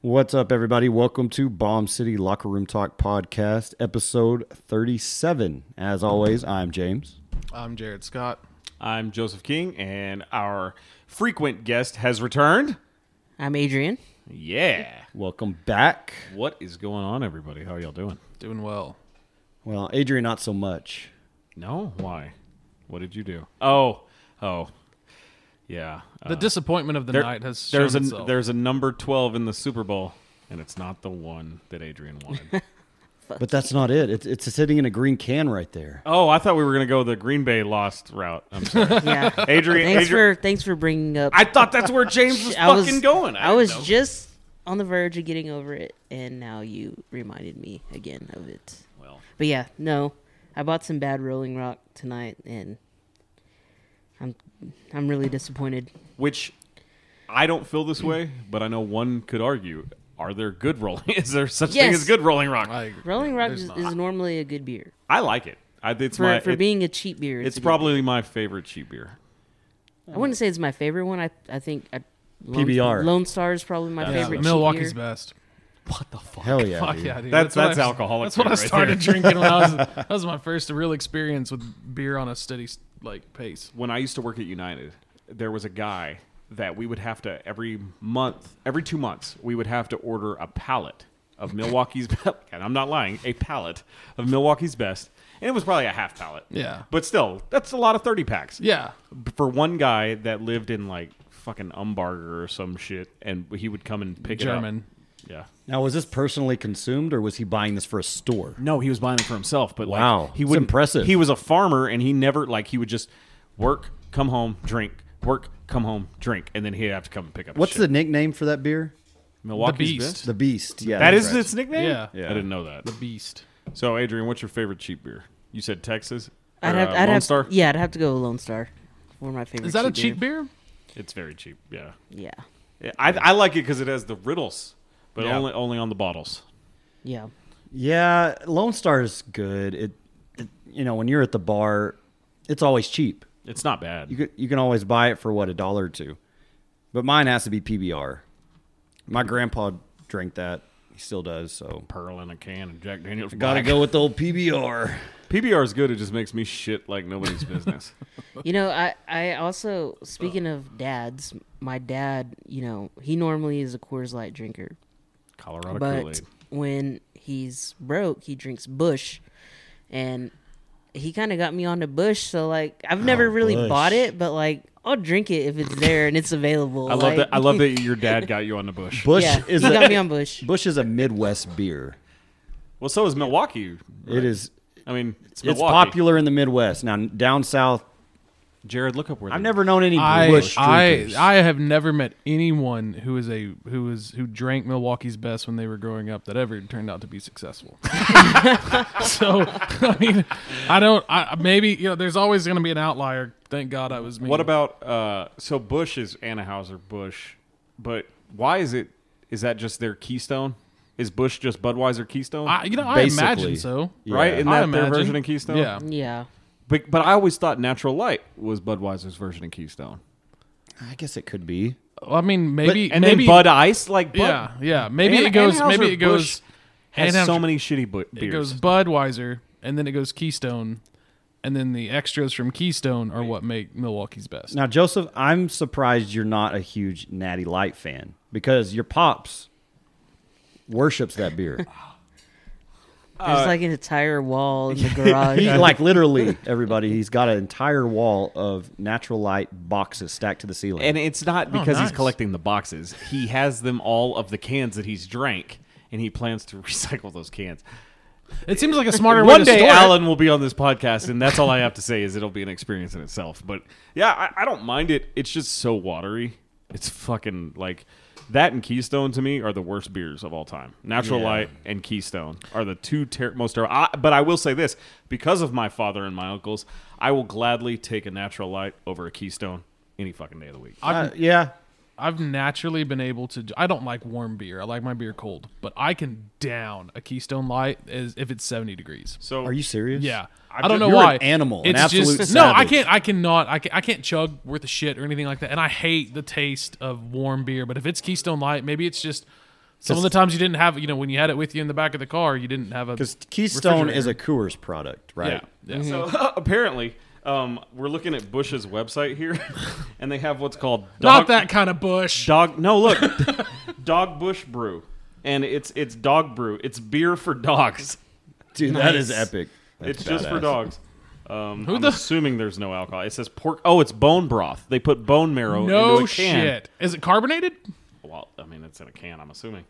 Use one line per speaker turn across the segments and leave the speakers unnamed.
What's up, everybody? Welcome to Bomb City Locker Room Talk Podcast, episode 37. As always, I'm James.
I'm Jared Scott.
I'm Joseph King, and our frequent guest has returned.
I'm Adrian.
Yeah.
Welcome back.
What is going on, everybody? How are y'all doing?
Doing well.
Well, Adrian, not so much.
No? Why? What did you do? Oh, oh. Yeah.
The
Uh,
disappointment of the
there-
night has shown
there's a
itself.
there's a number 12 in the Super Bowl, and it's not the one that Adrian wanted.
But that's not it. It's, it's sitting in a green can right there.
oh, I thought we were going to go the Green Bay lost route. I'm sorry.
Yeah.
Adrian,
thanks
Adrian-
for thanks for bringing up.
I thought that's where James was
I was-
fucking going.
I,
didn't
was
know.
just on the verge of getting over it, and now you reminded me again of it.
Well,
But yeah, no, I bought some bad Rolling Rock tonight, and I'm I'm really disappointed.
which I don't feel this way, but I know one could argue: Are there good rolling? Is there such thing
Yes.
as good Rolling Rock?
I
I,
agree.
Rolling Rock
There's
is,
not.
is normally a good beer
like it. I, it's
for,
my
for
it-
being a cheap beer.
It's
a good
probably my favorite cheap beer.
beer. I wouldn't say it's my favorite one. I I think I, Lone,
PBR.
Lone Star is probably my
Yeah,
favorite.
Milwaukee's
cheap beer.
best.
What the fuck?
Hell yeah.
Fuck
dude.
yeah, dude.
That's-
what
that's
I-
alcoholic
That's what I
beer right
started
there.
drinking when I was. That was my first real experience with beer on a steady like pace.
When I used to work at United, there was a guy that we would have to every month, every two months, we would have to order a pallet of Milwaukee's. and I'm not lying, a pallet of Milwaukee's best, and it was probably a half pallet.
Yeah.
but still, that's a lot of thirty packs.
Yeah.
for one guy that lived in like fucking Umbarger or some shit, and he would come and pick
German.
it up. Yeah.
Now, was this personally consumed or was he buying this for a store?
No, he was buying it for himself, but like,
Wow.
he
It's
wouldn't.
impressive.
He was a farmer, and he never like he would just work, come home, drink, work, come home, drink, and then he'd have to come and pick up. his
What's the
shit.
nickname for that beer?
Milwaukee's
Beast.
Best?
The Beast. Yeah.
That
that's
is
right.
its nickname.
Yeah.
Yeah.
I didn't know that.
The beast.
So, Adrian, what's your favorite cheap beer? You said Texas.
I'd
Or,
have,
uh,
I'd
Lone
have,
Star.
Yeah, I'd have to go with Lone Star. One of my favorite.
Is that a cheap beer?
It's very cheap. Yeah,
Yeah.
Yeah, I, I like it because it has the riddles, but
Yeah.
only only on the bottles.
Yeah.
Yeah, Lone Star is good. It, it, you know, when you're at the bar, it's always cheap.
It's not bad.
You could, you can always buy it for what a dollar or two, but mine has to be PBR. My grandpa drank that; he still does. So
Pearl in a can and Jack Daniels.
gotta
Black.
go with the old PBR.
PBR is good. It just makes me shit like nobody's business.
You know, I, I also, speaking of dads, my dad, you know, he normally is a Coors Light drinker.
Colorado Kool
But
Aid.
when he's broke, he drinks Bush. And he kind of got me onto Bush. So, like,
Oh,
I've never really
Busch.
bought it, but, like, I'll drink it if it's there and it's available.
I love
like,
that. I love that your dad got you on the bush.
Bush
Yeah,
is
he
a,
got me on Bush.
Bush is a Midwest beer.
Well, so is Milwaukee.
It is.
I mean, it's,
It's
Milwaukee.
popular in the Midwest. Now down south,
Jared, look up where
I've
they-
never known any
I,
Bush
I
drinkers.
I have never met anyone who is a who is who drank Milwaukee's best when they were growing up that ever turned out to be successful. so I mean, I don't. I maybe you know. There's always going to be an outlier. Thank God I was me.
What about uh? So Bush is Anheuser Bush, but why is it? Is that just their Keystone? Is Bush just Budweiser Keystone?
I, you know, I
Basically.
imagine so.
Yeah.
Right, isn't
I
that their
imagine.
version of Keystone?
Yeah.
Yeah.
but but I always thought Natural Light was Budweiser's version of Keystone.
I guess it could be.
Well, I mean, maybe
and
maybe
then Bud Ice, like Bud,
yeah, yeah. Maybe
An-
it goes.
Anheuser-Busch
maybe it goes.
has
Anheuser-
so many shitty bu- beers.
It goes Budweiser, and then it goes Keystone, and then the extras from Keystone are what make Milwaukee's best.
Now, Joseph, I'm surprised you're not a huge Natty Light fan because your pops worships that beer.
Uh,
There's, like, an entire wall in the garage.
He, like literally everybody, he's got an entire wall of natural light boxes stacked to the ceiling.
and it's not because
nice.
he's collecting the boxes. He has them all of the cans that he's drank, and he plans to recycle those cans.
It seems like a smarter way
One
to
day,
store it.
Alan will be on this podcast, and that's all I have to say is it'll be an experience in itself. But yeah, I, I don't mind it. It's just so watery. It's fucking like that and Keystone to me are the worst beers of all time. Natural
Yeah.
Light and Keystone are the two ter- most terrible. I, but I will say this because of my father and my uncles, I will gladly take a Natural Light over a Keystone any fucking day of the week.
Uh, yeah,
I've naturally been able to. I don't like warm beer. I like my beer cold, but I can down a Keystone Light as if it's seventy degrees.
So
are you serious?
Yeah,
I
I don't
ju-
know
You're an
why.
animal, an
It's
absolute
just no. I
savage.
can't. I cannot. I, can, I can't chug worth of shit or anything like that. And I hate the taste of warm beer. But if it's Keystone Light, maybe it's just Some of the times you didn't have, you know, when you had it with you in the back of the car, you didn't have a.
Because Keystone is a Mm-hmm. Coors product, right?
Yeah. yeah.
So apparently, um, we're looking at Bush's website here, and they have what's called dog,
Not that kind of bush.
dog. No, look, dog bush brew, and it's it's dog brew. It's beer for dogs.
Dude, that is epic.
it's just for
badass.
dogs. Um,
Who
I'm
the-
assuming there's no alcohol. It says pork. Oh, it's bone broth. They put bone marrow.
No
into a can.
shit. Is it carbonated?
Well, I mean, it's in a can. I'm assuming.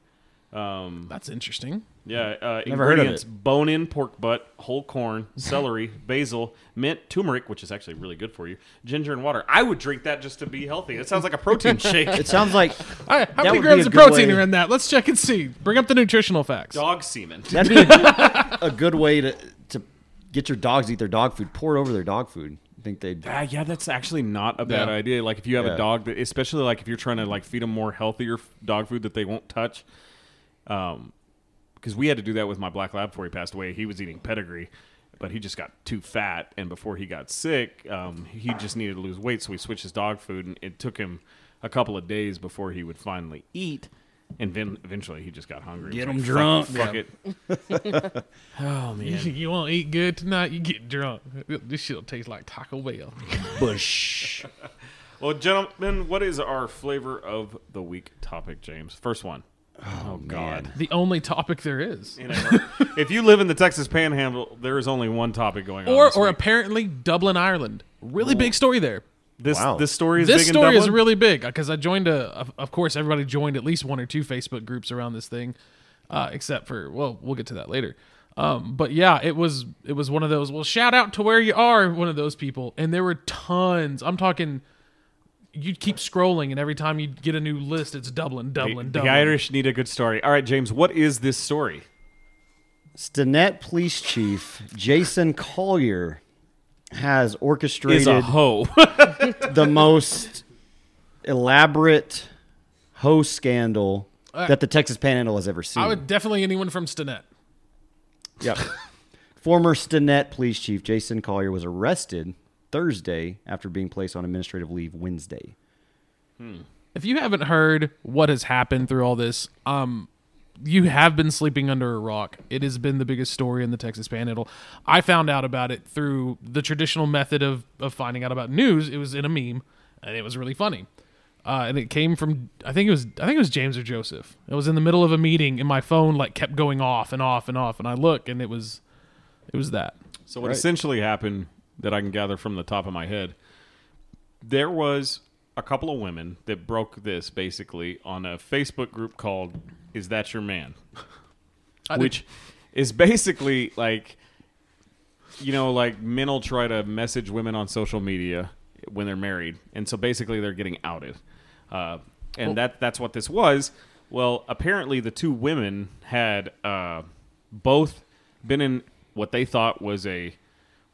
That's interesting.
Yeah, uh,
Never heard of
ingredients: bone-in pork butt, whole corn, celery, basil, mint, turmeric, which is actually really good for you, ginger, and water. I would drink that just to be healthy. It sounds like a protein shake.
It sounds like
All right, how many
would be
grams
a
of
good
protein
way-
are in that? Let's check and see. Bring up the nutritional facts.
Dog semen.
that'd be a good, a good way to to get your dogs to eat their dog food. Pour it over their dog food. I think they.
Ah, yeah, that's actually not a bad
Yeah.
idea. Like if you have
Yeah.
a dog that, especially like if you're trying to like feed them more healthier f- dog food that they won't touch, um, because we had to do that with my black lab before he passed away. He was eating pedigree, but he just got too fat, and before he got sick, um, he just needed to lose weight, so we switched his dog food, and it took him a couple of days before he would finally eat. And then eventually he just got hungry. He
Get
was
'em
like,
drunk.
Fuck, fuck it. oh man.
You won't eat good tonight. You get drunk. This shit'll taste like Taco Bell.
Bush.
Well, gentlemen, what is our flavor of the week topic, James? First one. Oh, God.
The only topic there is,
You know, if you live in the Texas Panhandle, there is only one topic going on.
or
this
or
week.
apparently Dublin, Ireland. Really big story there.
this
Wow.
this story is
this
big
story
in
is
Dublin?
really big because I joined a. Of, of course, everybody joined at least one or two Facebook groups around this thing, uh, except for well, we'll get to that later. Um, but yeah, it was it was one of those. Well, shout out to where you are, one of those people, and there were tons. I'm talking. You'd keep scrolling, and every time you get a new list, it's Dublin, Dublin,
The, the
Dublin.
Irish need a good story. All right, James, what is this story?
Stinnett Police Chief Jason Collier has
Is a
orchestrated
hoe.
the most elaborate hoe scandal that the Texas Panhandle has ever seen.
I would definitely anyone from Stinnett.
Yep. Former Stinnett Police Chief Jason Collier was arrested Thursday after being placed on administrative leave Wednesday.
If you haven't heard what has happened through all this, um, you have been sleeping under a rock. It has been the biggest story in the Texas Panhandle. I found out about it through the traditional method of of finding out about news. It was in a meme, and it was really funny. Uh, and it came from I think it was I think it was James or Joseph. It was in the middle of a meeting, and my phone like kept going off and off and off. And I look, and it was it was that.
So what essentially happened that I can gather from the top of my head, there was a couple of women that broke this basically on a Facebook group called "Is That Your Man,"
did-
which is basically like, you know, like men will try to message women on social media when they're married, and so basically they're getting outed, uh, and that that's what this was. Well, apparently the two women had uh, both been in what they thought was a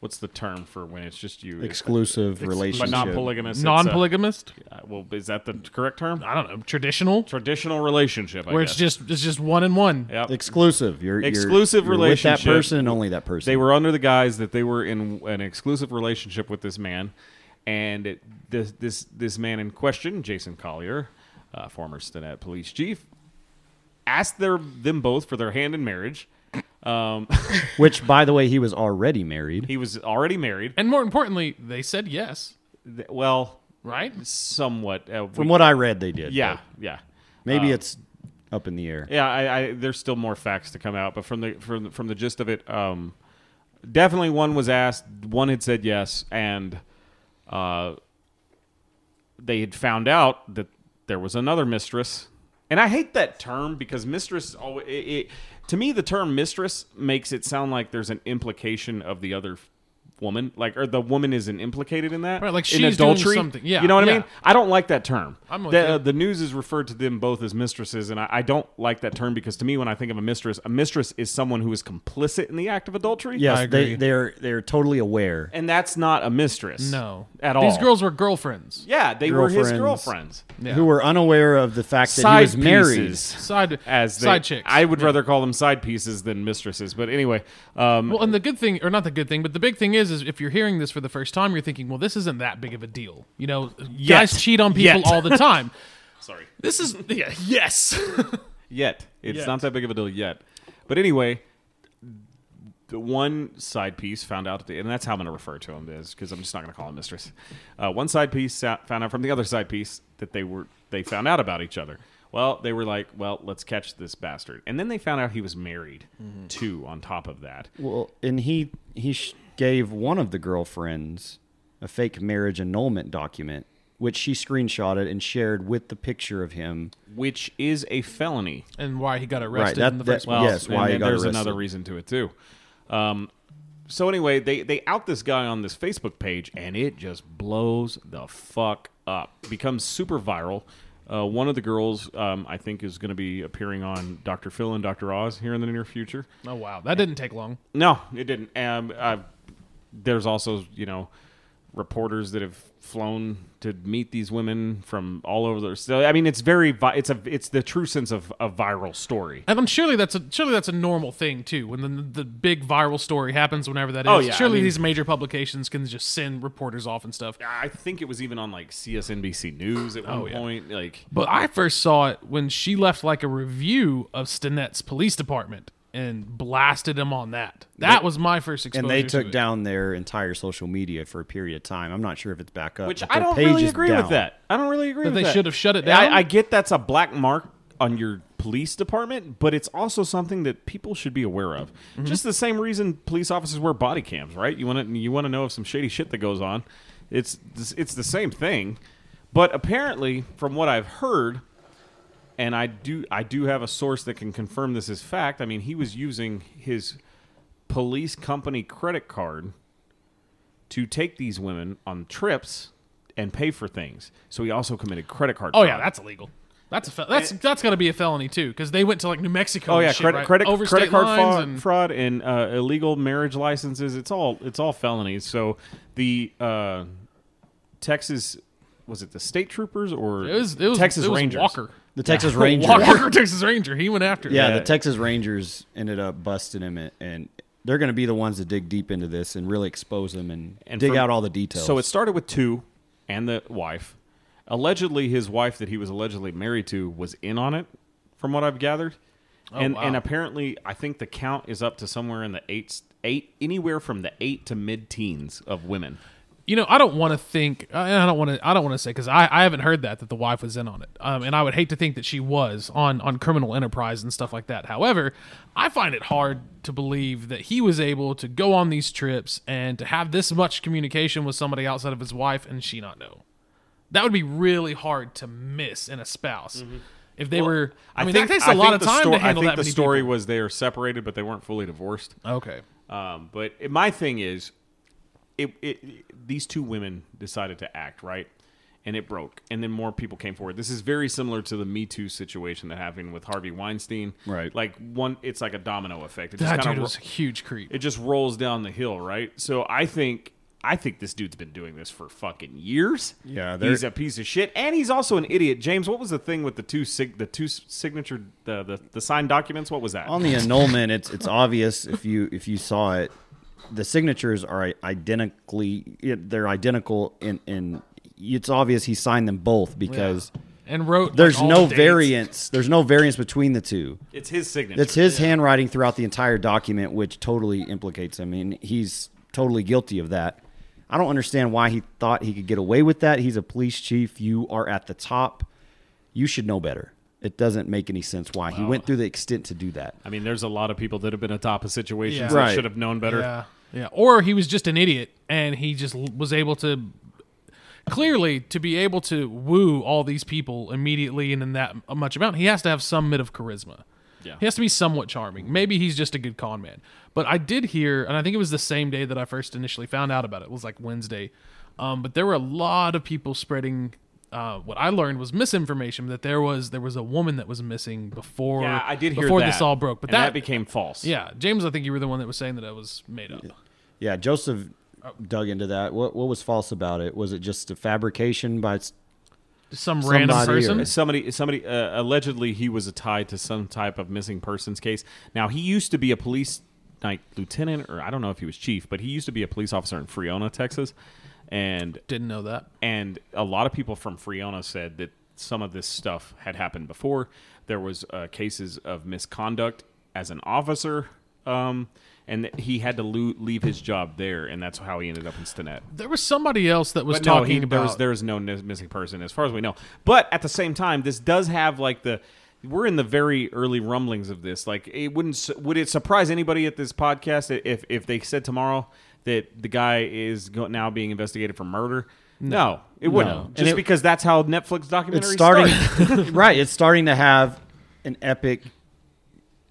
what's the term for when it's just you
Exclusive relationship.
but not polygamous it's a-
Non-polygamist?
uh, well is that the correct term
I don't know. Traditional,
traditional relationship I
where
guess.
it's just it's just one and one.
Yep.
Exclusive. You're, you're-
Exclusive
you're With
relationship.
that person and only that person.
they were under the guise that they were in an exclusive relationship with this man, and it, this this this man in question, Jason Collier, uh, former Stinnett police chief, asked their them both for their hand in marriage. Um,
Which, by the way, he was already married.
he was already married.
And more importantly, they said yes,
Th- Well,
right?
somewhat. Uh,
From what I read, they did.
yeah, yeah.
Maybe it's up in the air.
Yeah, I, I, there's still more facts to come out, but from the from the- from the gist of it, um, definitely one was asked, one had said yes, and uh, they had found out that there was another mistress. And I hate that term because mistress always. It, it, to me, the term mistress makes it sound like there's an implication of the other f- woman, like or the woman isn't implicated in that,
Right, like
in
she's doing
adultery.
something. Yeah,
you know what I
yeah.
mean. I don't like that term.
I'm with
the, uh,
you.
the news is referred to them both as mistresses, and I, I don't like that term because to me, when I think of a mistress, a mistress is someone who is complicit in the act of adultery.
Yes,
I agree.
they they're they're totally aware.
and that's not a mistress.
No,
at all.
These girls were girlfriends.
yeah, they were his
Girlfriends.
girlfriends.
Yeah.
Who were unaware of the fact that
Side
he was married.
pieces,
Side
as they,
side chicks.
I would rather call them side pieces than mistresses. But anyway, um,
well, and the good thing, or not the good thing, but the big thing is, is if you're hearing this for the first time, you're thinking, well, this isn't that big of a deal. You know,
Yet.
guys cheat on people
Yet.
all the time.
sorry.
this is yeah, yes.
Yet. It's
Yet.
not that big of a deal yet. But anyway, the one side piece found out, at the, and that's how I'm going to refer to him is because I'm just not going to call him mistress. Uh, one side piece sa- found out from the other side piece that they were they found out about each other. Well, they were like, well, let's catch this bastard, and then they found out he was married too. On top of that,
Well, and he he sh- gave one of the girlfriends a fake marriage annulment document, which she screenshotted and shared with the picture of him.
which is a felony.
and why he got arrested
that-
in the
that-
first place.
well, Yes,
and
why he
then
got
there's
arrested.
another reason to it too. Um, so anyway, they they out this guy on this Facebook page, and it just blows the fuck up. Becomes super viral. Uh, one of the girls, um, I think, is going to be appearing on Dr. Phil and Dr. Oz here in the near future.
Oh wow, that didn't take long.
No, it didn't. Um, uh, there's also, you know, reporters that have flown to meet these women from all over the. So I mean, it's very, vi- it's a, it's the true sense of a viral story.
And I'm surely that's a surely that's a normal thing too. When the the big viral story happens, whenever that is,
Oh, yeah, I
surely
mean-
these major publications can just send reporters off and stuff.
I think it was even on like CSNBC News at one
yeah.
point. Like,
But I first saw it when she left like a review of Stinnette's police department and blasted him on that. That was my first exposure.
And they
to
took
it.
down their entire social media for a period of time. I'm not sure if it's back up.
which
but
I
their
don't
page
really
is
agree
down.
with that. I don't really agree
That
with
they
that.
should have shut it down?
I, I get that's a black mark on your police department, but it's also something that people should be aware of. Just the same reason police officers wear body cams, right? You want to you want to know of some shady shit that goes on. It's it's the same thing, but apparently, from what I've heard, and I do I do have a source that can confirm this as fact. I mean, he was using his police company credit card to take these women on trips and pay for things. So he also committed credit card.
Oh
fraud.
yeah, that's illegal. That's a fel- that's that's got to be a felony too because they went to like New Mexico.
oh
and
yeah,
shit,
credit
right?
credit
Over
credit
state
card
lines
fraud
and-
fraud and uh, illegal marriage licenses. It's all it's all felonies. So the uh, Texas was it the state troopers or
It was it was
Texas
it was
Rangers
Walker.
The Texas
Walker-
Rangers.
Walker, Texas Ranger. He went after. it.
Yeah,
Yeah.
the Texas Rangers ended up busting him, and- and they're going to be the ones that dig deep into this and really expose him and,
And
dig
from-
out all the details.
So it started with two and the wife. Allegedly, his wife that he was allegedly married to was in on it, from what I've gathered. and
wow.
and apparently, I think the count is up to somewhere in the eight eight anywhere from the eight to mid teens of women.
You know, I don't want to think. uh, I I don't want to. I don't want to say because I, I haven't heard that that the wife was in on it. Um, and I would hate to think that she was on on criminal enterprise and stuff like that. However, I find it hard to believe that he was able to go on these trips and to have this much communication with somebody outside of his wife and she not know. That would be really hard to miss in a spouse. If they were, I, mean, that takes a
Mm-hmm. I
lot of
the
time
sto-
to handle
I
that
think the
many
story was they are separated, but they weren't fully divorced.
people. Okay,
Um, but it- my thing is, it, it, these two women decided to act right, and it broke, and then more people came forward. This is very similar to the Me Too situation that happened with Harvey Weinstein.
Right.
like one, it's like a domino effect. It
that
just
dude
kind of
was a huge creep.
it just rolls down the hill, right? So I think. I think this dude's been doing this for fucking years.
Yeah, they're-
he's a piece of shit, and he's also an idiot. James, what was the thing with the two sig- the two s- signature the, the the signed documents? What was that?
on the annulment, it's it's obvious if you if you saw it, the signatures are identically they're identical in in it's obvious he signed them both because
and wrote. like,
there's
all
no
the dates.
variance. There's no variance between the two.
it's his signature.
It's his handwriting throughout the entire document, which totally implicates him. I mean, he's totally guilty of that. I don't understand why he thought he could get away with that. He's a police chief. You are at the top. You should know better. It doesn't make any sense why he went through the extent to do that.
I mean, there's a lot of people that have been atop of situations
Yeah.
that
Right.
should have known better.
Yeah, yeah. Or he was just an idiot, and he just l- was able to clearly to be able to woo all these people immediately and in that m- much amount. He has to have some bit of charisma.
Yeah.
He has to be somewhat charming. Maybe he's just a good con man. But I did hear, and I think it was the same day that I first initially found out about it. It was like Wednesday. Um, but there were a lot of people spreading. Uh, what I learned was misinformation that there was there was a woman that was missing before
Yeah, I did hear
before
that.
this all broke. But
And
that,
that became false.
yeah, James, I think you were the one that was saying that it was made up.
Yeah, Joseph
Oh.
dug into that. What what was false about it? Was it just a fabrication by? its-
some
Somebody
random
or-
person.
Somebody, somebody. Uh, allegedly, he was a tie to some type of missing persons case. Now, he used to be a police, like lieutenant, or I don't know if he was chief, but he used to be a police officer in Freona, Texas, and
Didn't know that.
and a lot of people from Freona said that some of this stuff had happened before. There was uh, cases of misconduct as an officer, um, and he had to lo- leave his job there, and that's how he ended up in Stinnett.
There was somebody else that was
But no, he,
talking about.
there was, there was no n- missing person as far as we know. But at the same time, this does have like the we're in the very early rumblings of this. Like it wouldn't su- would it surprise anybody at this podcast i- if if they said tomorrow that the guy is go- now being investigated for murder? No, it wouldn't.
No.
Just
it-
because that's how Netflix documentaries
it's starting
start.
right it's starting to have an epic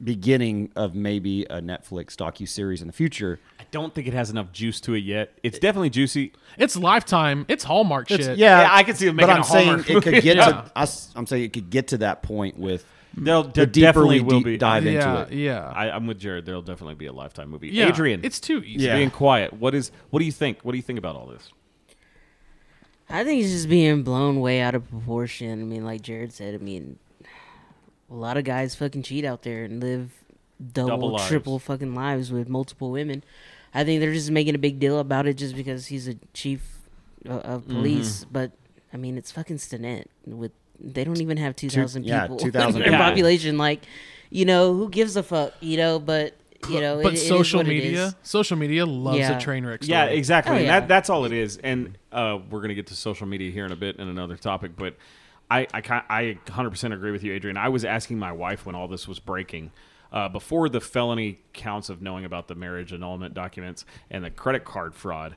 beginning of maybe a netflix docu-series in the future
I don't think it has enough juice to it yet. It's definitely juicy.
it's Lifetime. It's Hallmark shit.
yeah,
Yeah, I could see them
but
making
i'm
a
saying
Homer
it could
movie.
get
Yeah.
to I, am saying it could get to that point with
They'll
the
there
deeper
definitely
we
will
deep
be.
dive
yeah,
into it
yeah.
I, I'm with Jared. There'll definitely be a lifetime movie.
Yeah.
Adrian,
it's too easy.
Yeah.
being quiet. What is? What do you think? What do you think about all this?
I think he's just being blown way out of proportion. I mean, like Jared said, I mean, a lot of guys fucking cheat out there and live
Double
double,
lives.
triple fucking lives with multiple women. I think they're just making a big deal about it just because he's a chief uh, of police. But I mean, it's fucking Stinnett with they don't even have two thousand
yeah,
people
2,000
in their
people.
population. Like, you know, who gives a fuck? You know, but you know,
but
it- it is
social
what it is.
media, social media loves
Yeah.
a train wreck. Story.
Yeah, exactly.
Oh,
And
yeah.
That, that's all it is. And uh, we're going to get to social media here in a bit and another topic, but I, I, ki- I 100% agree with you, Adrian. I was asking my wife when all this was breaking. Uh, before the felony counts of knowing about the marriage annulment documents and the credit card fraud,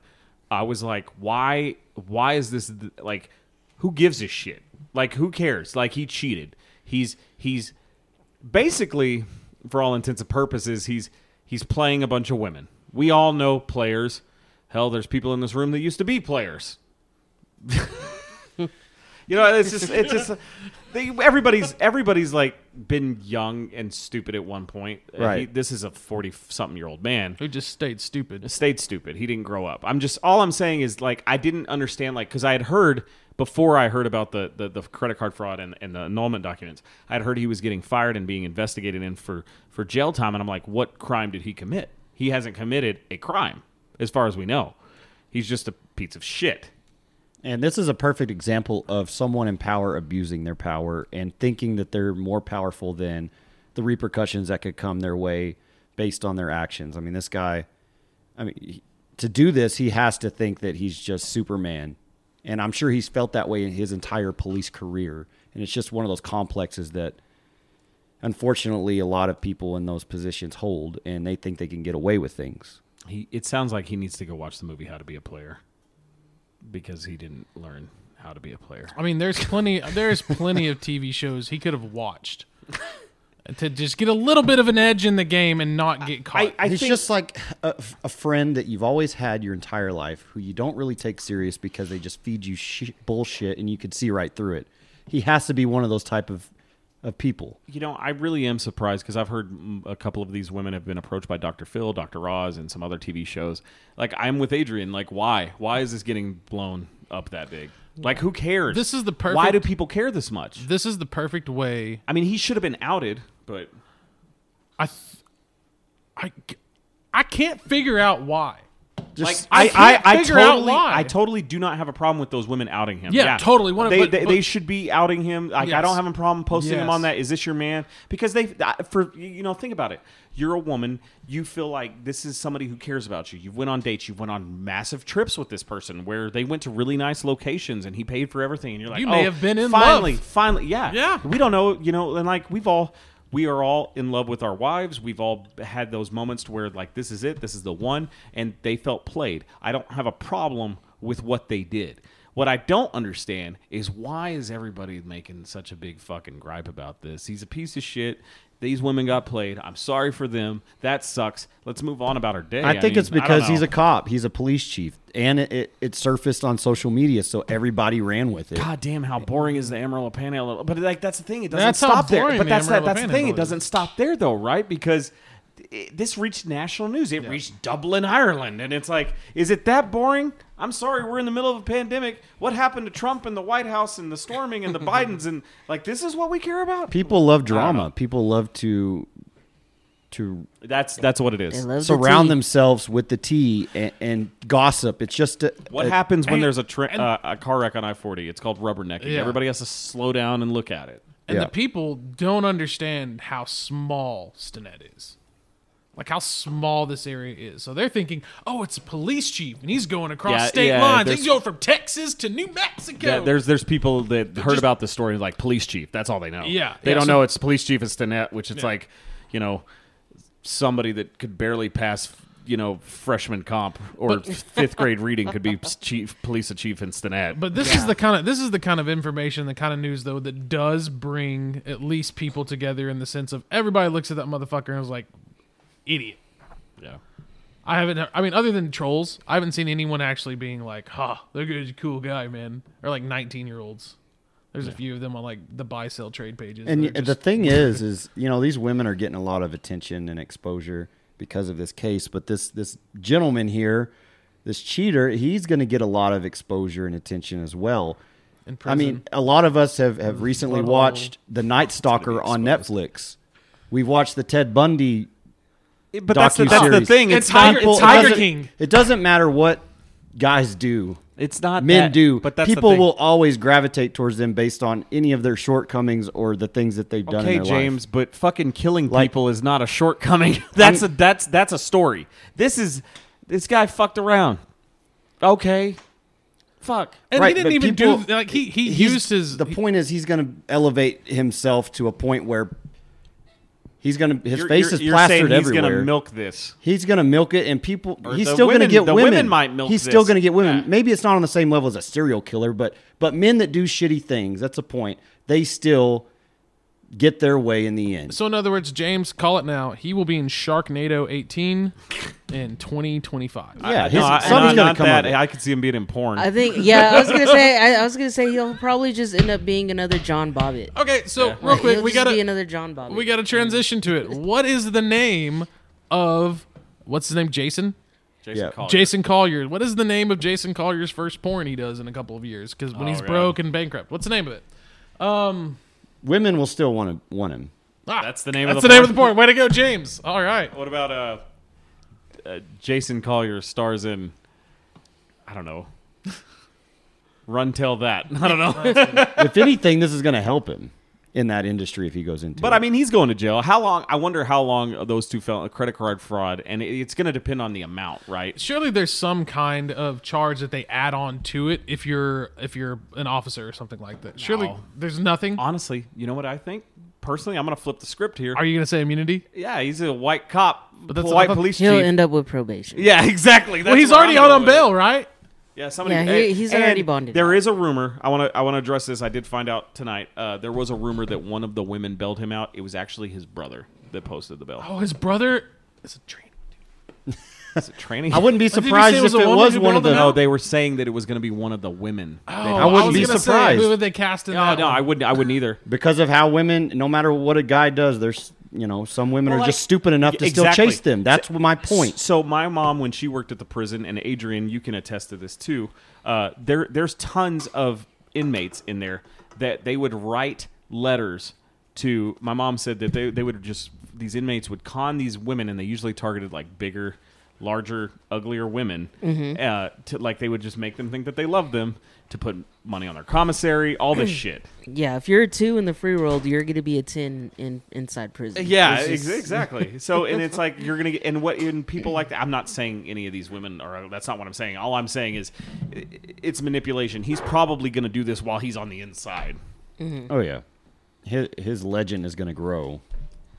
I was like, why? Why is this th- like? Who gives a shit? Like, who cares? Like, he cheated. He's he's basically, for all intents and purposes, he's he's playing a bunch of women. We all know players. Hell, there's people in this room that used to be players. you know, it's just it's just they, everybody's everybody's like been young and stupid at one point. Uh, he-
Right.
this is a forty something year old man
who just stayed stupid.
stayed stupid. He didn't grow up. I'm just all I'm saying is like I didn't understand like because I had heard before I heard about the the, the credit card fraud and, and the annulment documents. I had heard he was getting fired and being investigated in for for jail time, and I'm like, what crime did he commit? He hasn't committed a crime as far as we know. He's just a piece of shit.
And this is a perfect example of someone in power abusing their power and thinking that they're more powerful than the repercussions that could come their way based on their actions. I mean, this guy, I mean, he- to do this, he has to think that he's just Superman. And I'm sure he's felt that way in his entire police career. And it's just one of those complexes that unfortunately a lot of people in those positions hold and they think they can get away with things.
He it sounds like he needs to go watch the movie How to Be a Player because he didn't learn how to be a player.
I mean, there's plenty. There's plenty of TV shows he could have watched to just get a little bit of an edge in the game and not get caught.
I, I
Uh, he's
think
just like a, a friend that you've always had your entire life who you don't really take serious because they just feed you sh- bullshit and you can see right through it. He has to be one of those type of of people.
you know, I really am surprised because I've heard mm, a couple of these women have been approached by Dr. Phil, Dr. Roz, and some other TV shows. Like, I'm with Adrian. Like, why? Why is this getting blown up that big? Like, who cares?
This is the
Why
perfect-
do people care this much?
this is the perfect way.
I mean, he should have been outed, but
I, th- I, c- I can't figure out why.
Just
like,
I
I,
can't
I, I,
figure out
totally,
why.
I totally do not have a problem with those women outing him.
Yeah, totally. One of-
they,
but-
they,
but-
they should be outing him. Like, I
Yes.
don't have a problem posting him
Yes.
on that. Is this your man? Because they, I- for you know, think about it. You're a woman. You feel like this is somebody who cares about you. You went on dates. You went on massive trips with this person where they went to really nice locations and he paid for everything. And you're like,
You may
oh,
have been in
finally,
love.
finally, yeah,
Yeah.
We don't know, you know, and like we've all. We are all in love with our wives. We've all had those moments to where like this is it, this is the one, and they felt played. I don't have a problem with what they did. What I don't understand is why is everybody making such a big fucking gripe about this? He's a piece of shit. These women got played. I'm sorry for them. That sucks. Let's move on about our day.
I think
mean,
it's
don't
because he's
know.
a cop, he's a police chief, and it, it, it surfaced on social media, so everybody ran with it.
God damn, how boring is the Amarillo Panhandle? But like that's the thing, it doesn't
That's how
stop there.
boring
But
the
that's that,
Amarillo
that's the thing,
Panhandle
it
is.
doesn't stop there though, right? Because it, this reached national news. It reached Dublin, Ireland, and it's like, is it that boring? I'm sorry, we're in the middle of a pandemic. What happened to Trump and the White House and the storming and the Bidens and like this is what we care about?
People love
don't know.
drama. People love to to
That's that's what it
They
is.
love
surround
the tea.
themselves with the tea and, and gossip. It's just a,
What
a-
happens when
and-
there's a, tra-
and-
uh, a car wreck on I forty? It's called rubbernecking.
Yeah.
Everybody has to slow down and look at it.
And
Yeah.
the people don't understand how small Stinnett is. Like how small this area is. So they're thinking, oh, it's a police chief and he's going across
Yeah,
state
yeah,
lines.
there's-
He's going from Texas to New Mexico.
Yeah, there's there's people that heard
just-
about the story and like police chief. That's all they know.
Yeah,
they
yeah,
don't
so-
know it's police chief is Stinnett, which it's
Yeah.
like, you know, somebody that could barely pass, you know, freshman comp or fifth grade reading could be chief police chief in Stinnett.
But this is the kind of this is the kind of information, the kind of news though that does bring at least people together in the sense of everybody looks at that motherfucker and is like, idiot.
yeah,
I haven't. I mean, other than trolls, I haven't seen anyone actually being like, "Ha, look at you, cool guy, man," or like nineteen-year-olds. There's a few of them on like the buy-sell trade pages.
And
that are
the
just-
thing is, is you know these women are getting a lot of attention and exposure because of this case, but this this gentleman here, this cheater, he's going to get a lot of exposure and attention as well.
In
I mean, a lot of us have have recently
Blood
watched The Night Stalker on Netflix. We've watched the Ted Bundy
but that's the, that's the
docuseries.
thing.
And
It's not
Tiger-
people- it
Tiger
doesn't-
King.
It doesn't matter what guys do.
it's not
Men
that-
do,
But that's the
people
thing.
will always gravitate towards them based on any of their shortcomings or the things that they've done.
Okay,
in their life.
James, but fucking killing
Like-
people is not a shortcoming. That's a that's that's a story. This is this guy fucked around. Okay, fuck.
and
right,
he didn't
but
even
people-
do like he he
He's-
used his
The
he-
point is, he's going to elevate himself to a point where he's going to his
You're-
face
you're-
is
you're saying
plastered
he's
everywhere.
gonna milk this.
he's going to milk it, and people.
Or
he's
the
still going to
women-
get
the
women.
women might milk
He's still
this.
going to get women.
Yeah.
Maybe it's not on the same level as a serial killer, but but men that do shitty things. That's a point. They still get their way in the end.
So in other words, James, call it now. He will be in Sharknado 18 in 2025.
yeah, his,
No, I-
something's
not-
going
not
to come
that.
of it.
I could see him being in porn.
I think yeah, I was gonna say I, I was gonna say he'll probably just end up being another John Bobbitt.
Okay, so Uh, real
Like,
quick,
he'll
we
just
gotta
be another John Bobbitt.
we gotta transition to it. What is the name of what's his name? Jason.
Jason
Yeah.
Collier.
Jason Collier. What is the name of Jason Collier's first porn he does in a couple of years? Because when
Oh,
he's
God.
broke and bankrupt, what's the name of it?
Women will still want to want him.
Ah,
That's the name
That's
of
the
the
name
porn.
of the porn. Way to go, James. All right.
What about uh, uh, Jason Collier stars in? I don't know. Run tell that. I don't know.
if anything, this is going to help him in that industry if he goes into.
But
it.
I mean, he's going to jail. How long? I wonder how long those two fell credit card fraud, and it- it's going to depend on the amount, right?
Surely there's some kind of charge that they add on to it if you're if you're an officer or something like that. Surely
No.
there's nothing.
Honestly, you know what I think? Personally, I'm going to flip the script here.
Are you gonna say immunity?
yeah, he's a white cop,
that's what I
white
thought-
police chief.
He'll end up with probation.
yeah, exactly.
well,
That's
he's
where
already
I'm
out
going
on
with it.
bail, right?
Yeah, somebody.
Yeah, he-
and-
he's already
and
bonded
There
out.
is a rumor. I want to. I want to address this. I did find out tonight. Uh, there was a rumor that one of the women bailed him out. It was actually his brother that posted the bail.
Oh, his brother is a train.
Is it training?
I wouldn't be
did you say
surprised
it was
if
a
it
woman
was
who
one of
bailed him
the.
out?
No, they were saying that it was going to be one of the women. that-
Oh,
I wouldn't
was
be
gonna say,
surprised.
who would they cast in
no,
that?
no, I wouldn't. I wouldn't either.
because of how women, no matter what a guy does, there's you know some women
Well,
are
like-
just stupid enough to
Exactly.
still chase them. That's my point.
So my mom, when she worked at the prison, and Adrian, you can attest to this too. Uh, there, there's tons of inmates in there that they would write letters to. My mom said that they they would just these inmates would con these women, and they usually targeted like bigger, larger, uglier women. Uh, to like they would just make them think that they loved them to put money on their commissary, all this shit.
Yeah, if you're a two in the free world, you're gonna be a ten in inside prison.
Yeah,
It's
ex-
just-
exactly. So, and it's like you're gonna get, and what, and people like that. I'm not saying any of these women are. That's not what I'm saying. All I'm saying is, i- it's manipulation. He's probably gonna do this while he's on the inside.
Oh yeah, his, his legend is going to grow,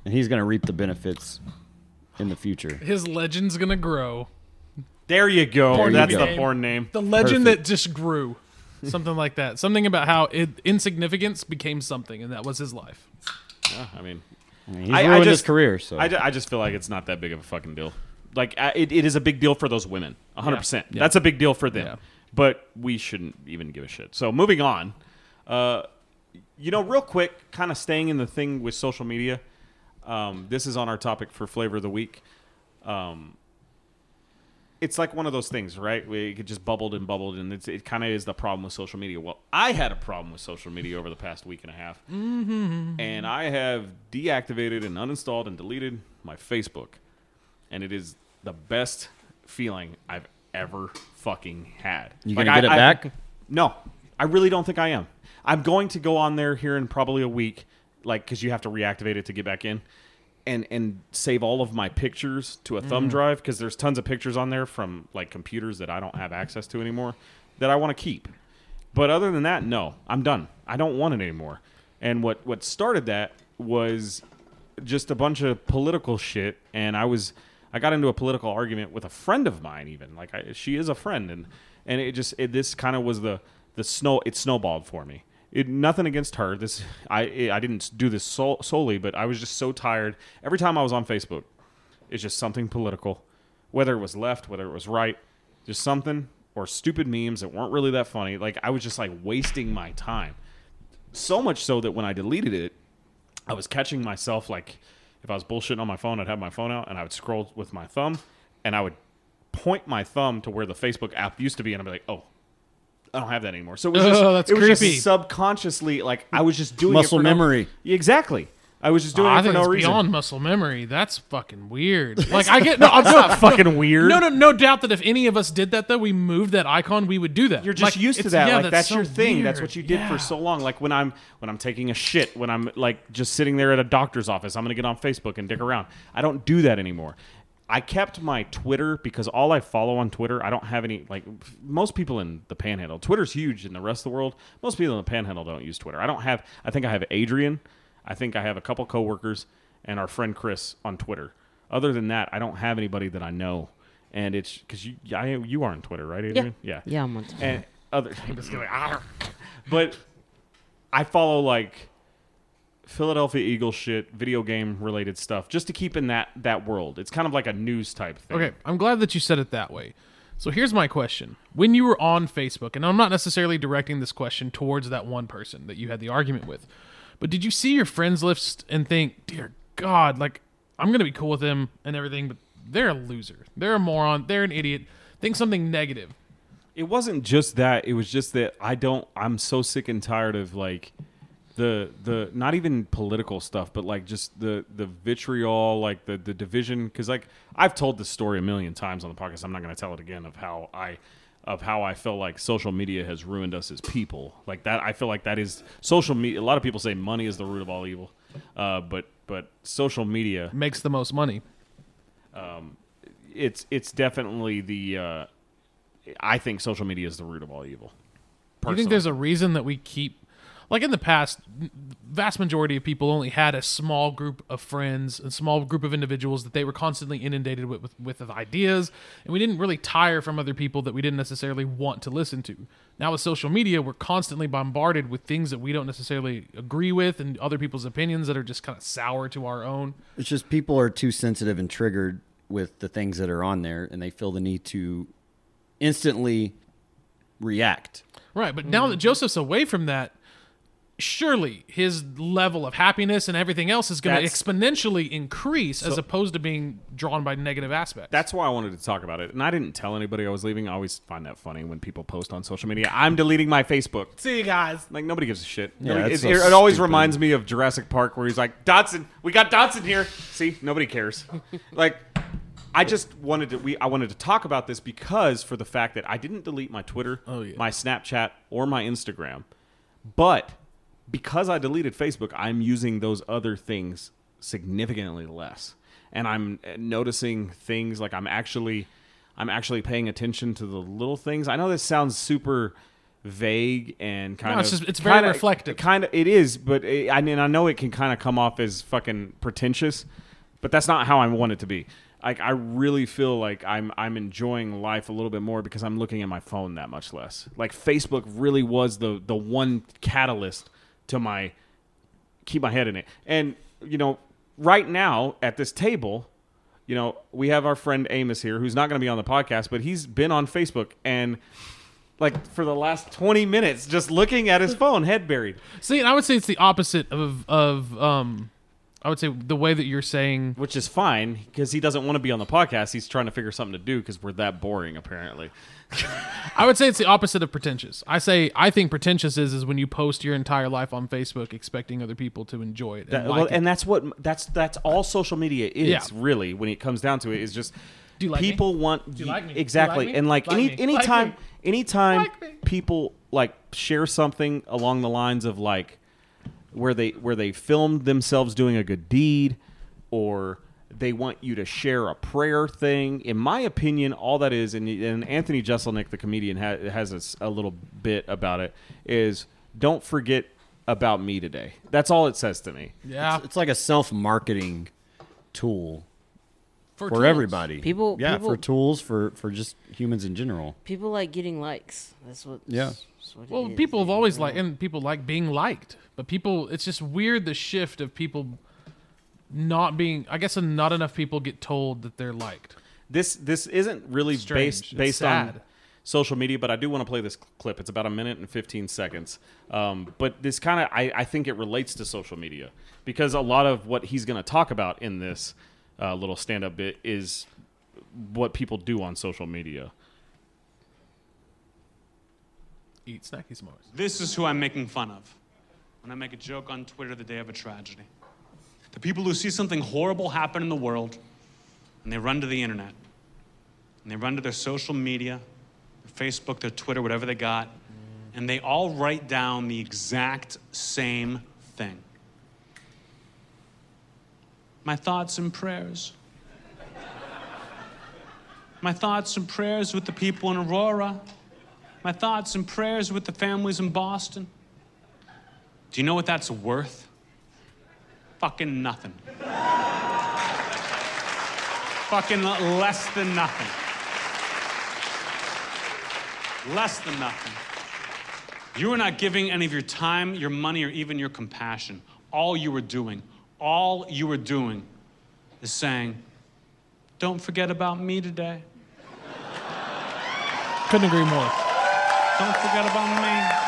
and he's going to reap the benefits in the future.
His legend's gonna grow.
There you go.
Porn
that's
name.
the porn name.
The legend
Perfect.
that just grew. Something like that. Something about how it, insignificance became something, and that was his life.
Yeah, I mean,
He's
I- I
ruined his
just-
career. So
I, ju- I just feel like it's not that big of a fucking deal. Like I, it, it is a big deal for those women. 100. percent
Yeah.
That's a big deal for them.
Yeah.
But we shouldn't even give a shit. So moving on. Uh, you know, real quick, kind of staying in the thing with social media. Um, this is on our topic for flavor of the week. Um, it's like one of those things, right? Where it just bubbled and bubbled, and it's, it kind of is the problem with social media. Well, I had a problem with social media over the past week and a half, and I have deactivated and uninstalled and deleted my Facebook, and it is the best feeling I've ever fucking had.
You gonna get it back?
No, I really don't think I am. I'm going to go on there here in probably a week, like because you have to reactivate it to get back in, and and save all of my pictures to a
Mm-hmm.
thumb drive because there's tons of pictures on there from like computers that I don't have access to anymore that I want to keep. But other than that, no, I'm done. I don't want it anymore. And what what started that was just a bunch of political shit and i was i got into a political argument with a friend of mine even like I, she is a friend and and it just it, this kind of was the the snow it snowballed for me it, nothing against her this i i didn't do this sol- solely but i was just so tired every time i was on facebook it's just something political whether it was left whether it was right just something or stupid memes that weren't really that funny like i was just like wasting my time so much so that when i deleted it I was catching myself like if I was bullshitting on my phone, I'd have my phone out and I would scroll with my thumb and I would point my thumb to where the Facebook app used to be and I'd be like, oh, I don't have that anymore. So it was
Oh,
just,
that's
it was just
creepy.
subconsciously like I was just doing it
Muscle
for no-
memory.
exactly. I was just doing
I
it for
think
no
it's
reason.
beyond muscle memory. That's fucking weird. Like I get no, I'm not
fucking weird.
No, no, no doubt that if any of us did that, though, we moved that icon, we would do that.
You're just
Like,
used to
it's-
that.
yeah,
like that's,
so
your thing. That's
weird.
what you did
Yeah.
for so long. Like when I'm when I'm taking a shit, when I'm like just sitting there at a doctor's office, I'm gonna get on Facebook and dick around. I don't do that anymore. I kept my Twitter because all I follow on Twitter, I don't have any like f- most people in the panhandle. Twitter's huge in the rest of the world. Most people in the panhandle don't use Twitter. I don't have I think I have Adrian, I think I have a couple coworkers and our friend Chris on Twitter. Other than that, I don't have anybody that I know. And it's because you, I, you are on Twitter, right, Adrian?
yeah, yeah. I'm on.
and other but I follow like Philadelphia Eagles shit, video game related stuff, just to keep in that that world. It's kind of like a news type thing.
Okay, I'm glad that you said it that way. So here's my question. When you were on Facebook, and I'm not necessarily directing this question towards that one person that you had the argument with, but did you see your friends list and think, dear God, like, I'm going to be cool with them and everything, but they're a loser. They're a moron. They're an idiot. Think something negative.
It wasn't just that. It was just that I don't. I'm so sick and tired of like the the not even political stuff, but like just the the vitriol, like the the division. Because like I've told this story a million times on the podcast. I'm not going to tell it again of how I of how I feel like social media has ruined us as people. Like that, I feel like that is social media. A lot of people say money is the root of all evil, uh, but but social media
Makes the most money.
it's it's definitely the uh, I think social media is the root of all evil.
Do You think there's a reason that we keep like in the past n- vast majority of people only had a small group of friends a small group of individuals that they were constantly inundated with, with with ideas and we didn't really tire from other people that we didn't necessarily want to listen to now with social media we're constantly bombarded with things that we don't necessarily agree with and other people's opinions that are just kind of sour to our own
It's just people are too sensitive and triggered with the things that are on there, and they feel the need to instantly react.
Right, but
Mm.
now that Joseph's away from that, surely his level of happiness and everything else is going to
That's-
exponentially increase as opposed to being drawn by negative aspects.
That's why I wanted to talk about it, and I didn't tell anybody I was leaving. I always find that funny when people post on social media. I'm deleting my Facebook.
see you guys.
Like nobody gives a shit.
Yeah,
Nobody-
that's
it,
so
it always
stupid.
reminds me of Jurassic Park, where he's like, "Dotson, we got Dotson here." See, nobody cares. like, I just wanted to. We I wanted to talk about this because for the fact that I didn't delete my Twitter,
Oh, yeah.
my Snapchat, or my Instagram, but because I deleted Facebook, I'm using those other things significantly less, and I'm uh, noticing things like I'm actually, I'm actually paying attention to the little things. I know this sounds super vague and kind
No, it's
of
just- it's very
kinda-
reflective.
Kind of it is, but it, I mean I know it can kind of come off as fucking pretentious, but that's not how I want it to be. Like I really feel like I'm I'm enjoying life a little bit more because I'm looking at my phone that much less. Like Facebook really was the the one catalyst to my keep my head in it. And you know, right now at this table, you know, we have our friend Amos here who's not going to be on the podcast, but he's been on Facebook and like for the last 20 minutes just looking at his phone head buried.
See, and I would say it's the opposite of of um I would say the way that you're saying
which is fine because he doesn't want to be on the podcast. He's trying to figure something to do because we're that boring, apparently.
I would say it's the opposite of pretentious. I say I think pretentious is is when you post your entire life on Facebook expecting other people to enjoy it and
That-
like
well,
it.
and that's what that's that's all social media is
Yeah.
really when it comes down to it is just
Do you like me?
people want
Do you like me? Do you
exactly
like me?
and like,
Like
any
me? Like
anytime
me?
anytime
Like me?
people like share something along the lines of like where they where they filmed themselves doing a good deed or they want you to share a prayer thing. In my opinion, all that is, and, and Anthony Jeselnik, the comedian, ha- has a s a a little bit about it, is don't forget about me today. That's all it says to me.
yeah,
It's, it's like a self marketing tool for,
tools.
everybody.
People-
yeah,
people-
for tools for for just humans in general.
People like getting likes. That's what.
Yeah.
that's what it
Well,
is.
people have
They
always
don't-
liked, and people like being liked. But people, it's just weird the shift of people not being. I guess not enough people get told that they're liked.
This this isn't really
Strange. It's
based based on
sad.
social media, but I do want to play this cl- clip. It's about a minute and fifteen seconds. Um, but this kind of I, I think it relates to social media because a lot of what he's going to talk about in this uh, little stand up bit is what people do on social media.
Eat snacky s'mores.
This is who I'm making fun of when I make a joke on Twitter the day of a tragedy. The people who see something horrible happen in the world and they run to the internet and they run to their social media, their Facebook, their Twitter, whatever they got, and they all write down the exact same thing. My thoughts and prayers. My thoughts and prayers with the people in Aurora. My thoughts and prayers with the families in Boston. Do you know what that's worth? Fucking nothing. Fucking l- less than nothing. Less than nothing. You were not giving any of your time, your money, or even your compassion. All you were doing, all you were doing is saying, Don't forget about me today.
Couldn't agree more.
Don't forget about me.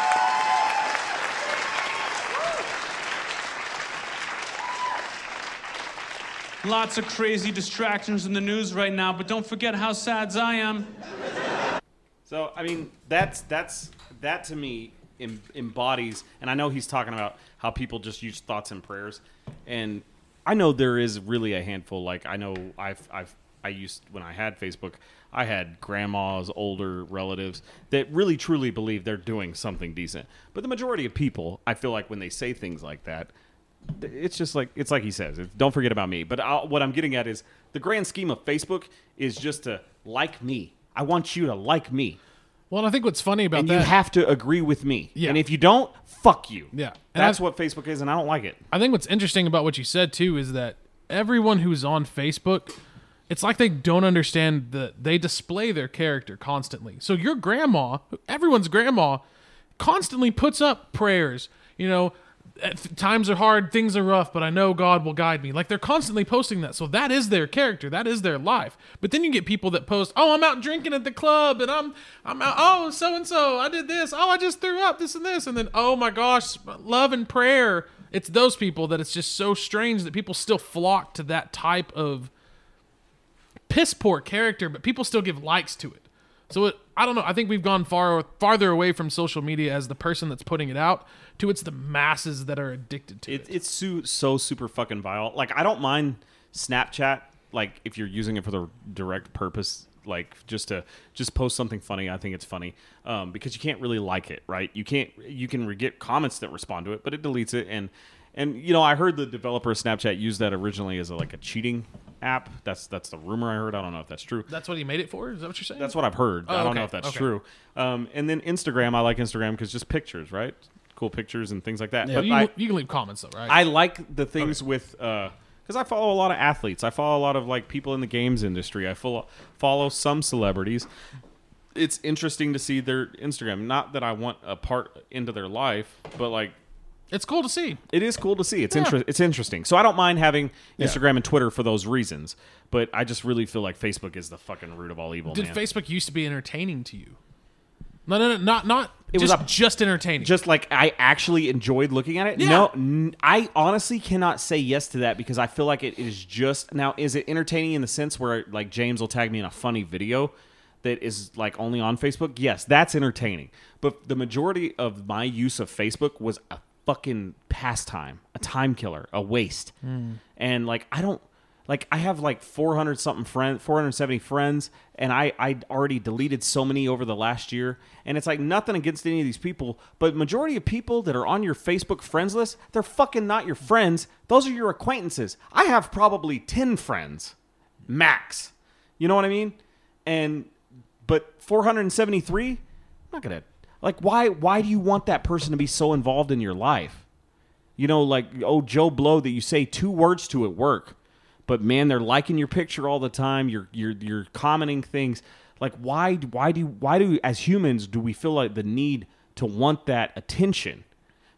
Lots of crazy distractions in the news right now, but don't forget how sad I am.
So I mean, that's that's that to me em- embodies, and I know he's talking about how people just use thoughts and prayers, and I know there is really a handful. Like I know I've I've I used when I had Facebook, I had grandmas, older relatives that really truly believe they're doing something decent. But the majority of people, I feel like when they say things like that, it's just like it's like he says. It's, don't forget about me. But i what I'm getting at is the grand scheme of Facebook is just to like me. I want you to like me,
Well, and I think what's funny about
and
that,
you have to agree with me.
Yeah.
And if you don't, fuck you.
Yeah. And
That's
I've-
what Facebook is, and I don't like it.
I think what's interesting about what you said too is that everyone who's on Facebook, it's like they don't understand that they display their character constantly. So your grandma, everyone's grandma, constantly puts up prayers. You know, "At- times are hard, things are rough, but I know God will guide me. Like they're constantly posting that. So that is their character, that is their life. But then you get people that post, "Oh, I'm out drinking at the club and I'm I'm out oh, so and so, I did this. Oh, I just threw up this and this." And then, "Oh my gosh, love and prayer." It's those people that it's just so strange that people still flock to that type of piss poor character, but people still give likes to it. So it, I don't know. I think we've gone far farther away from social media as the person that's putting it out to it's the masses that are addicted to it.
It, it's so, so super fucking vile. Like I don't mind Snapchat. Like if you're using it for the direct purpose, like just to just post something funny, I think it's funny um, because you can't really like it, right? You can't. You can re- get comments that respond to it, but it deletes it. And and you know, I heard the developer of Snapchat use that originally as a, like a cheating app. That's that's the rumor I heard. I don't know if that's true.
That's what he made it for. Is that what you're saying?
That's what I've heard. I
Oh,
don't
okay,
know if that's
okay.
true. Um, and then Instagram, I like Instagram because just pictures, right? Cool pictures and things like that.
But Oh, you,
I,
you can leave comments though, right?
I like the things with because I follow a lot of athletes. I follow a lot of like people in the games industry. I follow follow some celebrities. It's interesting to see their Instagram. Not that I want a part into their life, but like
it's cool to see.
it is cool to see. It's
Yeah.
inter- it's interesting. So I don't mind having Instagram and Twitter for those reasons. But I just really feel like Facebook is the fucking root of all evil.
Did
man.
Facebook used to be entertaining to you? No, no, no, not not
it
just,
was a
just entertaining.
just like I actually enjoyed looking at it.
Yeah.
No, n- I honestly cannot say yes to that because I feel like it is just now. Is it entertaining in the sense where like James will tag me in a funny video that is like only on Facebook? Yes, that's entertaining. But the majority of my use of Facebook was a fucking pastime, a time killer, a waste, and like I don't. Like I have like 400 something friends, 470 friends, and I I already deleted so many over the last year. And it's like nothing against any of these people, but majority of people that are on your Facebook friends list, they're fucking not your friends. Those are your acquaintances. I have probably 10 friends max. You know what I mean? And but 473, I'm not going to like why why do you want that person to be so involved in your life? You know, like oh Joe Blow that you say two words to at work, but man, they're liking your picture all the time. You're you're you're commenting things. Like why why do why do as humans do we feel like the need to want that attention?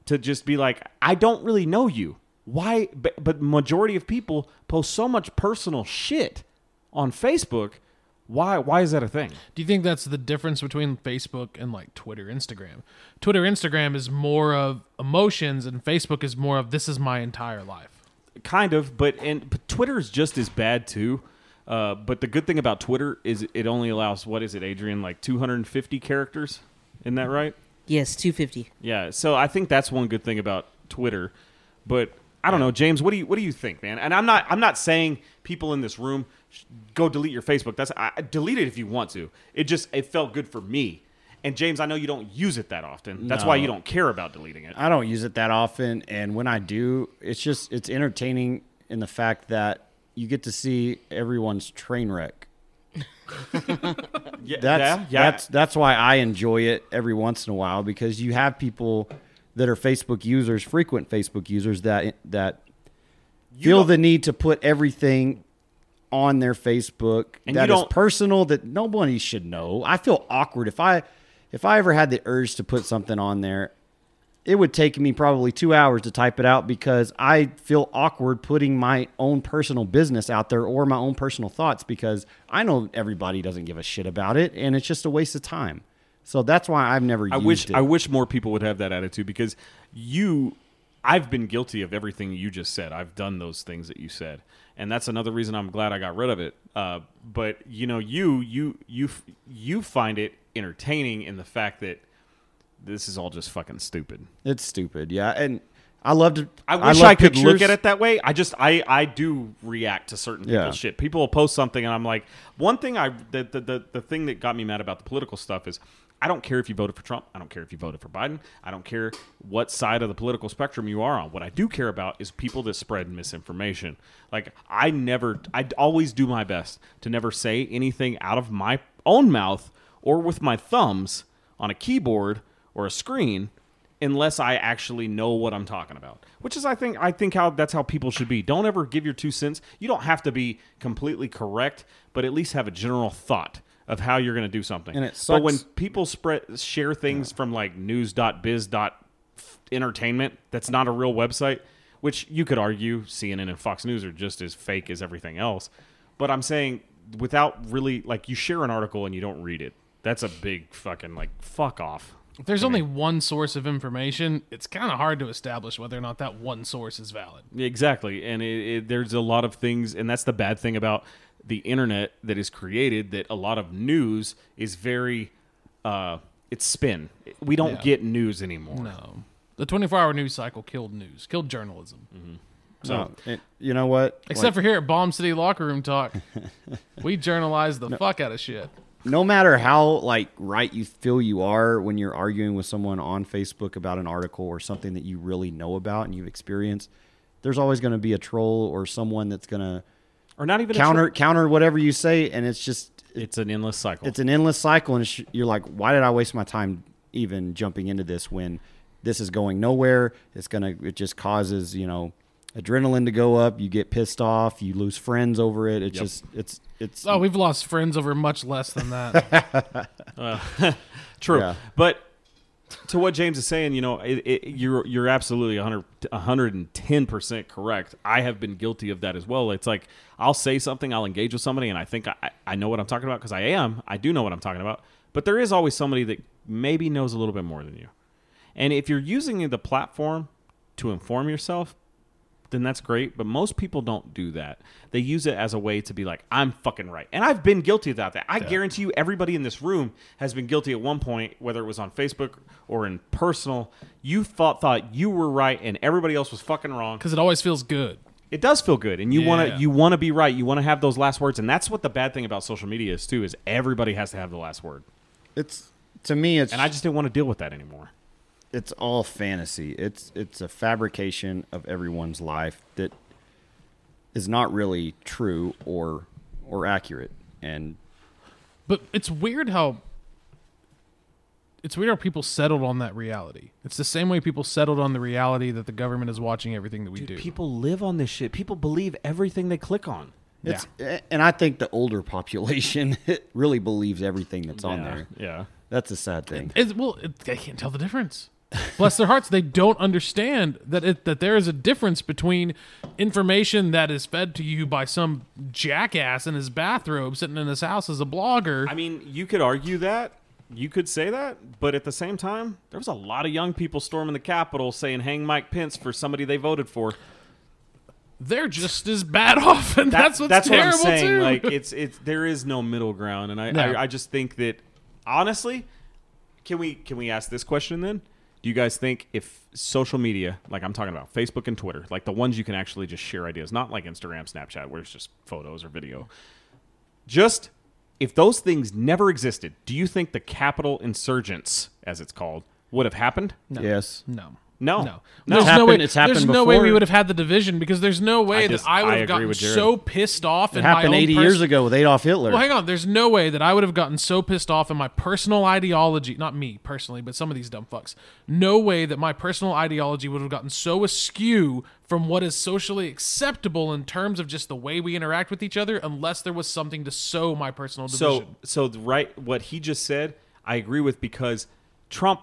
To just be like, I don't really know you. Why? But, but majority of people post so much personal shit on Facebook. Why? Why is that a thing?
Do you think that's the difference between Facebook and like Twitter, Instagram? Twitter, Instagram is more of emotions, and Facebook is more of this is my entire life.
kind of but and but twitter is just as bad too uh, but the good thing about twitter is it only allows what is it adrian like 250 characters isn't that right
Yes, 250.
yeah so i think that's one good thing about twitter but i don't know james what do you what do you think man and i'm not i'm not saying people in this room sh- go delete your facebook that's I, I- delete it if you want to it just it felt good for me and james i know you don't use it that often that's why
No.
you don't care about deleting it
I don't use it that often, and when I do, it's just it's entertaining in the fact that you get to see everyone's train wreck.
yeah
That's
yeah, yeah.
that's that's why I enjoy it every once in a while because you have people that are Facebook users, frequent Facebook users that that feel
don't-
the need to put everything on their Facebook
And
that
you
is
don't-
personal that nobody should know. I feel awkward if I if I ever had the urge to put something on there. It would take me probably two hours to type it out because I feel awkward putting my own personal business out there or my own personal thoughts because I know everybody doesn't give a shit about it and it's just a waste of time. So that's why I've never
I
used
wish
it.
I wish more people would have that attitude because you I've been guilty of everything you just said. I've done those things that you said. And that's another reason I'm glad I got rid of it. Uh, but you know, you you you f- you find it entertaining in the fact that this is all just fucking stupid.
it's stupid, yeah. And I love to.
I wish I,
love
could look
pictures.
at it that way. I just I I do react to certain
Yeah.
people's shit. People will post something and I'm like, one thing I the, the the the thing that got me mad about the political stuff is I don't care if you voted for Trump. I don't care if you voted for Biden. I don't care what side of the political spectrum you are on. What I do care about is people that spread misinformation. Like I never I always do my best to never say anything out of my own mouth or with my thumbs on a keyboard or a screen unless I actually know what I'm talking about. Which is I think I think how that's how people should be. Don't ever give your two cents. You don't have to be completely correct, but at least have a general thought of how you're going to do something.
And it
But
sucks-
when people spread share things from like news.biz. entertainment that's not a real website, which you could argue CNN and Fox News are just as fake as everything else. But I'm saying without really like you share an article and you don't read it. That's a big fucking like fuck off.
If there's only one source of information, it's kind of hard to establish whether or not that one source is valid.
Exactly, and it, it, there's a lot of things, and that's the bad thing about the internet that is created. That a lot of news is very, uh, it's spin. We don't
Yeah.
get news anymore.
No. The 24 hour news cycle killed news, killed journalism.
No, it- Oh, you know what?
Except for here at Bomb City Locker Room Talk, we journalize the fuck out of shit.
no matter how like right you feel you are when you're arguing with someone on Facebook about an article or something that you really know about and you've experienced, there's always going to be a troll or someone that's going to
Or not even a
counter
tr-
counter whatever you say, and it's just
it's an endless cycle.
it's an endless cycle, and it's, you're like, why did I waste my time even jumping into this when this is going nowhere? It's gonna it just causes you know adrenaline to go up. You get pissed off. You lose friends over it. It's
Yep.
just it's it's
Oh, we've lost friends over much less than that.
True,
Yeah.
but to what James is saying, you know, it, it, you're you're absolutely 100 110 percent correct. I have been guilty of that as well. It's like I'll say something, I'll engage with somebody, and I think I, I know what I'm talking about because I am. I do know what I'm talking about. But there is always somebody that maybe knows a little bit more than you. And if you're using the platform to inform yourself, then that's great. But most people don't do that. They use it as a way to be like, I'm fucking right. And I've been guilty about that. I guarantee you, everybody in this room has been guilty at one point, whether it was on Facebook or in personal. You thought thought you were right, and everybody else was fucking wrong
because it always feels good.
it does feel good and you want
Yeah.
to you want to be right you want to have those last words and that's what the bad thing about social media is too is everybody has to have the last word
It's to me, it's
and i just didn't want to deal with that anymore
it's all fantasy. It's it's a fabrication of everyone's life that is not really true or or accurate. And
But it's weird how it's weird how people settled on that reality. It's the same way people settled on the reality that the government is watching everything that we do.
people live on this shit people believe everything they click on
it's eh, and I think the older population really believes everything that's on
yeah
there.
yeah
That's a sad thing.
It's, well, it, they can't tell the difference. Bless their hearts, they don't understand that it, that there is a difference between information that is fed to you by some jackass in his bathrobe sitting in his house as a blogger.
i mean you could argue that you could say that but at the same time there was a lot of young people storming the capitol saying hang mike pence for somebody they voted for
They're just as bad off, and
That-
that's what's terrible
what I'm saying.
too.
Like it's it's there is no middle ground, and I,
No.
I I just think that honestly, can we can we ask this question then? Do you guys think if social media, like I'm talking about Facebook and Twitter, like the ones you can actually just share ideas, not like Instagram, Snapchat, where it's just photos or video, just if those things never existed, do you think the capital insurgents, as it's called, would have happened?
Yes.
no.
No.
No.
Oh, It's
No.
There's no way.
happened- it's happened
there's no way we
before.
would have had the division because there's no way
I just-
that I would
I
have
agree
gotten
with Jared.
so pissed off.
It
in my
happened
own
80
pers-
years ago with Adolf Hitler.
Well, hang on. There's no way that I would have gotten so pissed off in my personal ideology, not me personally, but some of these dumb fucks. No way that my personal ideology would have gotten so askew from what is socially acceptable in terms of just the way we interact with each other unless there was something to sow my personal division.
So, so the right, what he just said, I agree with because Trump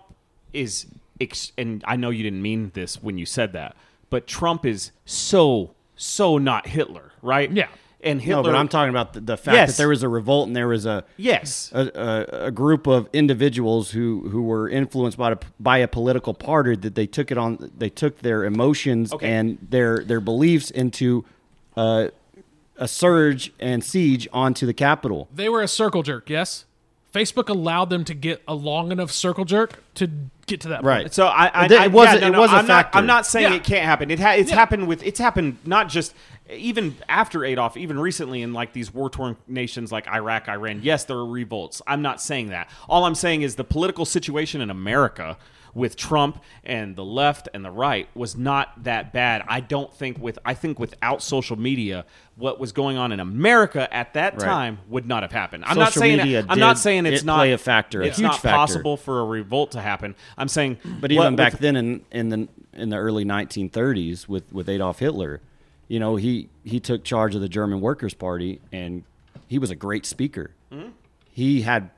is, ex- and I know you didn't mean this when you said that, but Trump is so, so not Hitler, right?
Yeah.
And Hitler,
no, but I'm talking about the, the fact
Yes.
that there was a revolt and there was a
yes,
a, a, a group of individuals who, who were influenced by a, by a political party that they took it on they took their emotions
Okay.
and their their beliefs into uh, a surge and siege onto the Capitol.
they were a circle jerk, yes? Facebook allowed them to get a long enough circle jerk to get to that
Right.
point.
So I, I,
It- it
I-
was-
yeah,
it
no, no,
was a
I'm
factor.
Not, I'm not saying
Yeah.
it can't happen. It ha- it's
Yeah.
happened with. It's happened not just even after Adolf, even recently in like these war torn nations like Iraq, Iran. Yes, there are revolts. I'm not saying that. All I'm saying is the political situation in America with Trump and the left and the right was not that bad. I don't think with I think without social media what was going on in America at that
Right.
time would not have happened. I'm not
Social
saying
media
I'm not
did-
saying it's
it
not
play a factor, a
It's
huge
not
factor.
possible for a revolt to happen. I'm saying
Mm. But
what
even
with-
back then in, in the in the early 1930s with, with Adolf Hitler, you know, he, he took charge of the German Workers' Party and he was a great speaker.
Hmm?
He had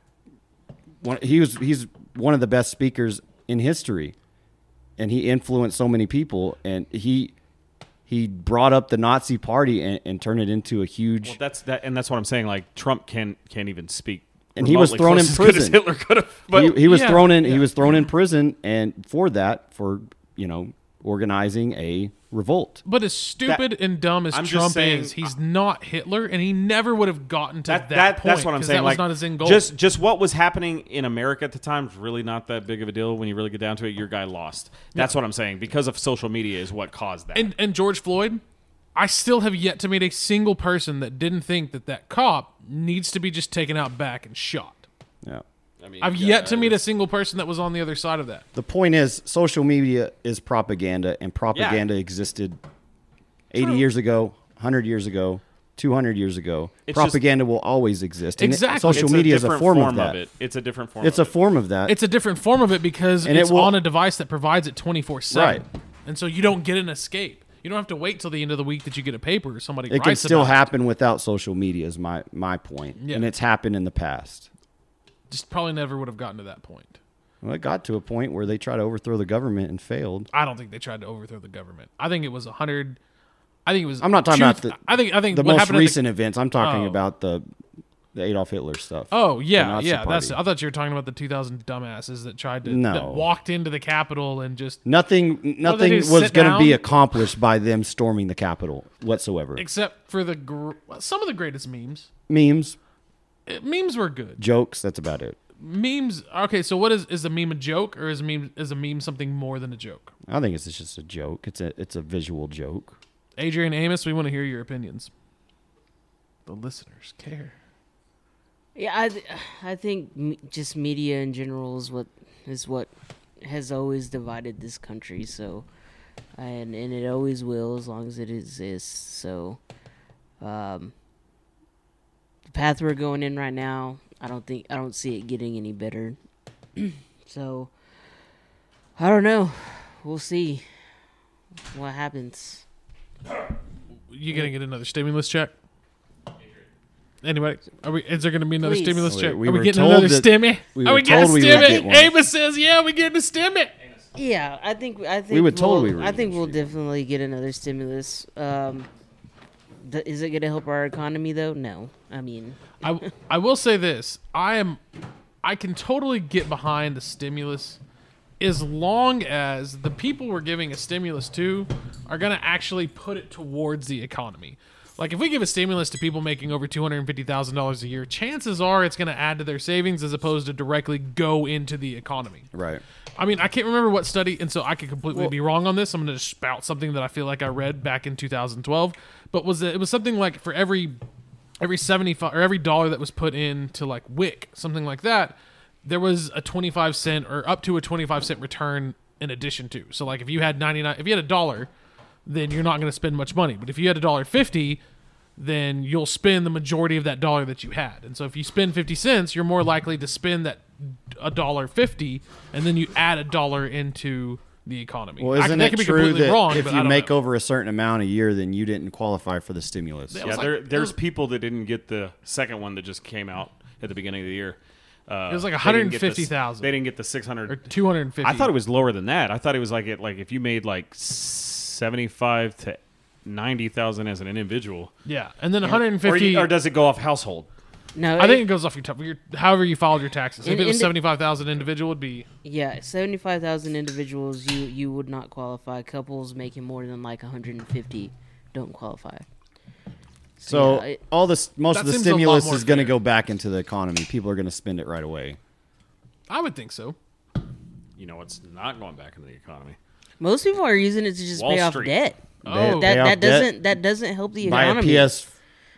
one, he was he's one of the best speakers in history. And he influenced so many people and he he brought up the Nazi party and, and turned it into a huge
Well, that's that, and that's what I'm saying. Like Trump can can't even speak,
And he was
remotely
thrown in
close as good as
prison.
Hitler could have. But
he, he was
yeah,
thrown in. He was thrown in prison, and for that, for you know, organizing a revolt.
But as stupid and dumb as
I'm just
Trump
saying- uh,
is, he's not Hitler, and he never would have gotten to that,
that, that,
point.
that's what I'm
'cause
saying.
That
like
was not his end goal.
just just what was happening in America at the time is really not that big of a deal. When you really get down to it, your guy lost. That's what I'm saying because of social media is what caused that.
and and George Floyd, I still have yet to meet a single person that didn't think that that cop needs to be just taken out back and shot.
Yeah.
I mean,
I've
yeah,
yet to meet a single person that was on the other side of that.
The point is, social media is propaganda, and propaganda existed eighty years ago, hundred years ago, two hundred years ago.
It's just-
propaganda will always exist. and it-
Exactly.
social
it's
media is a
different
form, of that.
it. It's a different form.
It's a
of it.
form of that.
It's a different form of it because
And it
it's
will-
on a device that provides it twenty four seven,
Right.
and so you don't get an escape. You don't have to wait till the end of the week that you get a paper or somebody
it can
writes
still
about
happen without social media. Is my my point,
Yeah.
and it's happened in the past.
Just probably never would have gotten to that point.
Well, it got to a point where they tried to overthrow the government and failed.
I don't think they tried to overthrow the government. I think it was a hundred. I think it was.
I'm not talking
two-
about the.
I think. I think
the
what
most
happened at
recent events. I'm talking
Oh.
about the the Adolf Hitler stuff.
Oh
The
yeah,
Nazi
yeah. That's.
party.
I thought you were talking about the 2,000 dumbasses that tried to
No.
that walked into the Capitol and just
Nothing, nothing
do,
was
sit
going to be
down?
accomplished by them storming the Capitol whatsoever.
except for the gr- some of the greatest memes.
Memes,
Uh, memes were good.
jokes, that's about it.
Memes. Okay, so what is is a meme a joke or is a meme is a meme something more than a joke?
I think it's just a joke. It's a it's a visual joke.
Adrian Amos, we want to hear your opinions. The listeners care.
Yeah, I, th- I think me- just media in general is what is what has always divided this country. So, and and it always will as long as it exists. So, um, the path we're going in right now, I don't think I don't see it getting any better. so, I don't know. We'll see what happens.
You gonna get another stimulus check? Anyway, are we? Is there gonna be another
Please.
stimulus
We-
check?
we
are we
were
getting
told
another
that-
stimmy?
we
are
were
we getting a
told we would get
stimmy?
one.
Amos says, "Yeah, we getting a stimmy."
Yeah, I think I think
were told we
will
were
I think
gonna
we'll definitely get another stimulus. Um, th- is it going to help our economy though? No. I mean,
I I will say this: I am, I can totally get behind the stimulus, as long as the people we're giving a stimulus to are going to actually put it towards the economy. Like if we give a stimulus to people making over two hundred and fifty thousand dollars a year, chances are it's going to add to their savings as opposed to directly go into the economy.
Right.
I mean, I can't remember what study, and so I could completely be wrong on this. I'm going to spout something that I feel like I read back in 2012, but was it, it was something like for every every 75 or every dollar that was put into like WIC, something like that, there was a 25 cent or up to a 25 cent return in addition to. So like if you had 99, if you had a dollar, then you're not going to spend much money. But if you had a dollar 50, then you'll spend the majority of that dollar that you had. And so if you spend 50 cents, you're more likely to spend that a dollar 50 and then you add a dollar into the economy.
Well, isn't
I, that
it
could be
true
completely
that
wrong,
if
but
you
I don't
make
know.
over a certain amount a year, then you didn't qualify for the stimulus?
That
Yeah,
was like-
there,
it
there's
was-
people that didn't get the second one that just came out at the beginning of the year. Uh,
It was like
they didn't get the-
150,000.
They didn't get the six
or
hundred.
250.
I thought it was lower than that. I thought it was like it like if you made like seventy five to ninety thousand as an individual,
Yeah, and then
or,
150
you- or does it go off household?
no.
I think
it-
it goes off your top. Your, however you filed your taxes. If
And-
it was
and-
seventy five thousand individual, it'd be
yeah, 75,000 individuals you you would not qualify. Couples making more than like 150 don't qualify.
So
Yeah, it-
all this, most
That
of the
seems a lot
stimulus
more
is going to
fair.
go back into the economy. People are going to spend it right away.
I would think so.
You know, it's not going back into the economy.
Most people are using it to just
Wall
pay off
Street.
debt.
Oh,
Pay
That
off
that
debt,
doesn't that doesn't help the
buy
economy.
a PS.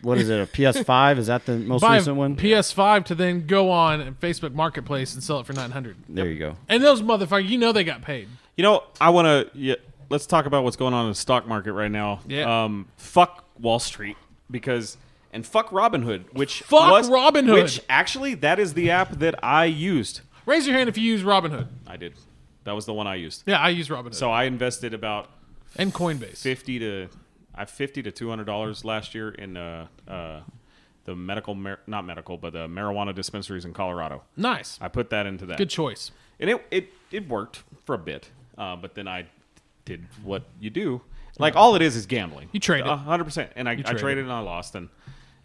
What is it? A PS5? Is that the most
buy
recent one?
PS five to then go on and Facebook Marketplace and sell it for nine hundred.
there you go.
And those motherfuckers, you know they got paid.
You know, I want to. Yeah, let's talk about what's going on in the stock market right now.
Yeah.
Um, fuck Wall Street because and fuck Robinhood, which
Fuck
was-
Robinhood.
which actually that is the app that I used.
Raise your hand if you use Robinhood.
I did. That was the one I used.
Yeah, I use Robinhood.
So I invested about
and Coinbase.
fifty to I fifty to two hundred dollars last year in uh, uh, the medical mar- not medical but the marijuana dispensaries in Colorado.
Nice,
I put that into that.
good choice.
and it it, it worked for a bit, uh, but then I did what you do. Like all it is is gambling.
You trade it.
A hundred percent, and I, I
trade it.
traded and I lost and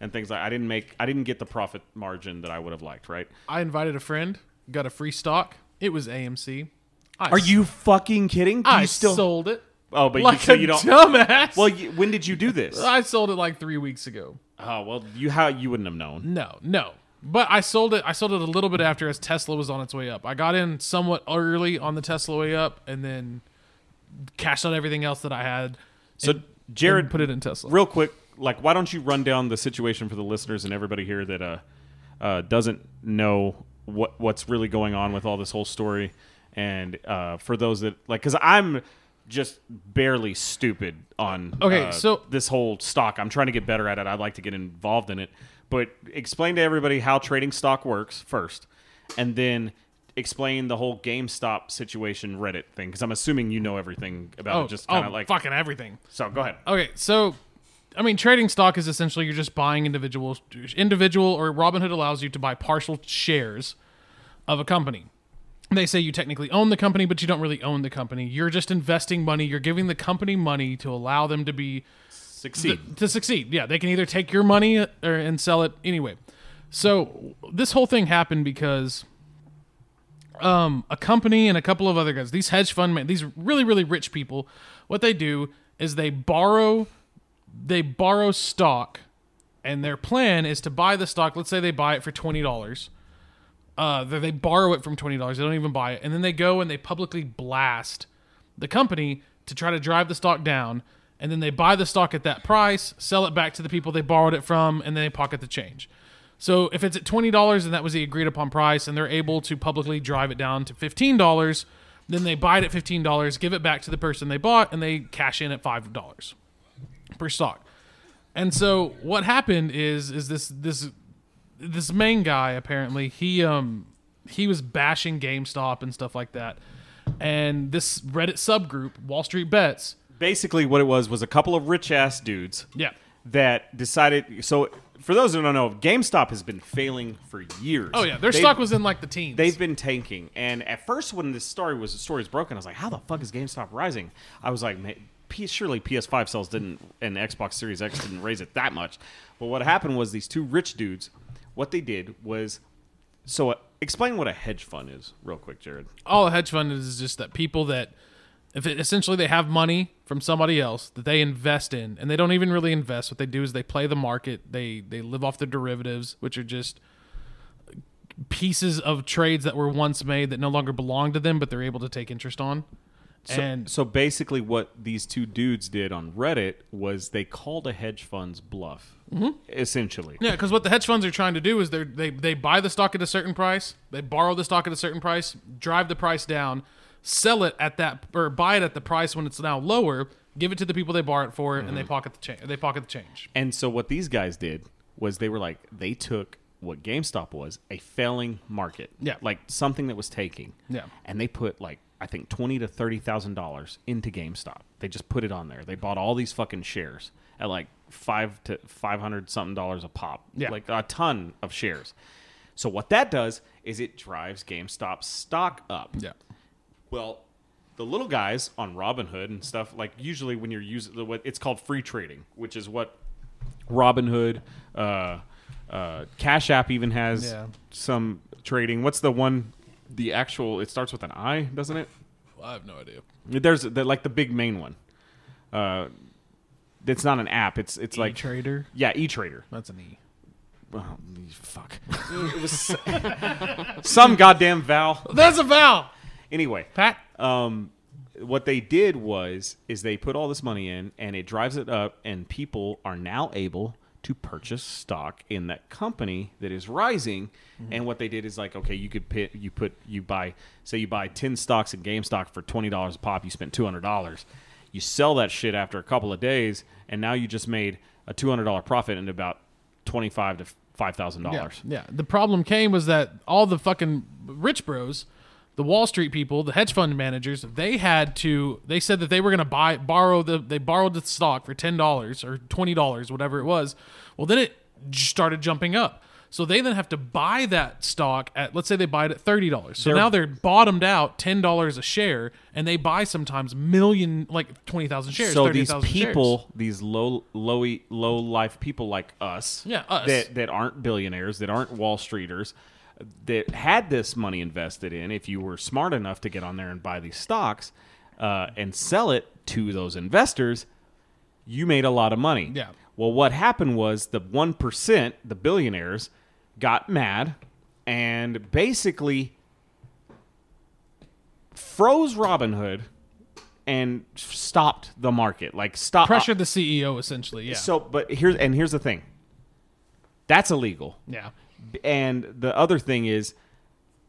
and things like I didn't make I didn't get the profit margin that I would have liked. Right?
I invited a friend, got a free stock. It was AMC. I,
Are you fucking kidding? Do
I
you still?
sold it.
oh, but
like
you, so
a
you don't.
dumbass.
Well, you, when did you do this?
I sold it like three weeks ago.
Oh well, you how you wouldn't have known.
No, no. But I sold it. I sold it a little bit after as Tesla was on its way up. I got in somewhat early on the Tesla way up, and then cashed out everything else that I had.
So
and-
Jared
and put it in Tesla.
real quick, like, why don't you run down the situation for the listeners and everybody here that uh, uh, doesn't know what what's really going on with all this whole story, and uh, for those that like, because I'm just barely stupid on
Okay,
uh,
so-
this whole stock. I'm trying to get better at it. I'd like to get involved in it, but explain to everybody how trading stock works first, and then. Explain the whole GameStop situation Reddit thing because I'm assuming you know everything about
oh,
it. Just kind
oh,
of like
fucking everything.
so. Go ahead.
Okay, so I mean, trading stock is essentially you're just buying individual individual or Robinhood allows you to buy partial shares of a company. They say you technically own the company, but you don't really own the company. You're just investing money. You're giving the company money to allow them to be
Succeed.
uh, to succeed. Yeah, they can either take your money or, and sell it anyway. So this whole thing happened because um, a company and a couple of other guys, these hedge fund, man, these really really rich people, what they do is they borrow they borrow stock, and their plan is to buy the stock. Let's say they buy it for twenty dollars. Uh, they they borrow it from twenty dollars. They don't even buy it, and then they go and they publicly blast the company to try to drive the stock down. And then they buy the stock at that price, sell it back to the people they borrowed it from, and then they pocket the change. So if it's at twenty dollars and that was the agreed upon price, and they're able to publicly drive it down to fifteen dollars, then they buy it at fifteen dollars, give it back to the person they bought, and they cash in at five dollars per stock. And so what happened is is this this this main guy apparently he um he was bashing GameStop and stuff like that, and this Reddit subgroup Wall Street Bets
Basically, what it was was a couple of rich ass dudes.
Yeah.
That decided. So, for those who don't know, GameStop has been failing for years.
Oh yeah, their
They've-
stock was in like the teens.
They've been tanking, and at first, when this story was the story was broken, I was like, "How the fuck is GameStop rising?" I was like, "Man, P- surely PS5 sales didn't and Xbox Series X didn't raise it that much." But what happened was these two rich dudes, what they did was, so uh, explain what a hedge fund is, real quick, Jared.
all a hedge fund is is just that people that if it, essentially they have money from somebody else that they invest in and they don't even really invest what they do is they play the market they they live off their derivatives which are just pieces of trades that were once made that no longer belong to them but they're able to take interest on
So,
and
so basically, what these two dudes did on Reddit was they called a hedge fund's bluff,
Mm-hmm.
essentially.
Yeah, because what the hedge funds are trying to do is they they they buy the stock at a certain price, they borrow the stock at a certain price, drive the price down, sell it at that or buy it at the price when it's now lower, give it to the people they borrow it for, and they pocket the change. They pocket the change.
And so what these guys did was they were like they took what GameStop was a failing market,
Yeah.
like something that was taking,
Yeah.
and they put like I think twenty to thirty thousand dollars into GameStop. They just put it on there. They bought all these fucking shares at like five to five hundred something dollars a pop,
Yeah.
like a ton of shares. So what that does is it drives GameStop stock up.
Yeah,
Well, the little guys on Robinhood and stuff like usually when you're using the what it's called free trading, which is what Robinhood, uh, uh, Cash App even has
Yeah.
some trading. What's the one? The actual it starts with an I, doesn't it?
I have no idea.
There's the, like the big main one. Uh, it's not an app. It's it's like
trader,
yeah, E Trader.
that's an E.
Oh, fuck. it was some goddamn vowel.
That's a vowel.
Anyway,
Pat,
um, what they did was is they put all this money in and it drives it up and people are now able to purchase stock in that company that is rising and what they did is like okay you could pit, you put you buy say you buy 10 stocks in GameStop for $20 a pop you spent $200 you sell that shit after a couple of days and now you just made a $200 profit in about 25 to $5,000
yeah, yeah. The problem came was that all the fucking rich bros, the Wall Street people, the hedge fund managers, they had to. They said that they were going to buy, borrow the. They borrowed the stock for ten dollars or twenty dollars, whatever it was. Well, then it j- started jumping up. So they then have to buy that stock at let's say they buy it at thirty dollars. So now they're bottomed out ten dollars a share, and they buy sometimes million like twenty thousand shares.
so these
30,000 shares.
people, these low, lowy, low life people like us,
Yeah, us.
that that aren't billionaires, that aren't Wall Streeters, that had this money invested in. If you were smart enough to get on there and buy these stocks uh, and sell it to those investors, you made a lot of money.
Yeah.
Well, what happened was the one percent, the billionaires, got mad and basically froze Robinhood and stopped the market. Like stop
pressured the CEO essentially. Yeah,
uh, So, but here's and here's the thing. That's illegal.
yeah.
And the other thing is,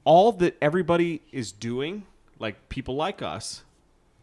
all that everybody is doing, like people like us,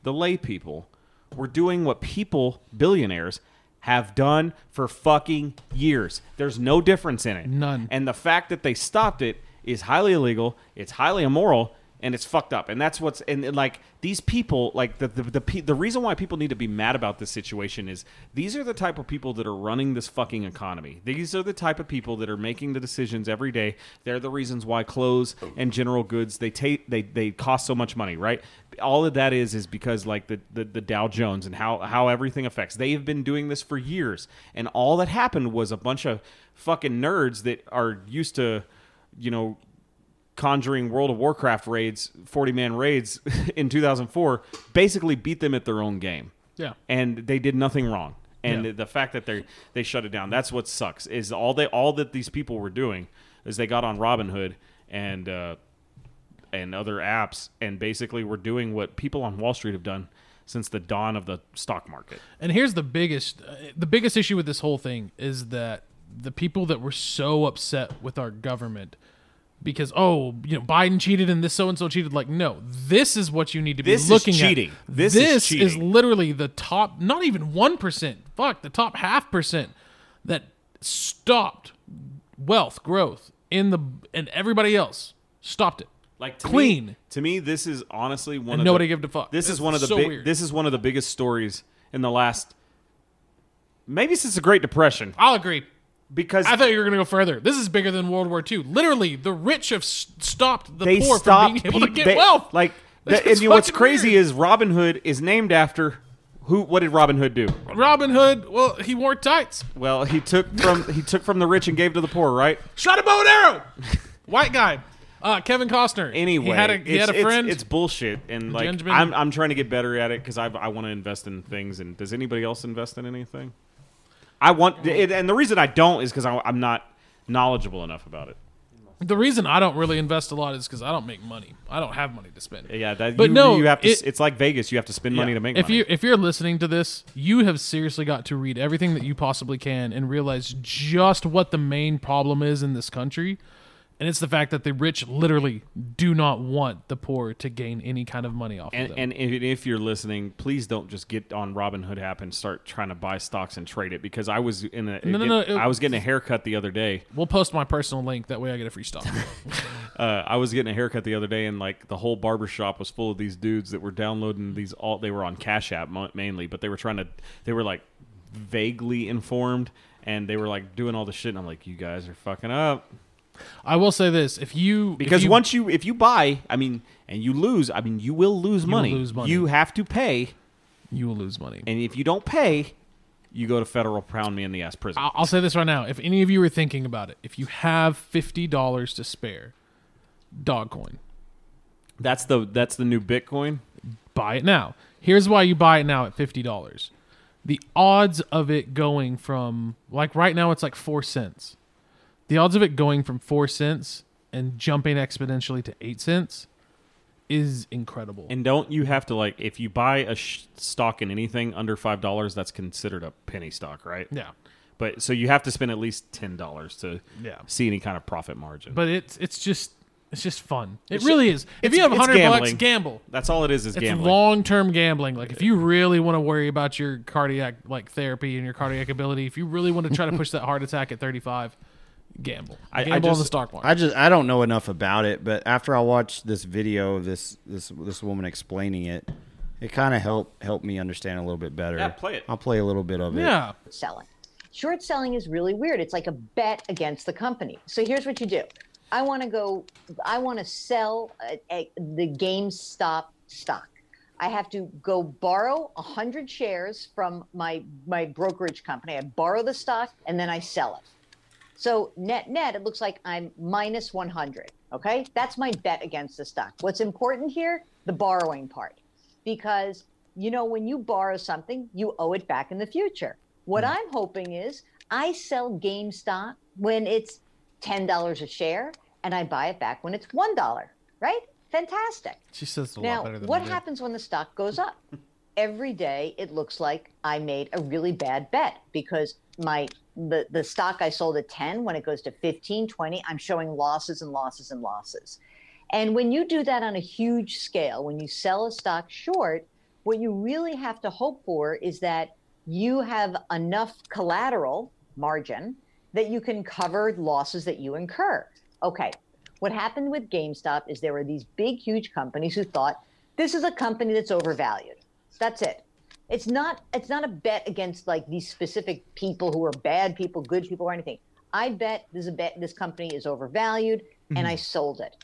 the lay people, we're doing what people, billionaires, have done for fucking years. There's no difference in it.
None.
And the fact that they stopped it is highly illegal, it's highly immoral, and it's fucked up and that's what's and, and, like these people like the the, the pe- the reason why people need to be mad about this situation is these are the type of people that are running this fucking economy these are the type of people that are making the decisions every day they're the reasons why clothes and general goods they take they they cost so much money right all of that is is because like the, the the Dow Jones and how how everything affects they have been doing this for years and all that happened was a bunch of fucking nerds that are used to you know conjuring World of Warcraft raids, 40 man raids in 2004, basically beat them at their own game.
Yeah.
And they did nothing wrong. And
Yeah.
the fact that they they shut it down, that's what sucks. Is all they all that these people were doing is they got on Robinhood and uh, and other apps and basically were doing what people on Wall Street have done since the dawn of the stock market.
And here's the biggest uh, the biggest issue with this whole thing is that the people that were so upset with our government because oh you know Biden cheated and this so and so cheated like no this is what you need to be
This is
looking at
cheating. This is cheating.
literally the top not even 1% fuck the top half percent that stopped wealth growth in the and everybody else stopped it
Like to
clean
Me, to me, this is honestly one
And
of
nobody
the,
gave a fuck.
This is
It's
one of the
so
big,
weird.
this is one of the biggest stories in the last maybe since the Great Depression
I'll agree
because
I thought you were going to go further. This is bigger than World War II. Literally, the rich have s- stopped the
they
poor from
stopped
being able to
peop-
get
they-
wealth.
Like
This
the- and
is
you know what's
fucking
crazy
weird.
is Robin Hood is named after who? What did Robin Hood do?
Robin Hood, well, he wore tights.
Well, he took from he took from the rich and gave to the poor, right?
Shot a bow and arrow. White guy. Uh, Kevin Costner.
Anyway,
he had a, he
it's,
had a
it's-
friend.
It's, bullshit, and like
Benjamin-
I'm, I'm trying to get better at it because I I want to invest in things. And does anybody else invest in anything? I want, it, and the reason I don't is because I'm not knowledgeable enough about it.
the reason I don't really invest a lot is because I don't make money. I don't have money to spend.
Yeah, that,
But
you,
no,
you have to.
it-
s- it's like Vegas; you have to spend money
Yeah.
to make
if
money.
you if you're listening to this you have seriously got to read everything that you possibly can and realize just what the main problem is in this country and it's the fact that the rich literally do not want the poor to gain any kind of money off
And,
of them
and if, if you're listening, please don't just get on Robinhood app and start trying to buy stocks and trade it because I was in a
No, no, no, it-
I was getting a haircut the other day.
we'll post my personal link that way i get a free stock
Uh, I was getting a haircut the other day, and like the whole barber shop was full of these dudes that were downloading these all. They were on Cash App mo- mainly, but they were trying to. They were like vaguely informed, and they were like doing all the shit. And I'm like, you guys are fucking up
i will say this if you if
because
you-
once you if you buy, I mean, and you lose, I mean, you will lose money.
lose money.
You have to pay,
you will lose money
and if you don't pay, you go to federal pound me in the ass prison.
I'll, I'll say this right now. If any of you are thinking about it, if you have fifty dollars to spare, Dogcoin,
That's the that's the new Bitcoin.
buy it now. Here's why you buy it now at fifty dollars. The odds of it going from like right now it's like four cents. The odds of it going from four cents and jumping exponentially to eight cents is incredible.
And don't you have to like if you buy a sh- stock in anything under five dollars, that's considered a penny stock, right?
yeah.
But so you have to spend at least ten dollars to
Yeah.
see any kind of profit margin.
But it's it's just it's just fun. It
It's-
really is. If
it's-
you have
it's
hundred bucks,
gambling.
gamble.
that's all it is is
It's
gambling.
long term gambling. Like if you really want to worry about your cardiac like therapy and your cardiac ability, if you really want to try to push that heart attack at thirty five, gamble.
I- I
gamble on
just-
the stock market.
I just I don't know enough about it, but after I watched this video of this this this woman explaining it, it kind of helped helped me understand a little bit better.
Yeah, play it.
I'll play a little bit of it.
yeah.
selling. Short selling is really weird. It's like a bet against the company. So here's what you do. I want to go I want to sell a, a, the GameStop stock. I have to go borrow 100 shares from my my brokerage company. I borrow the stock and then I sell it. So net net, it looks like I'm minus 100. Okay, that's my bet against the stock. What's important here? The borrowing part, because you know when you borrow something, you owe it back in the future. What
Hmm.
I'm hoping is I sell GameStop when it's ten dollars a share, and I buy it back when it's one dollar. Right? Fantastic.
She says it a
Now,
lot better than
what
I do.
happens when the stock goes up? Every day, it looks like I made a really bad bet because my the, the stock I sold at 10, when it goes to 15, 20, I'm showing losses and losses and losses. And when you do that on a huge scale, when you sell a stock short, what you really have to hope for is that you have enough collateral margin that you can cover losses that you incur. Okay, What happened with GameStop is there were these big, huge companies who thought this is a company that's overvalued. That's it. It's not. It's not a bet against like these specific people who are bad people, good people, or anything. I bet this is a bet. This company is overvalued, and I sold it.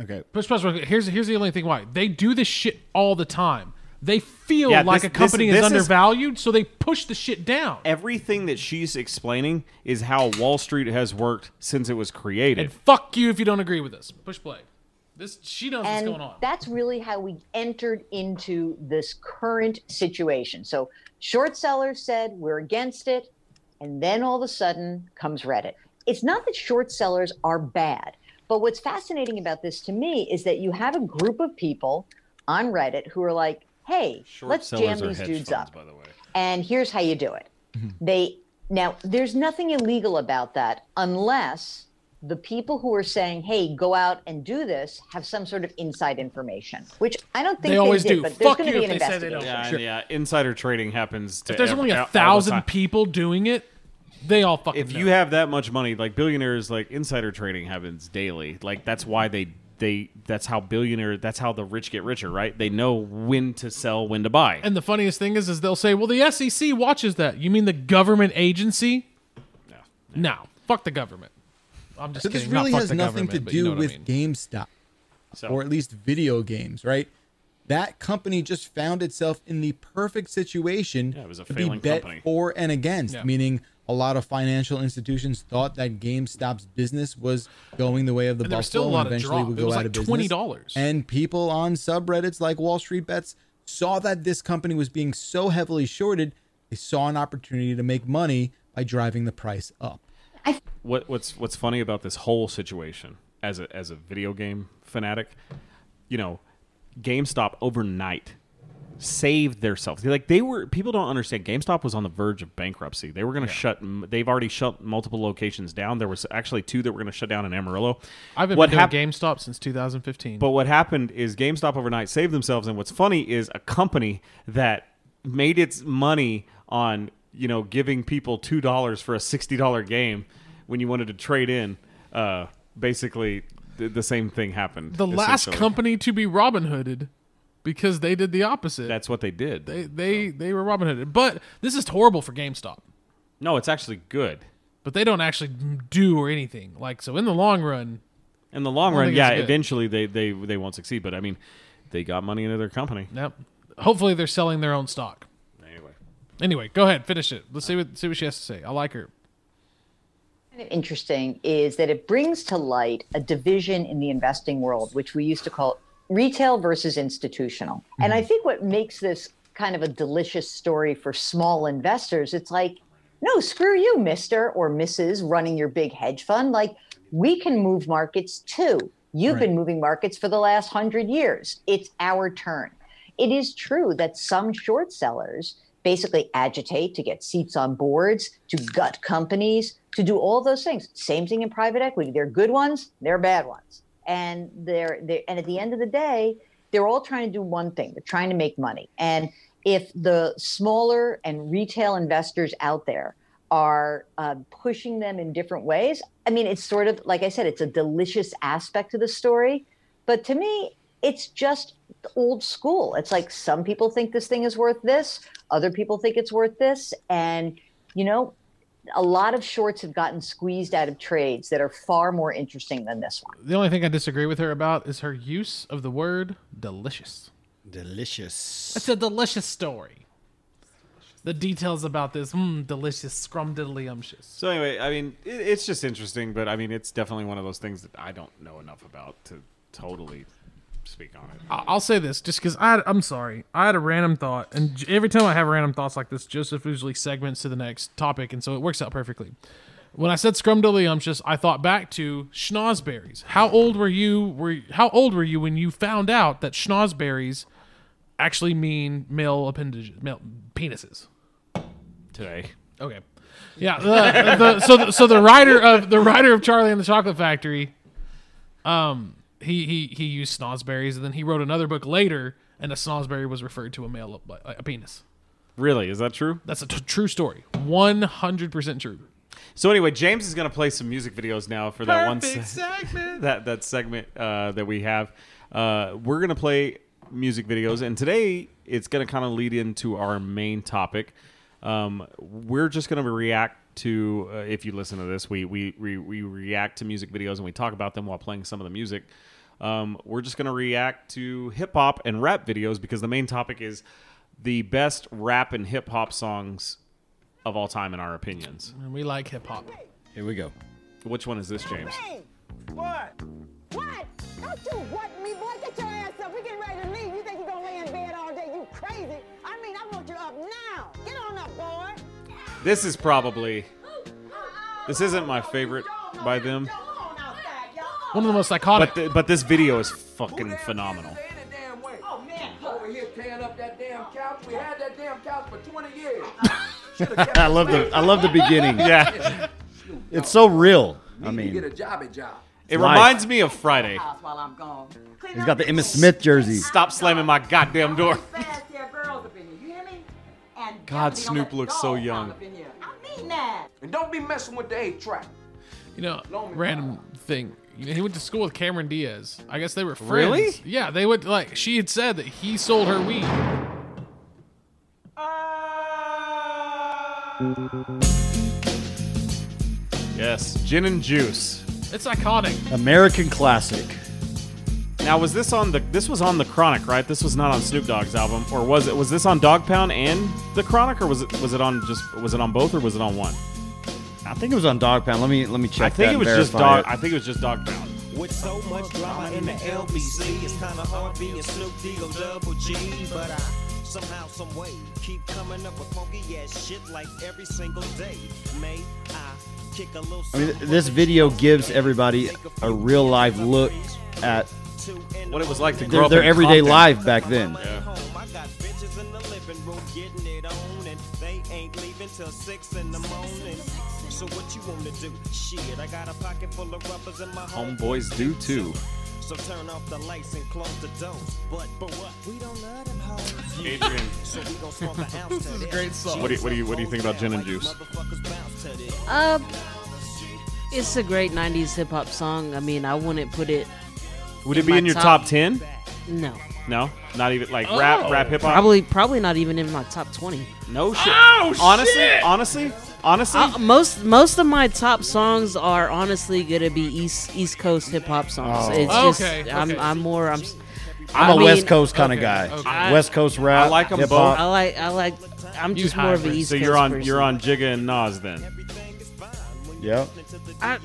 Okay.
Push press. Here's here's the only thing why they do this shit all the time. They feel
Yeah,
like
this-
a company
this-
is
this is-
undervalued, so they push the shit down.
Everything that she's explaining is how Wall Street has worked since it was created.
And fuck you if you don't agree with this. Push play. This she knows what's
and
going on.
that's really how we entered into this current situation. So short sellers said we're against it, and then all of a sudden comes Reddit. It's not that short sellers are bad, but what's fascinating about this to me is that you have a group of people on Reddit who are like, "Hey, let's jam these dudes up."
the way.
and here's how you do it.
Mm-hmm.
They now there's nothing illegal about that unless the people who are saying, "Hey, go out and do this," have some sort of inside information, which I don't think
They always
did,
do.
But there's
Fuck
going to
you
be
if
an
they say they don't.
investigation.
Yeah,
Sure.
yeah. Insider trading happens. To
if there's only
ev-
a
all- all the
thousand
time.
people doing it, they all fucking.
If
know.
you have that much money, like billionaires, like insider trading happens daily. Like that's why they they that's how billionaire that's how the rich get richer, right? They know when to sell, when to buy.
and the funniest thing is, is they'll say, "Well, the SEC watches that." You mean the government agency? No, fuck the government. I'm just
So this
kidding.
really
Not fuck
has
the
nothing to
government, but you
do
know what I
with
mean.
GameStop
So-
or at least video games, right? That company just found itself in the perfect situation
Yeah, it was a
to be
failing
bet
company.
for and against,
Yeah.
meaning a lot of financial institutions thought that GameStop's business was going the way of the
And there
Buffalo
was still a
and
lot of
eventually
drop.
would
It
go
was
out
like
of business.
$20.
And people on subreddits like Wall Street Bets saw that this company was being so heavily shorted, they saw an opportunity to make money by driving the price up.
what what's what's funny about this whole situation as a as a video game fanatic, you know, GameStop overnight saved themselves. Like they were people don't understand GameStop was on the verge of bankruptcy. They were going to shut m- they've already shut multiple locations down. There was actually two that were going to shut down in Amarillo.
I've been
What
doing
hap-
GameStop since 2015.
But what happened is GameStop overnight saved themselves, and what's funny is a company that made its money on you know giving people two dollars for a sixty dollar game when you wanted to trade in. Uh, basically, the, the same thing happened.
the last
essentially.
company to be Robin Hooded, because they did the opposite.
That's what they did.
they they, they were Robin Hooded. But this is horrible for GameStop.
no, it's actually good.
But they don't actually do or anything. Like so, in the long run,
In the long
I
run,
think
yeah,
it's good.
eventually they, they they won't succeed. But I mean, they got money into their company
no. Hopefully, they're selling their own stock.
anyway.
Anyway, go ahead, finish it. Let's see what see what she has to say. I like her.
kind of interesting is that it brings to light a division in the investing world, which we used to call retail versus institutional. And I think what makes this kind of a delicious story for small investors, it's like, no, screw you, Mr. or Mrs. running your big hedge fund. Like, we can move markets too. You've been moving markets for the last hundred years. It's our turn. It is true that some short sellers basically agitate to get seats on boards, to gut companies, to do all those things. Same thing in private equity. They're good ones, they're bad ones. And they're, they're and at the end of the day, they're all trying to do one thing. They're trying to make money. And if the smaller and retail investors out there are uh, pushing them in different ways, I mean, it's sort of like I said, it's a delicious aspect to the story. But to me, it's just old school. It's like some people think this thing is worth this, other people think it's worth this. And, you know, a lot of shorts have gotten squeezed out of trades that are far more interesting than this one.
The only thing I disagree with her about is her use of the word delicious.
Delicious.
It's a delicious story. The details about this, mm, delicious, scrumdiddlyumptious.
So anyway, I mean, it, it's just interesting, but I mean, it's definitely one of those things that I don't know enough about to totally speak on it.
I- I'll say this just because I'm sorry. I had a random thought, and j- every time I have random thoughts like this, Joseph usually segments to the next topic, and so it works out perfectly. When I said scrumdiddlyumptious, I thought back to schnozberries. How old were you? Were how old were you when you found out that schnozberries actually mean male appendages, male penises?
today.
Okay. Yeah. The, the, so the, so the writer of the writer of Charlie and the Chocolate Factory, um, he he he used snozberries, and then he wrote another book later, and a snozberry was referred to a male uh, a, a penis.
Really, is that true?
That's a t- true story. One hundred percent true.
So anyway, James is gonna play some music videos now for that one
Perfect
se- that that segment uh, that we have. Uh, we're gonna play music videos, and today it's gonna kind of lead into our main topic. Um, we're just gonna react to uh, if you listen to this, we, we we we react to music videos and we talk about them while playing some of the music. Um, we're just gonna react to hip hop and rap videos because the main topic is the best rap and hip hop songs of all time in our opinions.
And we like hip hop.
Here we go.
Which one is this, James?
What? What? Don't you what me, boy? Get your ass up. We're getting ready to leave. You think you're gonna lay in bed all day? You crazy? I mean, I want you up now. Get on up, boy.
This is probably This isn't my favorite by them.
One of the most
but
iconic.
th- but this video is fucking phenomenal.
Oh man.
Over here tearing up that damn couch. We had that damn couch for 20 years.
I love the I love the beginning.
Yeah.
It's so real. I
you get
mean,
a job at job.
It
Life.
reminds me of Friday.
House while I'm gone. Clean
he's
up
got the
your
Emmitt
room.
Smith jersey.
Stop slamming my goddamn door.
Fast there, girls up in here. You hear me? And definitely
God,
don't
Snoop
let the
looks so
dogs
young.
out up in here. I mean that.
And don't be messing with the A track.
You know, random thing. You know, he went to school with Cameron Diaz. I guess they were friends.
Really?
Yeah, they would like. She had said that he sold her weed.
Yes, gin and juice.
It's iconic.
American classic.
Now was this on the this was on the Chronic, right? This was not on Snoop Dogg's album or was it was this on Dog Pound and the Chronic or was it was it on just was it on both or was it on one?
I think it was on Dog Pound. Let me let me check.
I think
that
it was
and
just
verify
Dog I think it was just Dog Pound.
With so much drama in the LBC, it's kinda hard being Snoop D-O double G, but I somehow, some way, keep coming up with funky ass shit like every single day. May I kick a little
I mean, th- this video gives everybody a real life look at
What it was like to grow
their,
up
their
in
everyday
Compton.
life back then.
I got bitches in the living room getting it on, and they ain't leaving till six in the morning. So what you wanna do? Shit, I got a pocket full of rubbers in my home.
Homeboys do too.
So turn off the lights and close the doors. But but what? We don't love them hoes.
Adrian.
So we gon' swamp an ounce This is a
great song.
What do you- what do you- what do you think about gin and juice?
Uh, it's a great '90s hip hop song. I mean, I wouldn't put it.
Would
In
it be
my
in your
top-
top 10?
No,
No, not even like rap, rap, hip hop.
Oh. probably, probably not even in my top twenty.
No shit. Oh, honestly, honestly, honestly,
Uh, most, most of my top songs are honestly gonna be East East Coast hip hop
Oh.
songs. It's just,
Okay, okay.
I'm, I'm more. I'm, s-
I'm
I
a West
mean-
Coast kind of
okay,
guy.
okay.
West Coast rap.
I like 'em
hip-hop.
I like, I like. I'm
You
just more of an
hybrid.
East
so
Coast
you're on
person.
you're on Jigga and Nas then.
Yep.
I,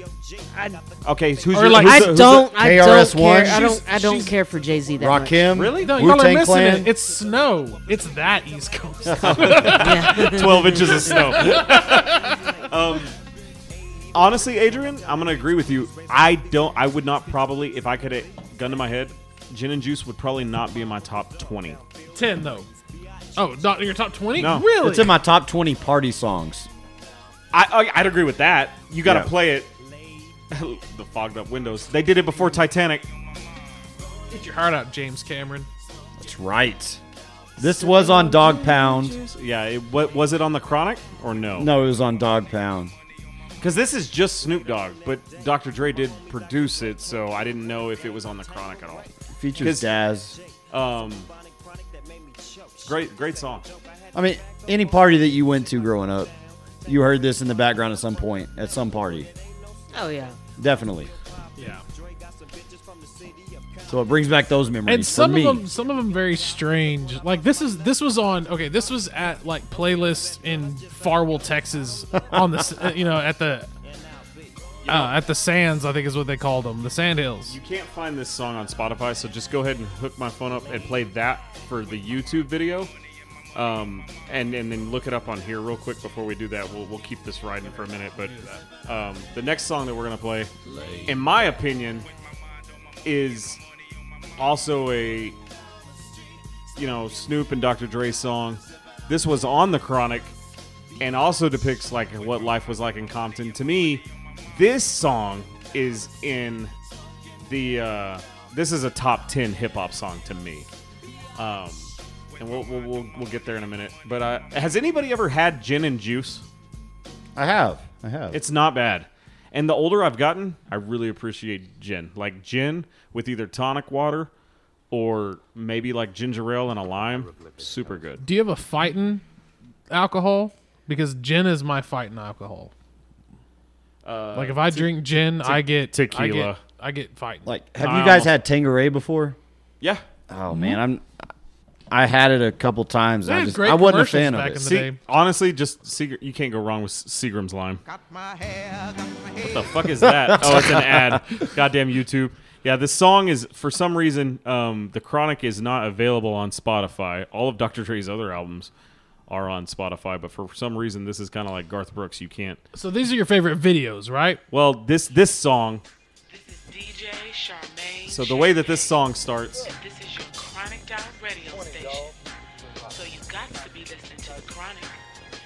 I,
Okay, who's
Or
your
like-
who's
I
the- who's the-
don't. I don't
KRS-One?
care. I don't. I don't
She's-
care for Jay Z that much.
Rakim.
Really?
No, y'all are
Wu-Tang
missing
Clan.
it. It's snow. It's that East Coast.
Yeah.
12 inches of snow. um, honestly, Adrian, I'm gonna agree with you. I don't. I would not probably, if I could, uh, gun to my head, gin and juice would probably not be in my top 20.
Ten though. Oh, not in your top twenty?
No.
really?
It's in my top 20 party songs.
I, I I'd agree with that. You got to
Yeah.
play it. the fogged up windows. They did it before Titanic.
Get your heart out, James Cameron.
That's right. This was on Dog Pound.
Yeah, it, what was it on the Chronic or no?
No, it was on Dog Pound.
Because this is just Snoop Dogg, but Dr. Dre did produce it, so I didn't know if it was on the Chronic at all.
Features
'Cause-
Daz.
Um, great, great song.
I mean, any party that you went to growing up, you heard this in the background at some point, at some party.
Oh yeah.
Definitely.
Yeah.
So it brings back those memories.
And some
for me.
of them, some of them very strange. Like this is this was on. Okay, this was at like playlist in Farwell, Texas, on the s- uh, you know at the. Uh, at the sands, I think is what they called them, the sand hills.
You can't find this song on Spotify, so just go ahead and hook my phone up and play that for the YouTube video. Um, and, and then look it up on here real quick before we do that. We'll, we'll keep this riding for a minute. But um, the next song that we're going to play, in my opinion, is also a you know Snoop and Dr. Dre song. This was on the Chronic, and also depicts like what life was like in Compton. To me, this song is in the uh, this is a top ten hip hop song to me. Um, and we'll, we'll, we'll, we'll get there in a minute. But uh, has anybody ever had gin and juice?
I have. I have.
It's not bad. And the older I've gotten, I really appreciate gin. Like gin with either tonic water or maybe like ginger ale and a lime. Super good.
Do you have a fighting alcohol? Because gin is my fighting alcohol. like if I drink gin, I get I
tequila.
get, I get fighting.
like, have
I
you guys
almost-
had Tangeray before?
Yeah.
Oh man, I'm. I had it a couple times.
They
And I
had
just
great
I wasn't a
commercials
fan of
back in
it.
the-
See,
Today.
honestly, just Seagram, you can't go wrong with Seagram's lime.
Got my hair, got my hair.
the fuck is that? Oh, it's an ad. Goddamn YouTube. Yeah, this song is for some reason um, the Chronic is not available on Spotify. All of Dr. Dre's other albums are on Spotify, but for some reason this is kind of like Garth Brooks. You can't.
so these are your favorite videos, right?
Well, this this song.
This is DJ Charmaine.
So the way that this song starts.
Chapman. This is your Chronic Dog radio station. So you got to be listening to the Chronic.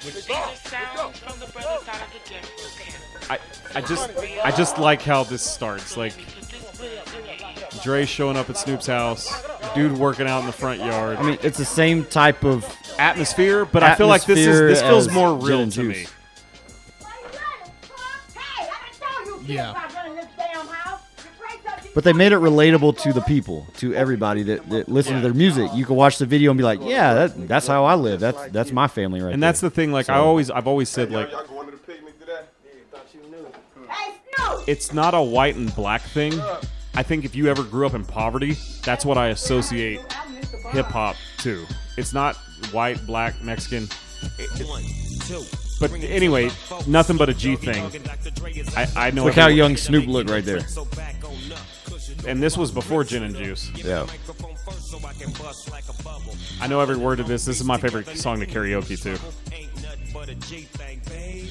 These are sounds from the brothers out of the Denver camp.
I, I just I just like how this starts. Like
Put this buzz in your ear.
Dre showing up at Snoop's house, dude working out in the front yard.
I mean, it's the same type of.
atmosphere, but I feel like this is
Atmosphere
this feels
as
more
gin
real
and
to
juice.
me.
Hey, I done told you kids
Yeah.
about running this damn house. You break up these
But they made it
fucking
relatable to the
doors.
people, to everybody that, that listen to their music. You can watch the video and be like, "Yeah, that, that's how I live. That's that's my family right
And that's the
there."
thing. Like I always I've always said like
going to the picnic today?
Hey, Snoop!
it's not a white and black thing. I think if you ever grew up in poverty, that's what I associate hip hop to. It's not white, black, Mexican.
One, two.
But
Bring it to
anyway,
my folks.
nothing but a G
Yogi
thing.
Dog and Dr. Dre is out.
I, I know.
Look how
everyone-
young Snoop looked right there.
So back on up, 'cause you know
And this was before gin and juice.
Yeah.
microphone first so I can bust like a bubble.
I know every word of this. This is my favorite song to karaoke to.
Ain't nothing but a G thing, baby.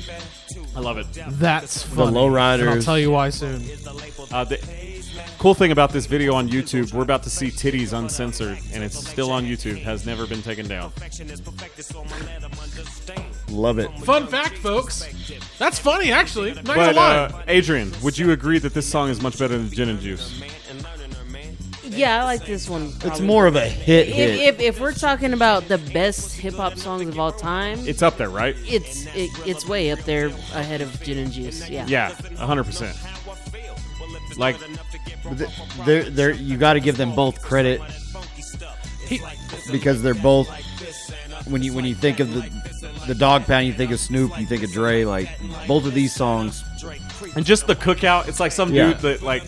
Two
I love it.
That's
The
funny. And I'll
lowriders.
tell you why soon.
is the label
Uh, the cool thing about this video on YouTube, we're about to see titties uncensored, and it's still on YouTube. Has never been taken down.
perfection is perfected, so I'ma let 'em understand.
Love it.
Fun fact, folks. That's funny, actually. Not gonna
But
lie.
uh, Adrian, would you agree that this song is much better than Gin and Juice?
Yeah, I like this one.
It's more of a hit hit.
If, if, if we're talking about the best hip hop songs of all time,
It's up there, right?
it's it, it's way up there ahead of Gin and Juice. Yeah.
Yeah, 100%. Like,
Th- they're, they're, you got to give them both credit because they're both. When you when you think of the the dog pound, you think of Snoop, you think of Dre. Like both of these songs,
and just the cookout, it's like some
Yeah.
dude that, like,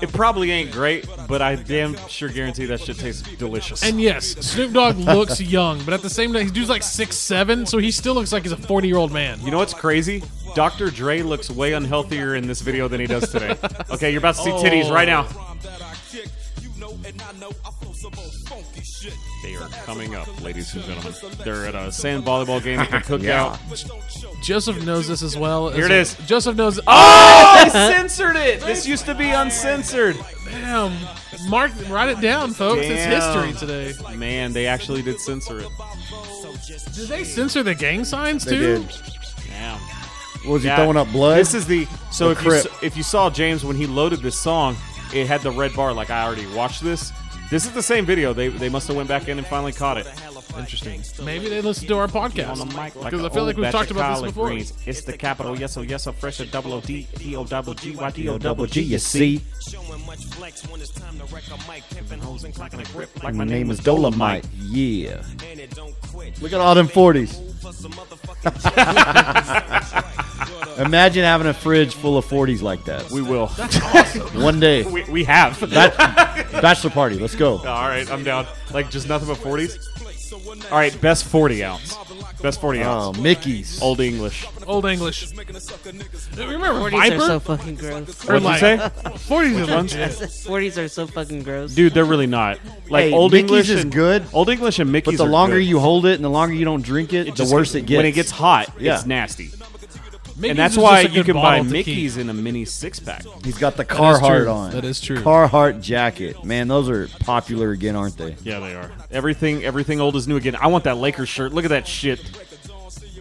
it probably ain't great, but I damn sure guarantee that shit tastes delicious.
And yes, Snoop Dogg looks young, but at the same time, his dude's like six seven, so he still looks like he's a forty year old man.
you know what's crazy? Dr. Dre looks way unhealthier in this video than he does today. Okay, you're about to see titties right now. They are coming up, ladies and gentlemen. They're at a sand volleyball game at the cookout.
Joseph knows this as well.
Here it is.
Joseph knows.
Oh, they censored it. This used to be uncensored.
Damn. Mark, write it down, folks.
Damn.
It's history today.
Man, they actually did censor it.
Did they censor the gang signs
they
too?
did.
Damn.
What was
Yeah.
he throwing up blood?
This is the so
Or
if you,
Crip?
s- if you saw James when he loaded this song, it had the red bar. Like I already watched this. This is the same video. They they must have went back in and finally caught it. Interesting.
Maybe they listened to our
On
podcast
the mic, like
because
a
I feel
old
like we've
batch
talked
of
about this
collard
before.
greens. It's the capital. Yes, oh yes, oh fresh. A double O D D O double G Y D O
double
double
G, you see.
Showing much flex when it's time to wreck a mic, pimping hoes and clocking a grip like
My name is Dolomite. Yeah.
and it don't quit.
Look at all them forties.
For some motherfucking
Imagine having a fridge full of forties like that.
We will.
One day,
we, Oh, we have.
bachelor party. Let's go.
All right, I'm down. Like just nothing but 40s. All right, best 40 ounce. Best 40
Oh,
ounce.
Mickey's.
Old English.
Old English. Remember
40s
Viper?
are so fucking gross.
Or
What'd you
like-
say?
40s are
ones?
legit.
40s are so fucking gross.
Dude, they're really not. Like
Hey,
Old
Mickey's
English
is
and-
good,
Old English and Mickey's.
But the
are
longer
good.
you hold it and the longer you don't drink it, the
Just
worse it gets.
When it gets hot,
Yeah.
it's nasty.
Mickey's
and that's
is
why
just a
you
good
can buy
bottle to keep.
Mickey's in a mini six pack.
He's got the
is
Carhartt
true.
on.
That is true.
Carhartt jacket. Man, those are popular again, aren't they?
Yeah, they are. Everything, everything old is new again. I want that Lakers shirt. Look at that shit.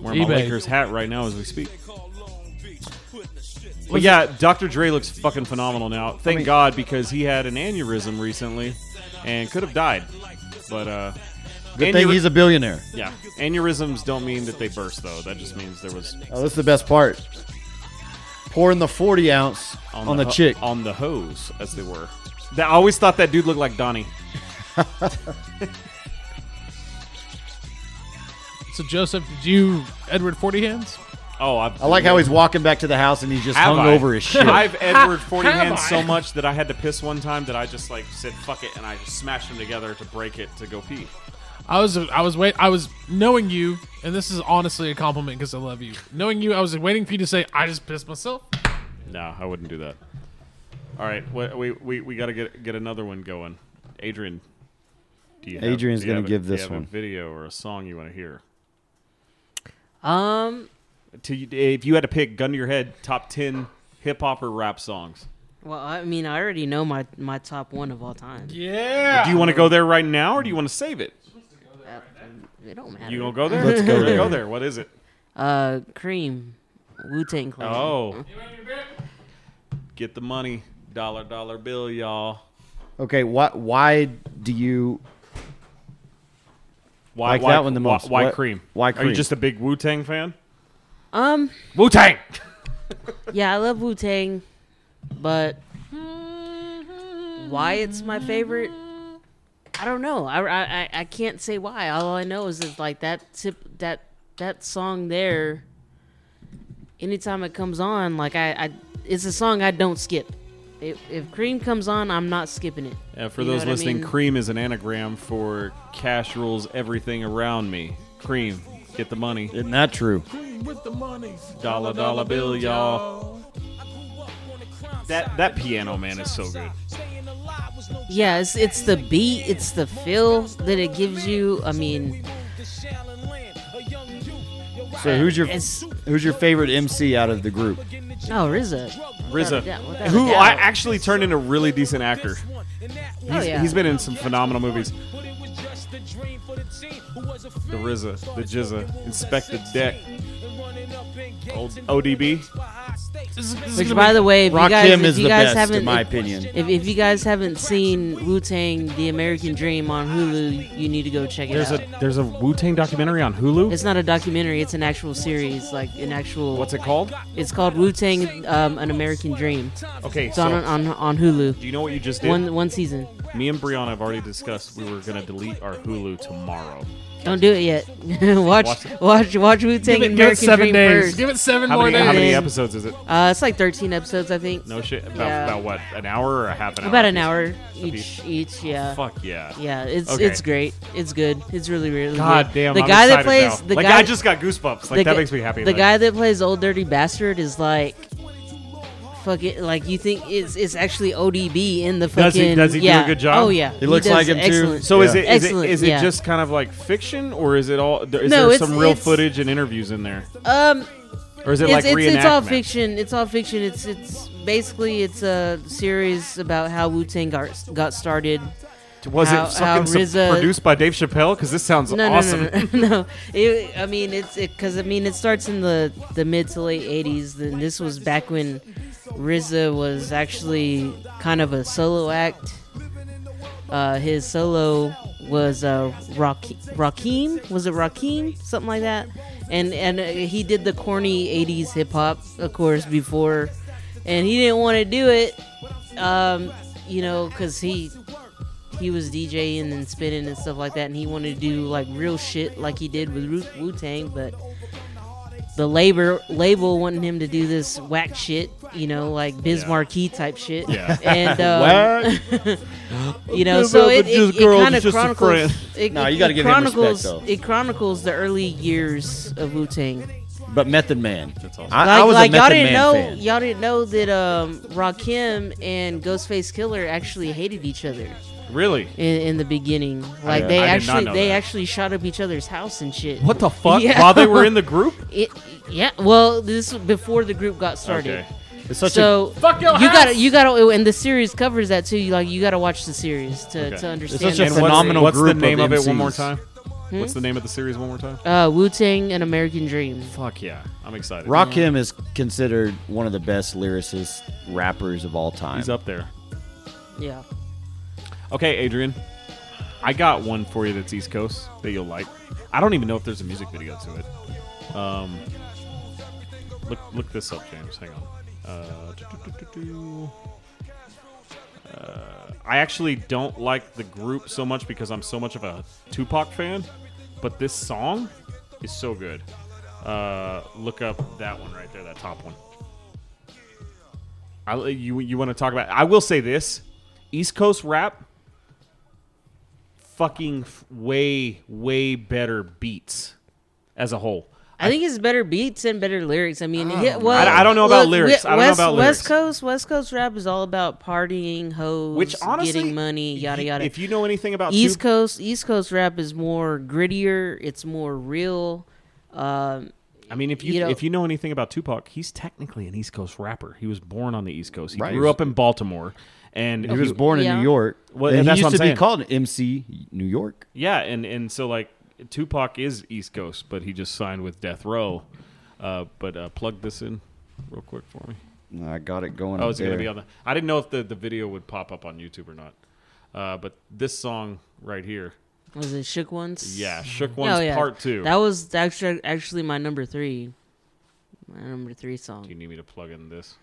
Wearing my
eBay.
Lakers hat right now as we speak. But yeah, Dr. Dre looks fucking phenomenal now. Thank God because he had an aneurysm recently and could have died. But uh,
Good
Aneurysm-
thing he's a billionaire.
Yeah. Aneurysms don't mean that they burst, though. That just means there was
Oh, that's the best part. Pouring the 40 ounce on, the,
ho-
chick.
on the hose, as they were. That- I always thought that dude looked like Donnie.
So Joseph, did you Edward Forty Hands?
Oh, I've,
I like how he's walking back to the house and he's just
Have
hung
I?
over his shit.
I've Edward forty
have
hands
I?
so much that I had to piss one time that I just like said fuck it and I just smashed them together to break it to go pee.
I was I was wait I was knowing you, and this is honestly a compliment because I love you. Knowing you, I was waiting for you to say I just pissed myself.
No, I wouldn't do that. All right, wh- we we, we got to get get another one going. Adrian, do you? Have,
Adrian's
do you
gonna
have a-
give
do you
this
have
one.
a video or a song you want to hear.
Um,
To you, if you had to pick, gun to your head, top ten hip hop or rap songs.
well, I mean, I already know my my top one of all time.
Yeah.
Do you want to go there right now, or do you want to save it?
It don't matter.
You gonna go there?
Let's go
You're gonna
there.
Go there. What is it?
Uh, Cream, Wu Tang Clan.
Oh, get the money, dollar dollar bill, y'all.
okay, why, why do you
Why,
Like
why,
that one the
why-
most.
Why,
What-
cream?
why
Are
Cream?
you just a big Wu Tang fan?
Um,
Wu Tang.
yeah, I love Wu Tang, but why it's my favorite? I don't know. I, I I- I can't say why. All I know is it's like that tip that that song there. Anytime it comes on, like I, I it's a song I don't skip. If, if Cream comes on, I'm not skipping it.
Yeah, for
You know
those
what I
listening,
mean?
cream is an anagram for cash rules everything around me. Cream, get the money.
Isn't that true?
Dollar dollar bill, y'all. That that piano man is so good.
Yeah, it's, it's the beat, it's the feel that it gives you. I mean,
So who's your
It's-
who's your favorite MC out of the group?
oh, RZA.
RZA,
doubt, without a
who
doubt.
I actually turned into a really decent actor.
Oh,
He's-
yeah.
he's been in some phenomenal movies. The RZA, the Jizza, Inspect the Deck, Old ODB.
This is- this is
Which,
gonna
by
be-
the way, if you guys,
Rakim
if
is
you
the
guys
best,
haven't,
in my
if-
opinion.
If, if you guys haven't seen Wu Tang: The American Dream on Hulu, you need to go check it
There's
out.
a there's a Wu Tang documentary on Hulu.
it's not a documentary; it's an actual series, like an actual.
What's it called?
It's called Wu Tang: um, An American Dream.
Okay,
It's
so
on on on Hulu.
do you know what you just did?
One one season.
Me and Brianna have already discussed we were gonna delete our Hulu tomorrow.
Don't do it yet. watch
Watch-
watch watch Wu
Give
Tang:
it, give it
American
seven
Dream
days.
first.
Give it seven
How
more
many,
days.
how many
days.
episodes is it?
Uh, it's like 13 episodes, I think.
No shit. About,
Yeah.
about what? An hour or a half an hour?
About an hour
piece.
each. Each, yeah.
Fuck yeah.
Yeah, it's
Okay.
it's great. It's good. It's really really
God
good.
damn.
The
I'm
guy that
excited
plays
now.
the
like
guy
I just got goosebumps. Like that
gu-
makes me happy.
The
Like,
guy that plays Old Dirty Bastard is like, fuck it. Like you think it's it's actually ODB in the fucking.
Does he- does he do a
yeah.
good job?
Oh yeah,
He looks
does
like him, too.
excellent.
So is
Yeah.
it is it,
Excellent,
is it
yeah.
just kind of like fiction or is it all? There, is
No,
there
it's-
some real
it's-
footage and interviews in there,
Um,
or is it
it's,
like
it's,
reenactment?
it's all fiction. It's all fiction. It's it's basically it's a series about how Wu Tang got, got started.
Was
How-
it
how
fucking sup-
RZA
produced by Dave Chappelle? Because this sounds
No,
awesome.
no, no, no, no. It, I mean, it's because I mean it starts in the the mid to late '80s. Then this was back when RZA was actually kind of a solo act. Uh, his solo was uh, Rakim, Rakim. Was it Rakim? Something like that. And and uh, he did the corny '80s hip hop, of course, before, and he didn't want to do it. Um, you know, because he he was DJing and spinning and stuff like that, and he wanted to do like real shit like he did with Wu Tang, but the labor label wanted him to do this whack shit, you know, like Biz
Yeah.
Markie type shit.
Yeah.
And um, you know, so it, it, it kind of chronicles. It,
Nah,
it-
you gotta
it
give him respect,
chronicles,
though.
It chronicles the early years of Wu Tang.
But Method Man. I,
Like,
I was
like
a Method
y'all didn't
Man
know,
fan.
y'all didn't know that um, Rakim and Ghostface Killer actually hated each other
Really?
in, in the beginning. Like
did-
they
I did not
actually
know
they
that.
actually shot up each other's house and shit.
What the fuck?
Yeah.
While they were in the group?
It, yeah. Well, this was before the group got started.
Okay.
It's such
So
Fuck your
you
house!
gotta you gotta and the series covers that too. You like you gotta watch the series to,
Okay.
to
a
understand.
it's such
that
a
And
story.
what's-
phenomenal
what's,
group
the name of, it one more
MCs.
time? What's the name of the series one more time?
Uh, Wu Tang and American Dream.
Fuck yeah. I'm excited.
Rakim is considered one of the best lyricists, rappers of all time.
He's up there.
Yeah.
Okay, Adrian. I got one for you that's East Coast that you'll like. I don't even know if there's a music video to it. Um, look look this up, James. Hang on. Uh, do-do-do-do-do. Uh, I actually don't like the group so much because I'm so much of a Tupac fan, but this song is so good. Uh, look up that one right there, that top one. I, you you want to talk about? I will say this: East Coast rap, fucking f- way way better beats as a whole.
I think it's better beats and better lyrics. I mean,
Oh,
yeah, well,
I- I don't know about lyrics.
we-
I don't know
West,
about lyrics.
West Coast, West Coast rap is all about partying, hoes,
Which honestly,
getting money, yada
y-
yada.
If you know anything about
East
Tu-
Coast, East Coast rap is more grittier. It's more real. Um,
I mean, if you,
you know-
if you know anything about Tupac, he's technically an East Coast rapper. He was born on the East Coast. He
Right.
grew up in Baltimore, and
He was born in
Yeah.
New York.
Well,
and
and
he
that's
used
what
to
I'm saying.
be called MC New York.
Yeah, and and so like Tupac is East Coast, but he just signed with Death Row. Uh, but uh, plug this in real quick for me. Oh,
I got it going.
I
up
was going to
there.
be on the. I didn't know if the, the video would pop up on YouTube or not. Uh, but this song right here,
was it Shook Ones?
yeah, shook ones
Oh, yeah.
part two.
That was actually actually my number three, my number three song.
Do you need me to plug in this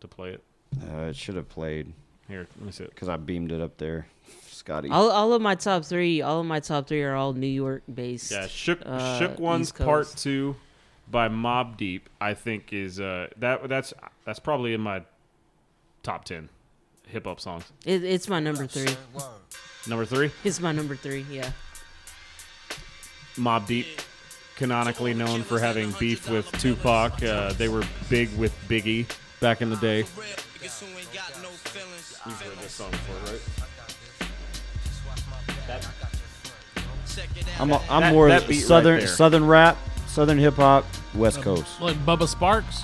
to play it?
Uh, it should have played
Here, let me see it.
because I beamed it up there, Scotty.
All, all of my top three, all of my top three are all New York based.
Yeah, shook
uh,
shook ones
East Coast.
part two by Mob Deep. I think is uh that that's that's probably in my top ten hip hop songs.
It, it's my number three.
Number three,
It's my number three. Yeah.
Mob Deep, canonically known for having beef with Tupac. Uh, they were big with Biggie back in the day. You've heard this song before, right?
I'm, a, I'm
That-
more
that beat right
southern
there. Um,
southern rap, southern hip hop, West Coast.
Like Bubba Sparks.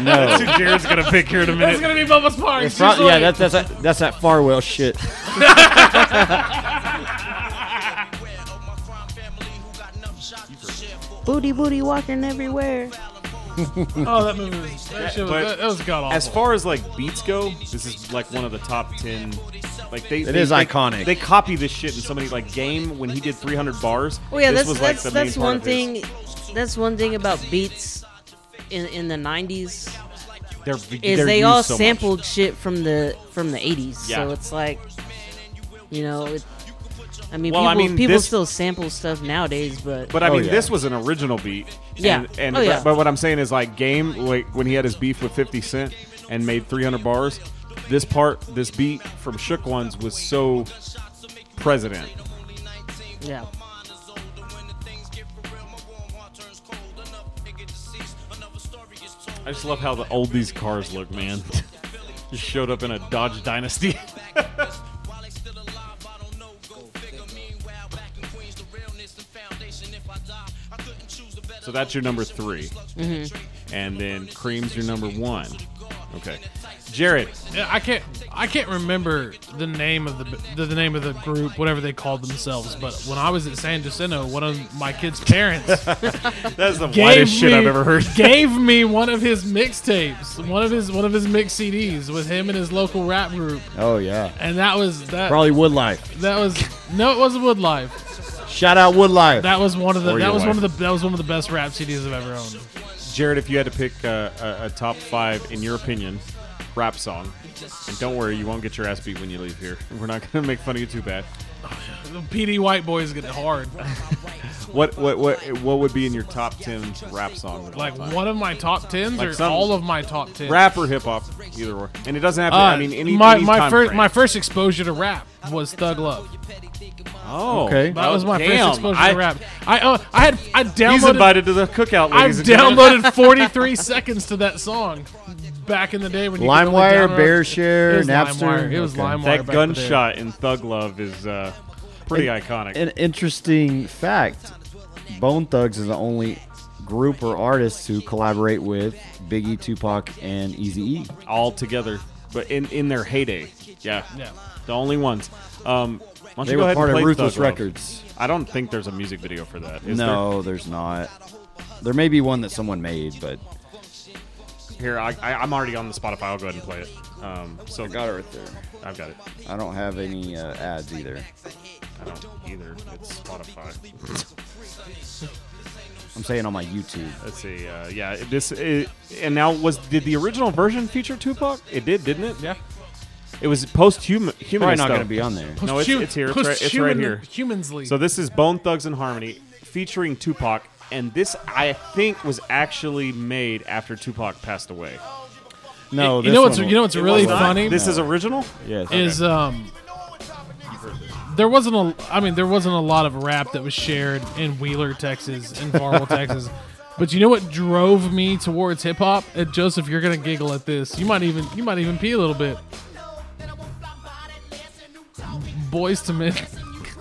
No,
Dude, Jared's gonna pick here in a
That's
minute.
gonna be Bubba Sparks.
It's not- yeah, that's that's that, that's that Farwell shit.
Booty booty walking everywhere.
oh, that movie. Was, that, shit was,
but
that, that was god awful.
As far as like beats go, this is like one of the top ten. Like they,
It is
they-
iconic.
They copy this shit in so many like game when he did 300 bars.
Oh yeah,
this
that's
was like
that's
the main
that's
part
one
of his.
thing. That's one thing about beats in in the '90s
They're,
is
they're
they
used
all
so much.
sampled shit from the from the '80s.
Yeah.
So it's like, you know, it, I mean,
Well,
people,
I mean,
people
this-
still sample stuff nowadays, but,
But I
Oh,
mean,
yeah.
this was an original beat.
Yeah.
And, and
Oh,
but-
yeah.
But, what I'm saying is like game, like when he had his beef with 50 Cent and made 300 bars, this part, this beat from Shook Ones was so president.
yeah.
I just love how the old these cars look, man. just showed up in a Dodge Dynasty. so that's your number 3 and then Cream's your number one. Okay, Jared,
Yeah, I can't I can't remember the name of the, the the name of the group, whatever they called themselves. But when I was at San Jacinto, one of my kids' parents
that's the
gave
whitest shit I've
me-
ever heard.
gave me one of his mixtapes, one of his one of his mix CDs with him and his local rap group,
Oh yeah,
and that was that
probably Woodlife.
that was no, it wasn't Woodlife.
Shout out Woodlife.
That was one of the
Or
that
your
was one of
wife.
the that was one of the best rap CDs I've ever owned.
Jared, if you had to pick uh, a, a top five, in your opinion, rap song, and don't worry, you won't get your ass beat when you leave here. We're not gonna make fun of you too bad.
The PD White Boys get hard.
What what what what would be in your top ten rap song? of all
Like
time?
one of my top tens
Like
or
some-
all of my top tens.
rap or hip hop, either or. And it doesn't have to.
Uh,
I mean, any
my
any
my
time
first
frame.
my first exposure to rap was Thug Love.
Oh,
Okay.
That was my
damn,
first exposure
I,
to rap. I uh, I had I
He's
downloaded
invited to the cookout,
I
ladies and gentlemen.
downloaded 43 seconds to that song back in the day when you could only
LimeWire,
download-
BearShare,
it was
Napster.
LimeWire. It was
Okay.
LimeWire. back
That
in the day.
gunshot in Thug Love is uh, pretty iconic.
An interesting fact: Bone Thugs is the only group or artist to collaborate with Biggie, Tupac, and Eazy-E.
all together, but in, in their heyday. Yeah.
Yeah.
The only ones. Um, why don't
They
you go
were
ahead
part
and
of
play
Ruthless
Thug Love?
Records.
I don't think there's a music video for that. Is
no, there's not. There may be one that someone made, but
there? Here, I, I, I'm already on the Spotify. I'll go ahead and play it. Um, so
I got it right there.
I've got it.
I don't have any uh, ads either.
I don't either. It's Spotify.
I'm saying on my YouTube.
Let's see. Uh, yeah, this it, and now was did the original version feature Tupac? It did, didn't it?
Yeah.
It was post human.
Probably not going to be on there.
No, it's,
Post-hu-
it's here. It's right, it's right
post-human-
here.
Humansly.
So this is Bone Thugs and Harmony featuring Tupac, and this I think was actually made after Tupac passed away.
No,
You
this
know what's-
one-
you know what's
it
really
wasn't.
funny?
This
No.
is original.
Yes.
is um there wasn't a I mean there wasn't a lot of rap that was shared in Wheeler, Texas, in Farmville, Texas. But you know what drove me towards hip hop? Uh, Joseph, you're gonna giggle at this. You might even you might even pee a little bit. Boys to Men,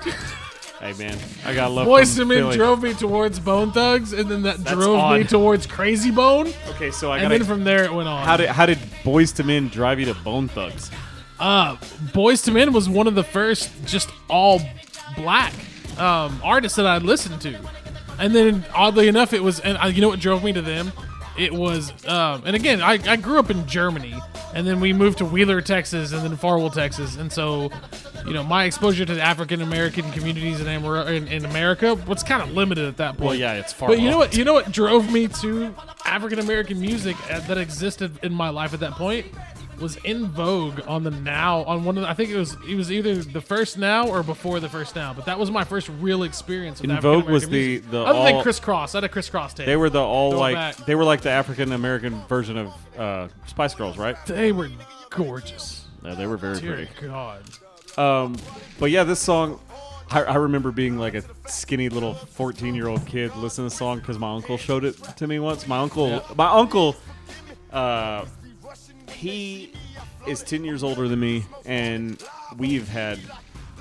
Hey man, I got love.
Boys to
from
Men
Philly.
drove me towards Bone Thugs, and then that
That's
drove me
odd.
towards Crazy Bone,
Okay, so I
and
got.
then
to
from there it went on.
How did how did Boys to Men drive you to Bone Thugs?
uh, Boys to Men was one of the first just all black um, artists that I listened to, and then oddly enough, it was and I, you know what drove me to them. It was, um, and again, I, I grew up in Germany, and then we moved to Wheeler, Texas, and then Farwell, Texas, and so, you know, my exposure to the African American communities in, Amar- in, in America was kind of limited at that point.
Well, yeah, it's
But you
Farwell.
know what? You know what drove me to African American music uh, that existed in my life at that point was in vogue on the now on one of the, I think it was it was either the first now or before the first now. But that was my first real experience. With
In Vogue was
African-American
the-
music.
the
other than
all-
crisscross. I had a crisscross tape.
They were the all
Throw
like
back.
they were like the African American version of uh, Spice Girls, right?
they were gorgeous.
No, they were very
Dear
pretty.
God.
Um, but yeah, this song, I, I remember being like a skinny little fourteen-year-old kid listening to the song because my uncle showed it to me once. My uncle,
Yeah.
my uncle, uh, he is ten years older than me, and we've had,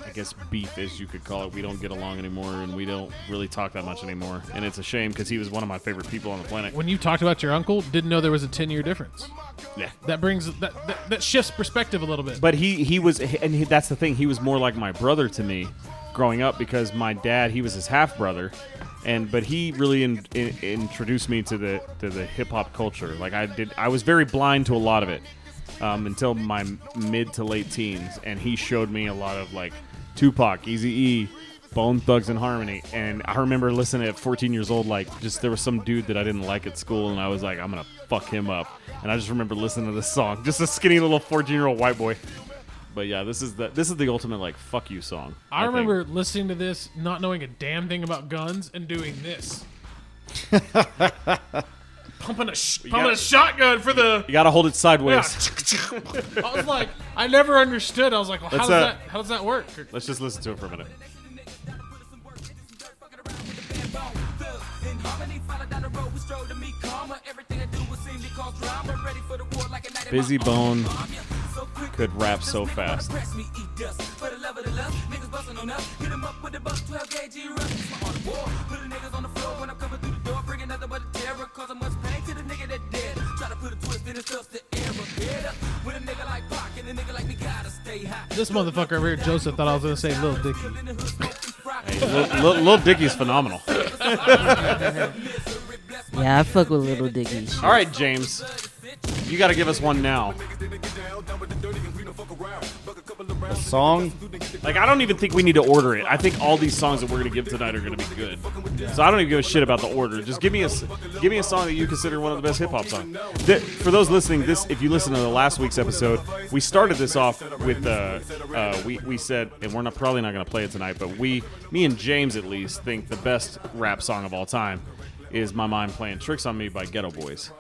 I guess, beef as you could call it. We don't get along anymore, and we don't really talk that much anymore, and it's a shame because he was one of my favorite people on the planet.
When you talked about your uncle, didn't know there was a ten year difference.
Yeah.
That brings that, that that shifts perspective a little bit.
But he he was, and he, that's the thing. He was more like my brother to me, growing up because my dad he was his half brother, and but he really in, in, introduced me to the to the hip hop culture. Like I did, I was very blind to a lot of it um, until my mid to late teens, and he showed me a lot of like Tupac, Easy E. Bone Thugs and Harmony, and I remember listening at 14 years old. Like, just there was some dude that I didn't like at school, and I was like, I'm gonna fuck him up. And I just remember listening to this song, just a skinny little 14 year old white boy. But yeah, this is the this is the ultimate like fuck you song.
I,
think.
remember listening to this, not knowing a damn thing about guns, and doing this. pumping a, sh- pumping
gotta-
a shotgun for the.
you gotta hold it
Yeah.
sideways.
I was like, I never understood. I was like, well, how
That's
does
a-
that how does that work?
Let's just listen to it for a minute. Busy Bone could rap so fast.
This motherfucker over here, Joseph, thought I was gonna say Lil Dicky.
Hey, Lil, Lil, Lil Dicky's phenomenal.
Yeah, I fuck with Little Dicky. shit.
All right, James, you gotta give us one now.
A song?
Like, I don't even think we need to order it. I think all these songs that we're gonna give tonight are gonna be good. So I don't even give a shit about the order. Just give me a s- give me a song that you consider one of the best hip hop songs. Th- for those listening, this if you listen to the last week's episode, we started this off with uh, uh, we we said, and we're not probably not gonna play it tonight, but we me and James at least think the best rap song of all time is "My Mind Playing Tricks on Me" by Ghetto Boys.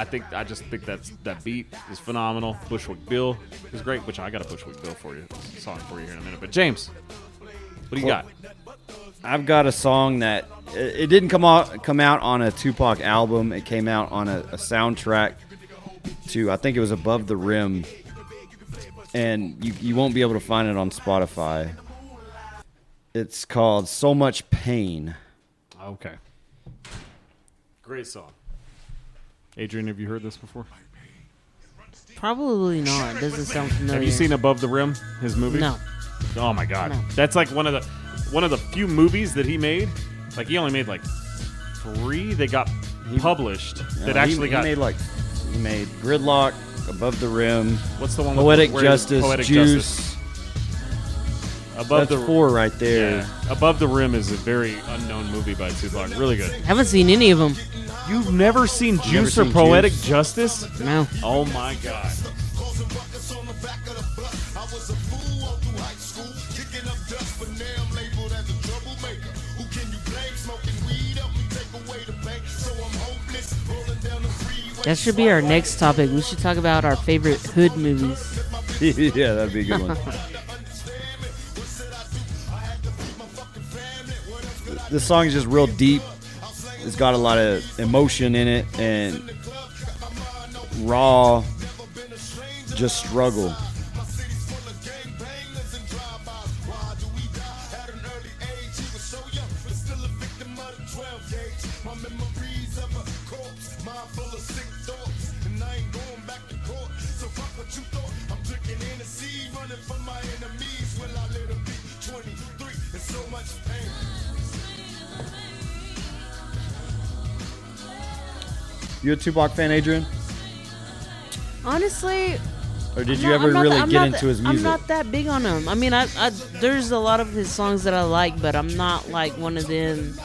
I think I just think that's that beat is phenomenal. Bushwick Bill is great, which I got a Bushwick Bill for you song for you here in a minute. But James, what do you got?
I've got a song that it it didn't come out come out on a Tupac album. It came out on a, a soundtrack to I think it was Above the Rim, and you you won't be able to find it on Spotify. It's called So Much Pain.
Okay, great song. Adrian, have you heard this before?
Probably not. It doesn't sound familiar.
Have you seen Above the Rim? His movie?
No.
Oh my god,
No.
that's like one of the one of the few movies that he made. Like he only made like three. They got published
No,
that
he-
actually
he
got
made like he made Gridlock, Above the Rim.
What's the one with
Poetic
the- where-
Justice,
Poetic
Juice.
Justice. above
That's
the
four right there.
Yeah. Above the Rim is a very unknown movie by Tupac. Really good.
Haven't seen any of them.
You've never seen
never
Juice or
seen
Poetic
Juice?
Justice?
No.
Oh my god.
That should be our next topic. We should talk about our favorite hood movies.
yeah, that'd be a good one. this song is just real deep. It's got a lot of emotion in it and raw, just struggle. You a Tupac fan, Adrian?
Honestly,
Or did
I'm
you
not-
ever
I'm not
really
that- I'm
get
not
into
that-
his music?
I'm not that big on him. I mean, I, I there's a lot of his songs that I like, but I'm not like one of them.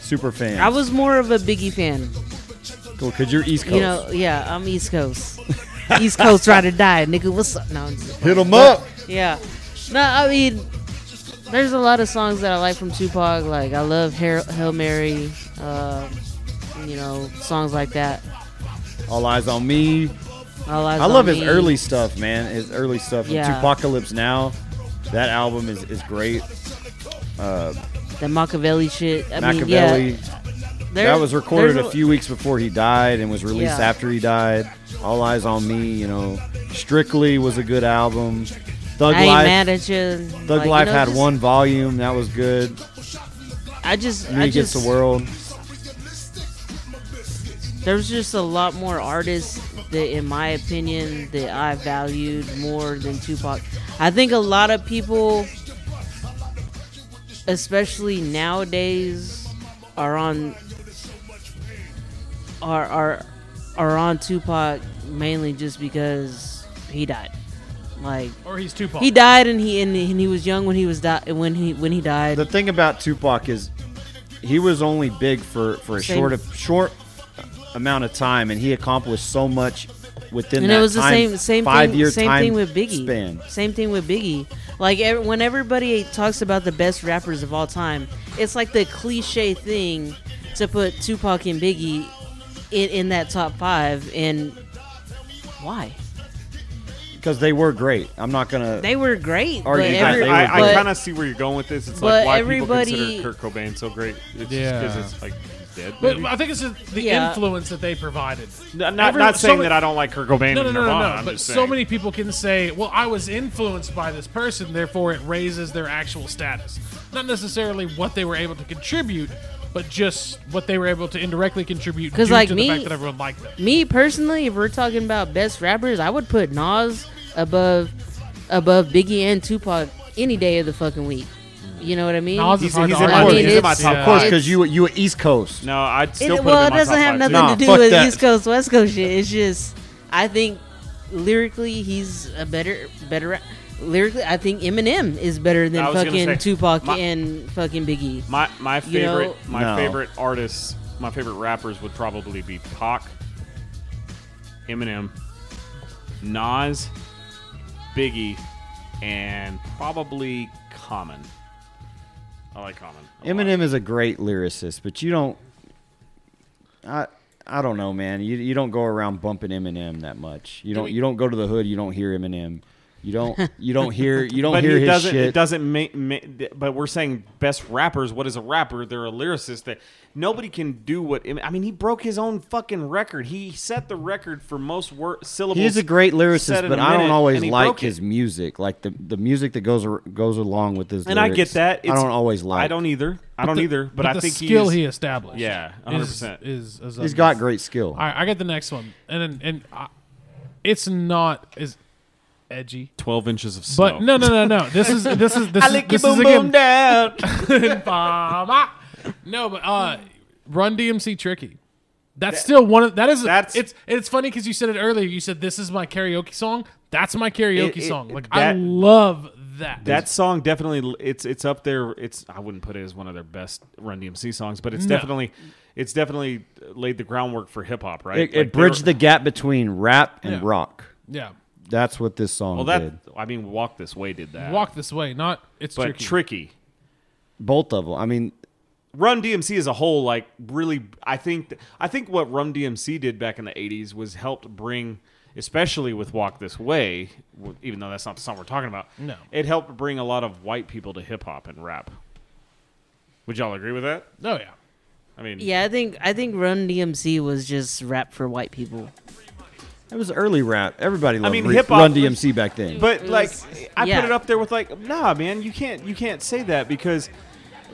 Super fan.
I was more of a Biggie fan.
cool, cause you're East Coast.
You know, yeah, I'm East Coast. East Coast ride or die, nigga. What's up? No, I'm just-
Hit him up.
yeah. No, I mean, there's a lot of songs that I like from Tupac. Like I love Hail, Hail Mary. Uh, you know, songs like that.
All eyes on me.
All Eyes
I
on
love his
Me.
early stuff, man. His early stuff.
Yeah.
Yeah. Tupacalypse Now. That album is, is great.
the Machiavelli shit. I mean,
Machiavelli.
yeah,
that
there's-
was recorded
there's
a few weeks before he died and was released
Yeah.
after he died. All Eyes on Me, you know. Strictly was a good album. Thug
I ain't
Life.
mad at you.
Thug
Like, you
Life
know,
had
just-
one volume. That was good.
I just,
Me
I
Against
just,
the World.
there's just a lot more artists that, in my opinion, that I valued more than Tupac. I think a lot of people, especially nowadays, are on are are are on Tupac mainly just because he died. Like
Or he's Tupac.
he died, and he and, and he was young when he was di- when he when he died.
The thing about Tupac is he was only big for, for a
Same.
short short amount of time and he accomplished so much within
and
that
it was the
time-
same same
five
thing,
year
same
time
thing with Biggie.
span.
Same thing with Biggie. Like ev- when everybody talks about the best rappers of all time, it's like the cliche thing to put Tupac and Biggie in, in that top five. And why?
Because they were great. I'm not gonna
They were great.
Or
but
you
every-
they
I, I,
but-
I kind of see where you're going with this. It's
but
like why
everybody-
people consider Kurt Cobain so great. It's
Yeah.
just because it's like he's dead.
But
maybe.
I think it's just the
Yeah.
influence that they provided.
N- not,
everyone-
not
so
saying
many-
that I don't like Kurt Cobain
No, no,
and
no,
Nirvana.
no, no.
I'm
But
just
so
saying.
many people can say, "Well, I was influenced by this person, therefore it raises their actual status." Not necessarily what they were able to contribute, but just what they were able to indirectly contribute.
'Cause
due
like
to
me-
the fact that everyone liked them.
me personally, if we're talking about best rappers, I would put Nas above above Biggie and Tupac any day of the fucking week. You know what I mean?
Nas
He's-
is hard to
he's in
my-
argue
he's
with.
in my
top
Yeah.
Of course,
it's-
because you you were East Coast.
No, I'd
It,
still put
well,
him in
it
my
doesn't
top
have
five,
nothing
too.
Nah,
to do
fuck
with
that.
East Coast West Coast shit. It's just I think lyrically he's a better better ra- lyrically. I think Eminem is better than
I was gonna
fucking
say,
Tupac
my-
and fucking Biggie.
My my
You know-
favorite my
No.
favorite artists my favorite rappers would probably be Pac, Eminem, Nas, Biggie, and probably Common. I like Common. a lot.
Eminem is a great lyricist, but you don't. I I don't know, man. You you don't go around bumping Eminem that much. You don't you don't go to the hood. You don't hear Eminem. You don't you don't hear you don't
But
hear
he
his
doesn't.
shit.
It doesn't make. Ma- th- but we're saying best rappers. What is a rapper? They're a lyricist. That nobody can do what. Em- I mean, he broke his own fucking record. He set the record for most wor- syllables.
He's a great
said
lyricist,
in
but
a
I don't
minute,
always
and he
like
broke it.
his music, like the the music that goes ar- goes along with his.
And I get
lyrics.
that.
I don't always like.
I don't either. I don't
the-
either. But, I
the
think
skill
he's,
he established.
Yeah, 100%.
Is, is, is
He's got great skill.
All right, I got the next one, and and I, it's not as edgy,
twelve inches of snow.
but no, no, no, no. This is this is this
I
is
lick
this
your
is
boom boom
again.
down.
Mama. No, but uh, Run DMC tricky. That's still one of that is
That's-
that's it's it's funny because you said it earlier. You said this is my karaoke song. That's my karaoke
It- it-
song. Like I
that-
love that.
That song definitely it's it's up there. It's I wouldn't put it as one of their best Run DMC songs, but it's
No.
definitely it's definitely laid the groundwork for hip hop, right?
It, it bridged the gap between rap and
Yeah.
rock.
yeah.
That's what this song
well that
did.
I mean Walk This Way did that.
Walk this way. Not it's
but
tricky.
tricky.
Both of them. I mean,
Run DMC as a whole, like really, I think I think what Run DMC did back in the '80s was helped bring, especially with Walk This Way, w- even though that's not the song we're talking about.
No.
it helped bring a lot of white people to hip hop and rap. Would y'all agree with that?
oh yeah.
I mean,
Yeah, I think I think Run DMC was just rap for white people.
it was early rap. Everybody loved
mean,
re-
hip-hop
Run
was-
DMC back then.
But
It
like,
was-
I
yeah.
put it up there with like, nah, man, you can't, you can't say that because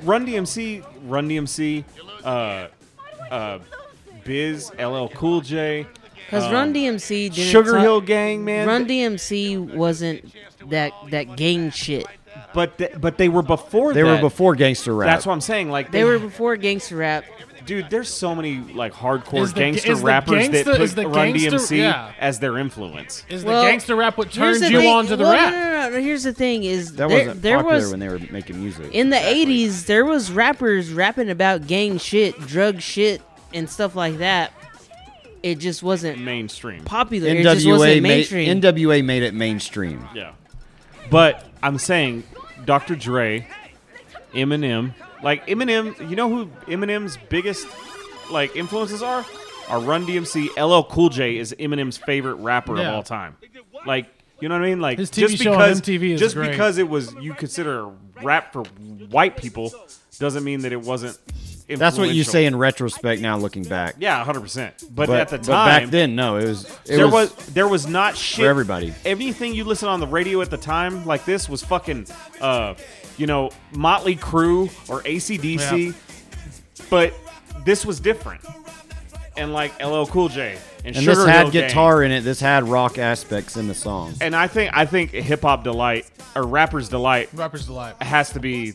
Run DMC, Run DMC, uh, uh, Biz, LL Cool J,
Because
Um,
Run DMC didn't
Sugar
talk-
Hill Gang, man.
Run
th-
DMC wasn't that that gang shit.
but th- but they were before.
they were
that.
before gangster rap.
That's what I'm saying. Like
They were before gangster rap.
dude. There's so many like hardcore
Is the-
gangster
is the
rappers
gangsta-
that
is
put
the
Run
gangsta-
DMC
yeah.
as their influence.
Is
Well,
the gangster rap what
Here's
turns you
thing-
on to the
well,
rap?
No, no, no, no, Here's the thing: is
that
there,
wasn't
there
popular
was
when they were making music.
in the '80s there was rappers rapping about gang shit, drug shit, and stuff like that. It just wasn't
Mainstream.
popular. it just
NWA
wasn't
made,
mainstream.
NWA made it mainstream.
Yeah. But I'm saying Dr. Dre, Eminem, like Eminem, you know who Eminem's biggest like influences are? Are Run DMC, LL Cool J is Eminem's favorite rapper of
Yeah.
all time. Like you know what I mean? Like
His TV
just
show on
because
MTV is
just
great.
because it was you consider rap for white people doesn't mean that it wasn't.
That's what you
influential.
say in retrospect now, looking back.
Yeah, hundred percent. But,
but,
at the time,
but back then, no, it was. It
there was, there was not shit
everybody.
Anything you listen on the radio at the time like this was fucking, uh, you know, Motley Crue or ACDC, but this was different. And like LL Cool J and,
and
Sugar
this had
Hill Gang.
guitar in it. This had rock aspects in the song.
And I think I think Hip Hop Delight or Rapper's Delight
Rappers delight.
has to be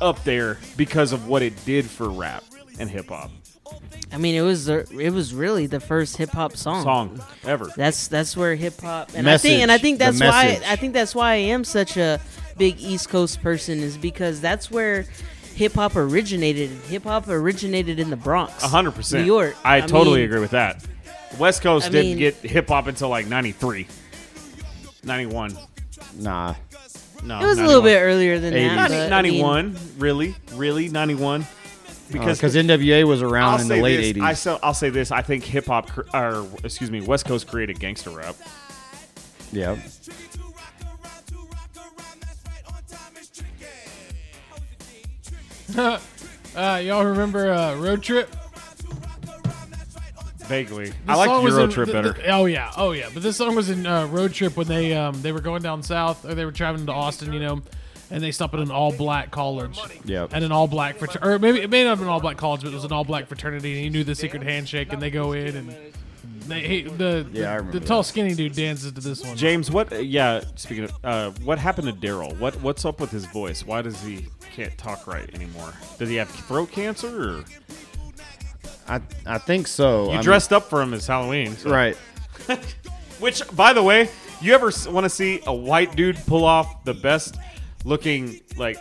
up there because of what it did for rap and hip hop
I mean, it was the, it was really the first hip hop song.
song ever.
That's that's where hip hop and I
Message.
think and I think
The
that's why
message.
I think that's why I am such a big East Coast person is because that's where hip hop originated. Hip hop originated in the Bronx,
A hundred percent.
New York.
I, totally
mean,
agree with that. West Coast
I
didn't
mean-
get hip hop until like 93, 91.
Nah, uh,
No,
It was a little bit earlier than
80s.
that. but, I mean,
91, really, really
Uh,
91. Because
because NWA was around
I'll
in
say
the late
this,
'80s.
I so, I'll say this. I think hip hop, cr- or excuse me, West Coast created gangster rap.
yeah,
Uh, y'all remember uh, Road Trip?
Vaguely,
This
I like
song was
Euro
in-
Trip
th-
better.
th- oh yeah, oh yeah. But this song was in uh, Road Trip when they um, they were going down south or they were traveling to Austin, you know, and they stopped at an all black college.
Yep.
And an all black fraternity, or maybe it may not have been an all black college, but it was an all black fraternity, and he knew the secret handshake, and they go in and. They, he, the
Yeah, I
the-
remember
the tall skinny dude dances to this one.
James, what? yeah, speaking of, uh, what happened to Daryl? What What's up with his voice? Why does he can't talk right anymore? Does he have throat cancer? Or?
I I think so.
You
I
dressed up for him as Halloween, so-
mean, right.
Which, by the way, you ever want to see a white dude pull off the best looking like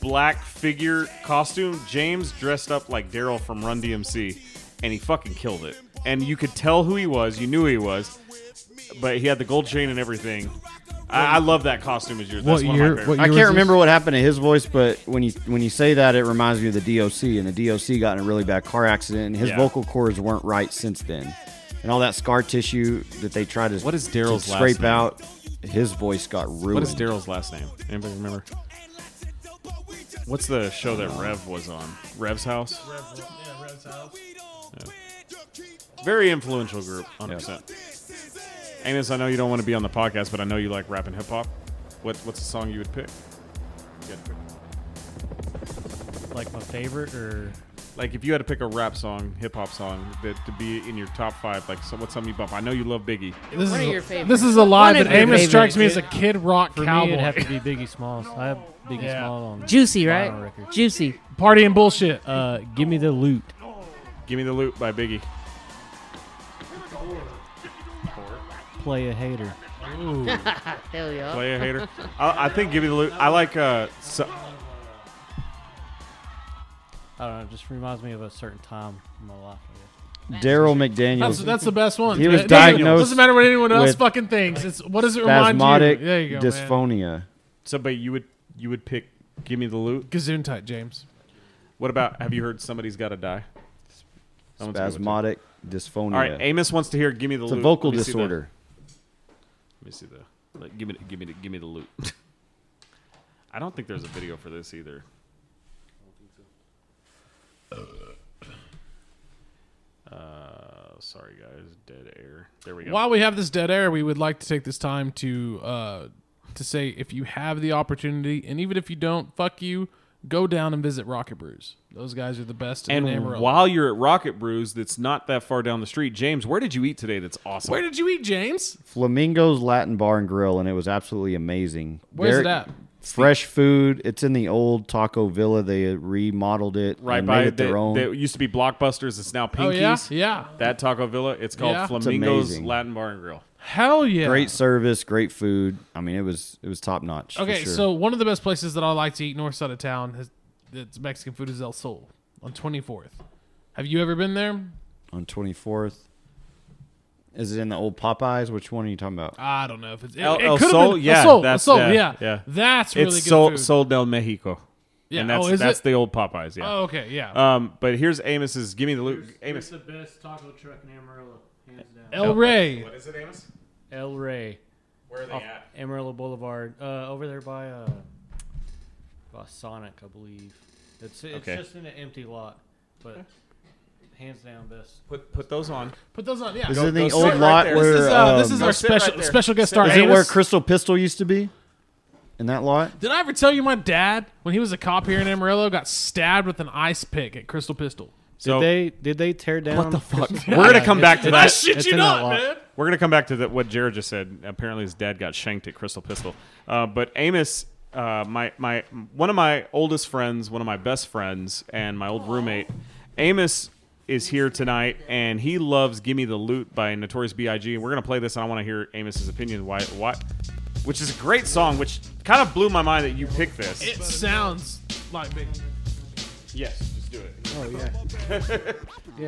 black figure costume? James dressed up like Daryl from Run DMC, and he fucking killed it. And you could tell who he was. You knew who he was, but he had the gold chain and everything. I, I love that costume as yours. That's
What
one
year-
Of my favorites.
what
I
Yours
can't
is-
remember what happened to his voice, but when you when you say that, it reminds me of the DOC, and the DOC got in a really bad car accident, and his
Yeah.
vocal cords weren't right since then, and all that scar tissue that they tried to
What is
to
Daryl's last
scrape
name?
out, his voice got ruined.
What is Daryl's last name? Anybody remember? What's the show that Rev was on? Rev's House? Yeah. Very influential group, 100%. Amos, I know you don't want to be on the podcast, but I know you like rap and hip hop. What, what's the song you would pick? You gotta pick.
Like my favorite or
Like if you had to pick a rap song, hip hop song that to be in your top five, like so, what's something you bump? I know you love Biggie.
This
One
is,
of your
a,
favorites.
this is a lie,
One of
but
your
Amos strikes me as a
favorites.
Kid Rock
For
cowboy.
me, it'd have to be Biggie Smalls. I have Biggie
Yeah.
Smalls on
Juicy,
vinyl
right?
record.
Juicy.
Party and bullshit.
Uh, give me the loot.
Give me the loot by Biggie.
Play a hater.
Hell yeah.
Play a hater. I, I think give me the loot. I like uh, so,
I don't know. It just reminds me of a certain time in my life. I guess.
Daryl McDaniel.
That's, that's the best one.
He was
It doesn't-
diagnosed
Doesn't matter what anyone else
with
fucking thinks. It's what does it remind
spasmodic
you? There you go, man.
dysphonia.
so, but you would you would pick give me the loot.
Gesundheit, James.
What about have you heard somebody's got to die? Someone's gonna die.
Spasmodic dysphonia.
All right, Amos wants to hear. Give me the
it's
loot.
a vocal
Let me see the-
disorder.
Let me see the. Like, give me, the- give me, the, give me the loot. I don't think there's a video for this either. Uh, sorry guys, dead air. There we go.
While we have this dead air, we would like to take this time to uh, to say if you have the opportunity, and even if you don't, fuck you. Go down and visit Rocket Brews. Those guys are the best. in
and
Amarillo.
while you're at Rocket Brews, that's not that far down the street. James, where did you eat today? That's awesome.
Where did you eat, James?
Flamingos Latin Bar and Grill, and it was absolutely amazing.
Where's
Very-
it at?
Fresh food. It's in the old Taco Villa. They remodeled it.
right
and
by
made it
the-
their own.
that used to be Blockbusters. It's now
Oh yeah,
Pinkies.
yeah.
That Taco Villa. It's called
Yeah. It's
Flamingos
amazing.
Latin Bar and Grill.
Hell yeah.
Great service, great food. I mean, it was it was top notch.
Okay,
sure.
so one of the best places that I like to eat north side of town has that's Mexican food is El Sol on 24th. Have you ever been there?
on twenty fourth, is it in the old Popeyes? Which one are you talking
Uh,
about?
I don't know if it's it,
El-
it
El
could've
Sol?
Been,
Yeah,
El Sol,
that's-
El Sol,
yeah,
yeah,
yeah.
That's really
it's
good
Sol,
food.
Sol del Mexico.
Yeah,
and that's
oh, is
that's
it?
the old Popeyes. Yeah.
Oh, okay, yeah.
Um, but here's Amos's. Give me the loot. Amos.
the best taco truck in Amarillo, hands down.
El Rey.
is it, Amos?
El Rey,
Where are they at?
Amarillo Boulevard, uh, over there by uh, by Sonic, I believe. It's it's
Okay.
just in an empty lot, but hands down best.
Put put those on.
Put those on. Yeah.
Is it in the
go
old
sit right
lot
there.
where
this is uh, this
um,
is our
sit right
special
there.
special guest star.
is it where
Amos.
Crystal Pistol used to be? In that lot?
Did I ever tell you my dad when he was a cop here in Amarillo got stabbed with an ice pick at Crystal Pistol?
So
did they did they tear down? What the fuck?
we're gonna come back to
I
that.
shit
it's
you
in that
not,
lot.
man.
We're gonna come back to the, what Jared just said. Apparently, his dad got shanked at Crystal Pistol. Uh, but Amos, uh, my my one of my oldest friends, one of my best friends, and my old roommate, Amos is here tonight, and he loves "Gimme the Loot" by Notorious B.I.G. We're gonna play this, and I want to hear Amos's opinion. Why? Why? Which is a great song. Which kind of blew my mind that you picked this.
It sounds like me.
yes, just do it.
Oh yeah.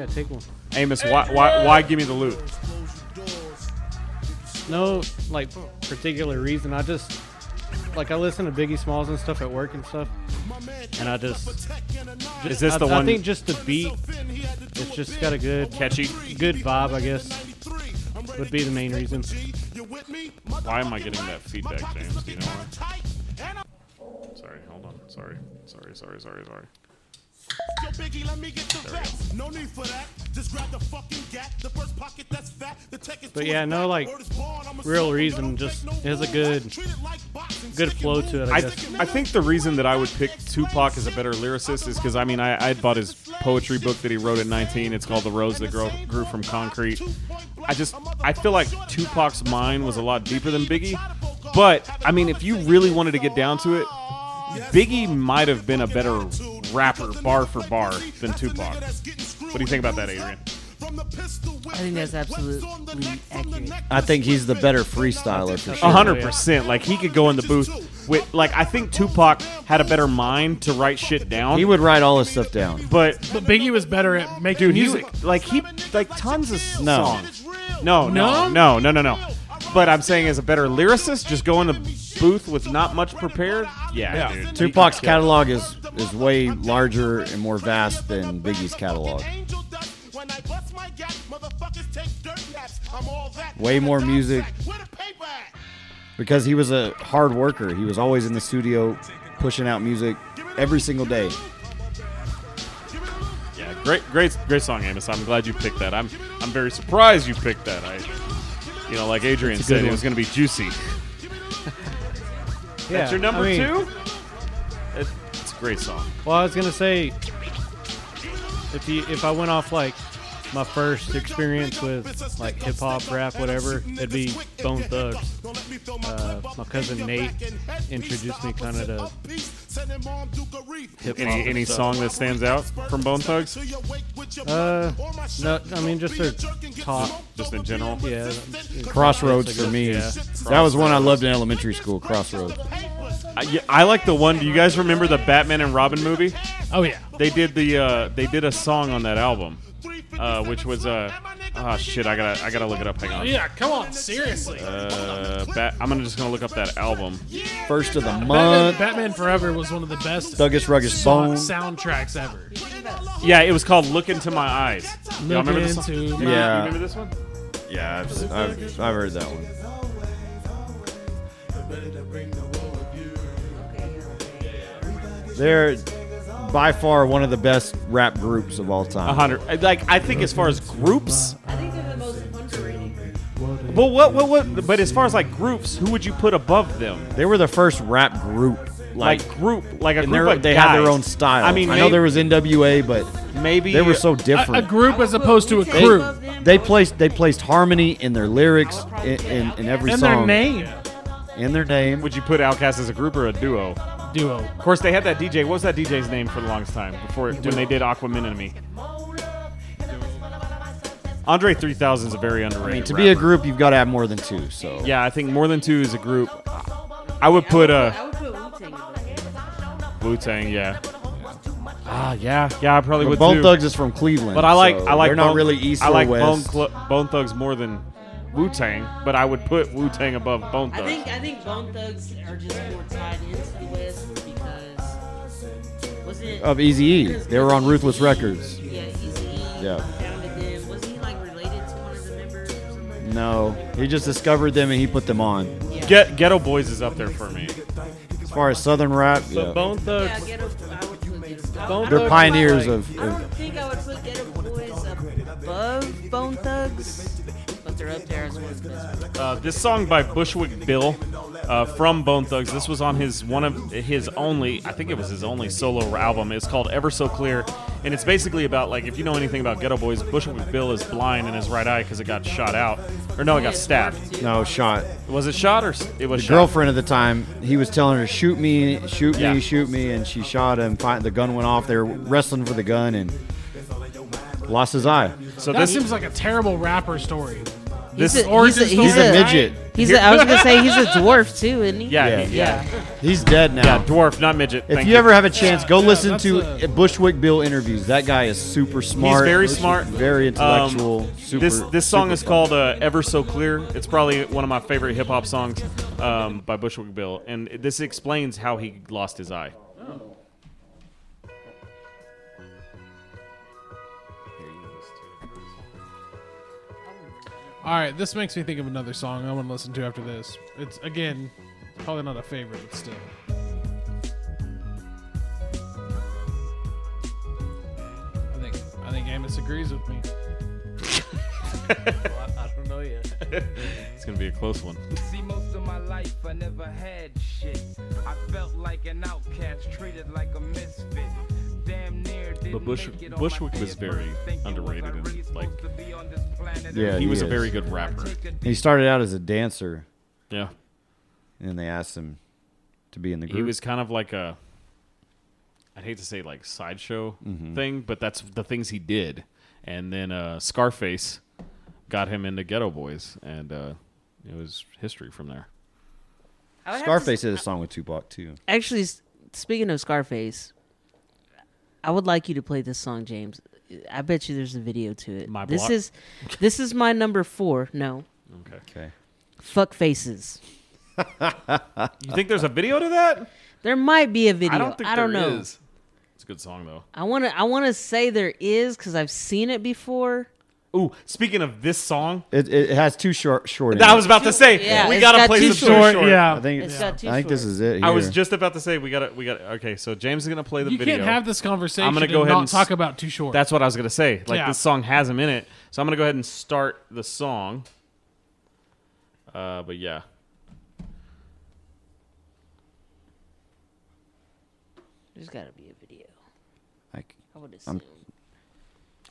yeah, take one.
Amos, why why why "Gimme the Loot"?
No, like particular reason. I just like I listen to Biggie Smalls and stuff at work and stuff, and I just
Is this
I,
the
I
one
think just the beat. It's just got a good
catchy?
good vibe, I guess. Would be the main reason.
Why am I getting that feedback, James? Do you know why? Sorry, hold on. Sorry, sorry, sorry, sorry, sorry.
Yo, Biggie, let me get the vest. No need for that. Just grab the fucking gat. The first pocket that's fat. The tech is
But yeah, no like real reason. Just it has a good good flow to it. I
I,
guess.
I think the reason that I would pick Tupac as a better lyricist is because I mean I, I bought his poetry book that he wrote at 19. It's called The Rose That Grow, Grew from Concrete. I just I feel like Tupac's mind was a lot deeper than Biggie, but I mean if you really wanted to get down to it, Biggie might have been a better rapper bar for bar than Tupac. What do you think about that, Adrian?
I think that's absolutely accurate.
I think he's the better freestyler for
A
sure.
hundred percent. Like he could go in the booth with like I think Tupac had a better mind to write shit down.
He would write all his stuff down.
but
But Biggie was better at making
dude,
music.
he like he like tons of
No.
songs. No, no,
No?
no, no, no, no. But I'm saying as a better lyricist, just go in the booth with not much prepared. Yeah, dude.
Tupac's catalog is is way larger and more vast than Biggie's catalog. Way more music because he was a hard worker. He was always in the studio pushing out music every single day.
Yeah, great, great, great song, Amos. I'm glad you picked that. I'm, I'm very surprised you picked that. I, you know, like Adrian said, it was going to be juicy.
yeah,
That's your number
I mean,
two. It- It's a great song.
Well, I was gonna say If you if I went off like my first experience with like hip hop, rap, whatever, it'd be Bone Thugs. Uh, my cousin Nate introduced me kind of to hip hop.
Uh, Any, any song that stands out from Bone Thugs?
Uh, no, I mean just their top.
Just in general.
Yeah.
Crossroads
It's like
for
a-
me.
Yeah.
That was one I loved in elementary school. Crossroads.
I, yeah, I like the one. Do you guys remember the Batman and Robin movie?
Oh yeah.
They did the uh, they did a song on that album, uh, which was uh, oh shit. I gotta I gotta look it up. Hang on.
Yeah, come on, seriously.
Uh, Bat, I'm gonna just gonna look up that album.
First of the
Batman,
month.
Batman Forever was one of the best
Thuggish Ruggest
song-
Bone.
soundtracks ever.
Yeah, it was called "Look Into My Eyes." Y'all
Look
remember this song?
into my-
Yeah.
You remember this one?
Yeah, I've, I've, I've heard that one. They're by far one of the best rap groups of all
A
time.
hundred. Like I think as far as groups,
I think they're the most underrated.
well, what, what, what? But as far as like groups, who would you put above them?
They were the first rap group. Like,
Like, group, like a
and
group.
they're-
Like
they had their own style.
I mean,
I know
maybe,
there was NWA, but
maybe
they were so
A, a
different.
group as opposed to a
They-
crew.
They, placed they placed harmony in their lyrics in, in, in every
And their
song.
name.
In their name.
Would you put Outkast as a group or a duo?
Duo.
Of course, they had that DJ. What was that DJ's name for the longest time before when they did Aquaman and Me? Andre 3000 is a very underrated.
I mean, to be a
rapper.
group, you've got to have more than two. So
Yeah, I think more than two is a group. I would put
I
a
would put Wu-Tang above it.
Wu Tang. Yeah. Ah, yeah, yeah. I probably
But
would.
Bone
too.
Thugs is from Cleveland,
But I like
so
I like
they're not
Bone-
really East
I
or
like
West.
Bone, Cl- Bone Thugs more than Wu Tang, but I would put Wu Tang above Bone
I
Thugs.
think I think Bone Thugs are just more tied into the West because was it
of Easy E. They were on Ruthless Records.
Yeah, Easy
Yeah.
founded them. Was he like related to one of the members? or something?
No, he just discovered them and he put them on.
Yeah.
Get, Ghetto Boys is up there for me.
As far as Southern rap,
But
yeah.
Bone
Yeah,
Thugs.
Ghetto. I would put Ghetto. I
Bone
don't-
they're
Thugs-
pioneers
like-
of,
I don't
of.
think I would put Ghetto Boys above Bone Thugs, but they're up there as one of the best.
Uh, this song by Bushwick Bill uh, from Bone Thugs. This was on his one of his only, I think it was his only solo album. It's called Ever So Clear, and it's basically about like if you know anything about Ghetto Boys, Bushwick Bill is blind in his right eye because it got shot out, or no, it got stabbed.
No shot.
Was it shot or s- it was
The
shot?
girlfriend at the time, he was telling her, "Shoot me, shoot
Yeah.
me, shoot me," and she shot him. Fi- The gun went off. They were wrestling for the gun and lost his eye.
So
that
this
seems like a terrible rapper story.
this
he's a,
origin
he's a, he's
He's a
a-
midget.
He's a, I was gonna say he's a dwarf too, isn't he?
yeah,
Yeah.
he- yeah
He's dead now.
yeah dwarf not midget.
If
thank
you, ever have a chance, go
yeah,
listen
that's
to uh,
a-
Bushwick Bill interviews. That guy is super smart.
very smart.
Very intellectual.
Um,
super,
this this song
super
is
fun.
called uh, "Ever So Clear." It's probably one of my favorite hip hop songs um, by Bushwick Bill, and this explains how he lost his eye.
All right, this makes me think of another song I want to listen to after this. It's again probably not a favorite, but still. I think I think Amos agrees with me.
I don't know yet.
It's gonna be a close one.
See, most of my life I never had shit. I felt like an outcast, treated like a misfit. Damn near didn't
But Bush-
make it on
Bushwick
my
was
dead
very
birth, thinking,
underrated
was I
and,
really
like,
supposed to be on this planet?
Yeah,
he,
he
was a
is.
very good rapper.
He started out as a dancer,
Yeah,
and they asked him to be in the group.
he was kind of like a. I'd hate to say like sideshow
Mm-hmm.
thing, but that's the things he did. And then uh, Scarface got him into Ghetto Boys, and uh, it was history from there.
I would have to
Scarface did a song with Tupac too.
Actually, s- speaking of Scarface, I would like you to play this song, James. I bet you there's a video to it.
My
this
block?
is this is my number four. No,
Okay.
Okay.
fuck faces.
You think there's a video to that?
There might be a video.
I don't think there
know.
is. It's a good song though.
I want to. I want to say there is because I've seen it before.
Ooh, speaking of this song,
It, it has two short short.
that I was
endings.
about to say
Yeah,
we
it's
gotta
got
play
too
some
short,
I think
It's got two
I think this
shorts.
is it.
I was
here.
just about to say we gotta we gotta okay. So James is gonna play the
You
video.
can't have this conversation.
I'm gonna go
and
ahead
not
and s-
talk about too short.
That's what I was gonna say. Like
Yeah.
this song has him in it, so I'm gonna go ahead and start the song. Uh, but yeah,
There's got to be a video.
I c-
I would assume.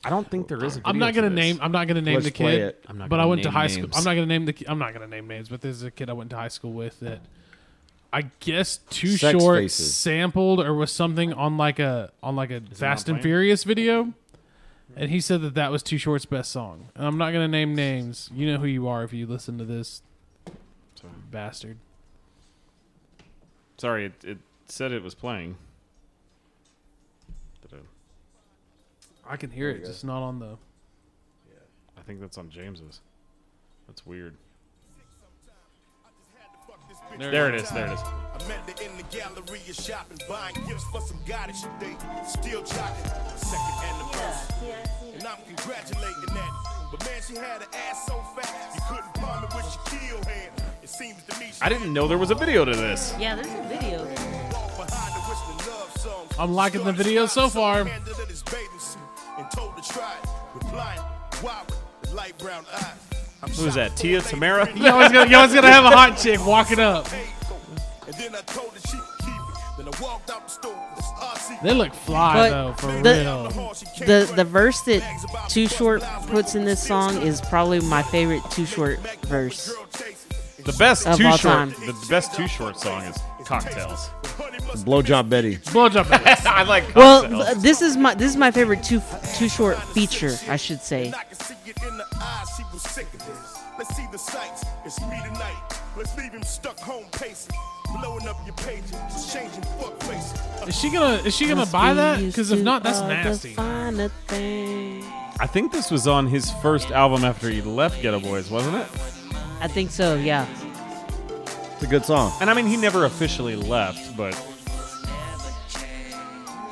I don't think there is. A video
I'm not
to
gonna
this.
name. I'm not gonna name the kid.
I'm not
but
gonna
I went to
name
high school.
names.
I'm not gonna name the. ki- I'm not gonna name names. But there's a kid I went to high school with that. I guess too
Sex
short
faces.
sampled or was something on like a on like a Fast and
playing?
Furious video, and he said that that was Too Short's best song. And I'm not gonna name names. You know who you are if you listen to this. Bastard.
Sorry, it, it said it was playing. But, uh,
I can hear
There
it,
you go.
just not on the.
I think that's on James's. That's weird.
There
There
it
it is. There it is.
I met her in the gallery of shopping, buying gifts for some guy that she date. Still jocking, second anniversary. And I'm congratulating that. But man, she had an ass so fat, you couldn't palm it with your keel hand. It seems to me she
I didn't know there was a video to this.
Yeah, there's a video.
I'm liking the video so far.
handed in his bathing suit and told to try it. Replying, why with light brown eyes. I'm
Who's that? Tia Tamara?
Yo, I was gonna, yo, I was gonna have a hot chick walking up.
And then I told her she could keep it. Then I walked out the store. It's RC.
They look fly though, for real.
the the verse that Too Short puts in this song is probably my favorite Too Short verse.
The best
of
two
all time.
short. The best two short song is cocktails.
Blowjob Betty.
Blowjob Betty.
I like
Well,
cocktails.
th- this is my this is my favorite Too Too Short feature, I should say.
She was sick of this. Let's see the sights. It's me tonight. Let's leave him stuck home pacing. Blowing up your pages. Changing fuck Uh, faces.
Is she gonna is she gonna buy that? Because if not, that's nasty.
I think this was on his first album after he left Ghetto Boys, wasn't it?
I think so. Yeah.
It's a good song.
And I mean, he never officially left, but.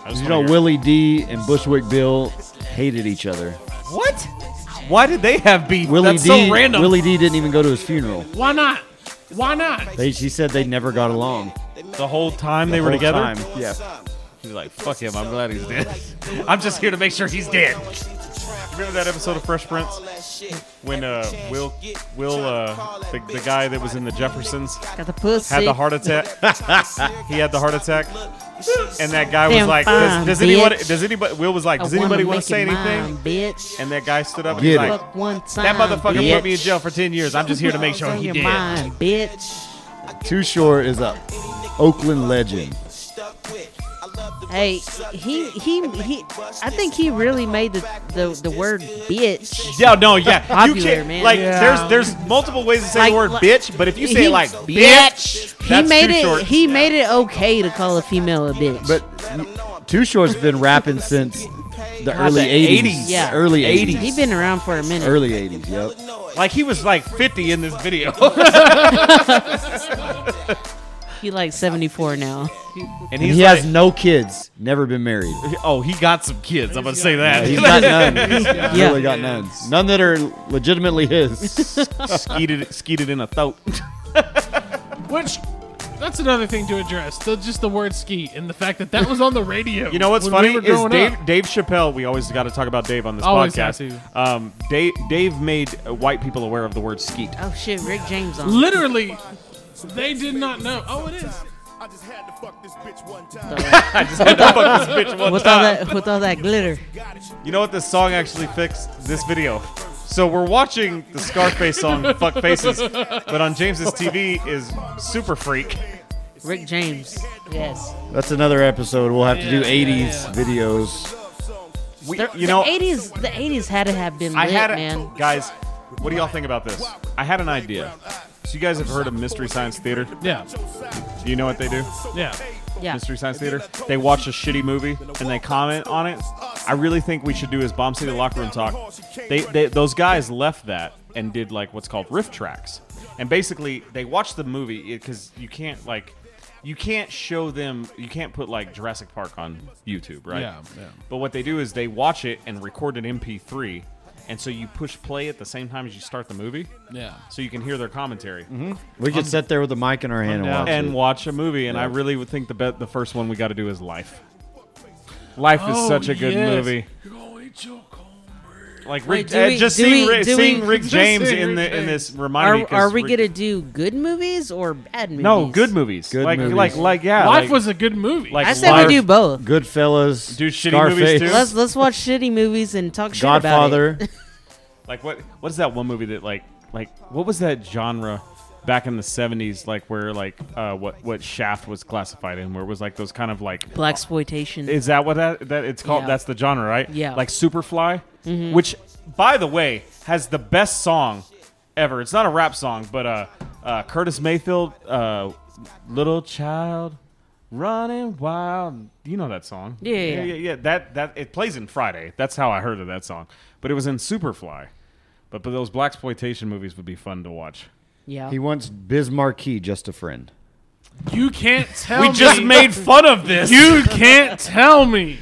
I just
You know,
wanna hear-
Willie D and Bushwick Bill hated each other.
What? Why did they have beef?
Willie
That's
D.
so random.
Willie D. didn't even go to his funeral.
Why not? Why not?
They, she said they never got along.
The whole time they
The
were
whole
together?
time, yeah.
He's like, fuck him. I'm glad he's dead. I'm just here to make sure he's dead. Remember that episode of Fresh Prince when uh, Will Will uh, the, the guy that was in the Jeffersons
Got the pussy.
had the heart attack. he had the heart attack, and that guy was
Damn
like, does,
fine,
does anybody?
bitch.
Does anybody? Will was like,
I
does anybody
wanna
want
make
to say
it
anything?
mine, bitch.
And that guy stood up and
Get
he's
it.
like,
Fuck one
that
time,
motherfucker
bitch.
put me in jail for ten years. I'm just here to make sure he
Your
did.
mind, bitch.
Too Short is a Oakland legend.
Hey, he he he. I think he really made the the, the word bitch.
Yeah, no, yeah.
Popular,
you can't,
man.
Like,
Yeah.
there's there's multiple ways to say the word
like-
bitch, but if you say
He-
it like bitch,
he
that's
made
too
it.
short.
He made it okay to call a female a bitch.
But Too Short's been rapping since the
God,
early
the
80s.
80s. Yeah.
Early 80s.
80s. He been around for a minute.
Early 80s, yep.
like he was like 50 in this video.
he like seventy four now.
And, he has no kids, never been married.
oh, he got some kids. I'm gonna say that.
Yeah, he's got none. He's
Yeah.
really got none. None that are legitimately his.
skeeted, skeeted in a throat.
Which that's another thing to address. The, just the word ski and the fact that that was on the radio.
You know what's
when
funny
we were
is
growing
Dave,
up.
Dave Chappelle. We always got to talk about Dave on this
Always got
podcast. Um, Dave, Dave made uh, white people aware of the word skeet.
Oh shit, Rick James on.
Literally, they did not know. Oh, it is.
I just had to fuck this bitch one
with all
time.
that with all that glitter.
You know what this song actually fixed? This video. So we're watching the Scarface song "Fuck Faces," but on James's TV is Super Freak.
Rick James. Yes.
That's another episode. We'll have to do
Yeah,
80s videos.
We,
The-
you know,
the eighties. The eighties had to have been lit,
I had a,
man.
guys. What do y'all think about this? I had an idea. So you guys have heard of Mystery Science Theater?
Yeah,
Do you know what they do?
yeah.
Yeah.
Mystery Science Theater. They watch a shitty movie and they comment on it. I really think we should do is Bomb City Locker Room Talk. They, they those guys left that and did like what's called riff tracks, and basically they watch the movie because you can't like. You can't show them. You can't put like Jurassic Park on YouTube, right?
Yeah, yeah.
But what they do is they watch it and record an MP3, and so you push play at the same time as you start the movie,
Yeah.
so you can hear their commentary
We could sit there with a mic in our hand and
down.
watch
and
it.
watch a movie. And I
Yeah.
really would think the bet the first one we got to do is Life. Life is
Oh,
such a good
yes.
Oh,
movie.
You're gonna eat your cornbread.
Like
Wait,
Rick,
do we-
uh, just
do
seeing
we-
Rick,
do
seeing
we-
Rick
Just
James
seeing
in
Rick
the
James.
in this reminded me.
Are,
'cause
are we
Rick-
gonna do good movies or bad movies?
No, good movies.
Good
like,
movies.
like, like, yeah.
Life
like-
was a good movie. I said
Life,
we do both.
Goodfellas,
Do shitty
Scarface,
movies too?
Let's let's watch shitty movies and talk shit
Godfather.
about it.
Like what? What is that one movie that like like what was that genre back in the seventies? Like where like uh, what what Shaft was classified in? Where it was like those kind of like
Black exploitation.
Is that what that that it's called?
Yeah.
That's the genre, right?
Yeah.
Like Superfly,
Mhm.
which by the way has the best song ever. It's not a rap song, but uh, uh Curtis Mayfield, uh, "Little Child." Running wild, you know that song.
Yeah, yeah,
yeah,
yeah.
yeah, yeah. That that it plays in Friday. That's how I heard of that song. But it was in Superfly. But but those black exploitation movies would be fun to watch.
Yeah.
He wants Biz Marquee, just a friend.
You can't tell
We
me.
just made fun of this.
You can't tell me.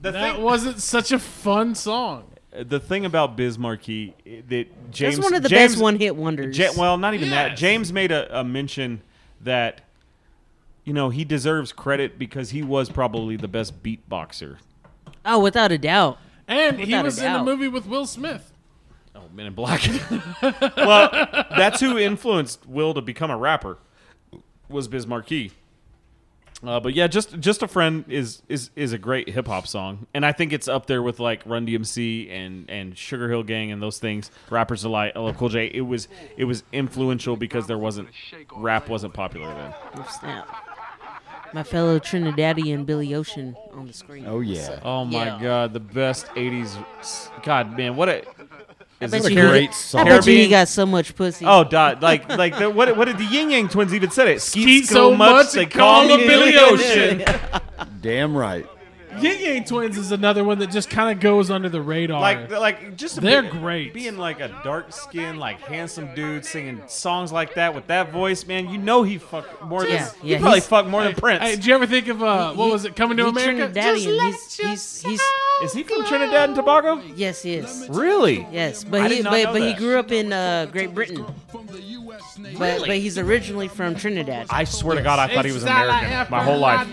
The
that wasn't such a fun song.
Uh, The thing about Biz Markie i- that James
one of the
James-
best one-hit wonders.
Ja- well, not even that.
Yes.
James made a, a mention that you know he deserves credit because he was probably the best beatboxer.
Oh, without a doubt.
And he
Without a
was in a
doubt.
movie with Will Smith.
Oh, Men in Black. well, that's who influenced Will to become a rapper. Was Biz Markie. Uh, but yeah, just just a friend is is is a great hip hop song, and I think it's up there with like Run DMC and and Sugar Hill Gang and those things. Rappers Delight, LL Cool J. It was it was influential because there wasn't rap wasn't popular then.
Oh, snap. My fellow Trinidadian Billy Ocean on the screen. What's up?
Oh my
Yeah.
god, the best '80s. s- God, man, what a.
I
is
bet
this
you he
Caribbean-
got- I bet you he got so much pussy.
Oh, dot like like the, what what did the Ying Yang twins even said it? Skeet,
Skeet so much, they call him Billy Ocean.
Damn right.
Yin Yang Twins is another one that just kind of goes under the radar.
Like like just
they're
being,
great.
Being like a dark skinned like handsome dude singing songs like that with that voice, man. You know he fucked more than
Yeah,
he
yeah,
probably
he's-
fucked more than Prince.
Hey, did you ever think of uh, what was it? Coming to
he
America?
Trinidadian.
Just let
He's- he's- he's-
is he from Trinidad and Tobago?
Yes, he is.
Really?
Yes,
I
but he
did not
but,
know
but he
that.
grew up in uh, Great Britain. But,
Really?
but he's originally from Trinidad.
I swear to God, I thought he was an American my whole life.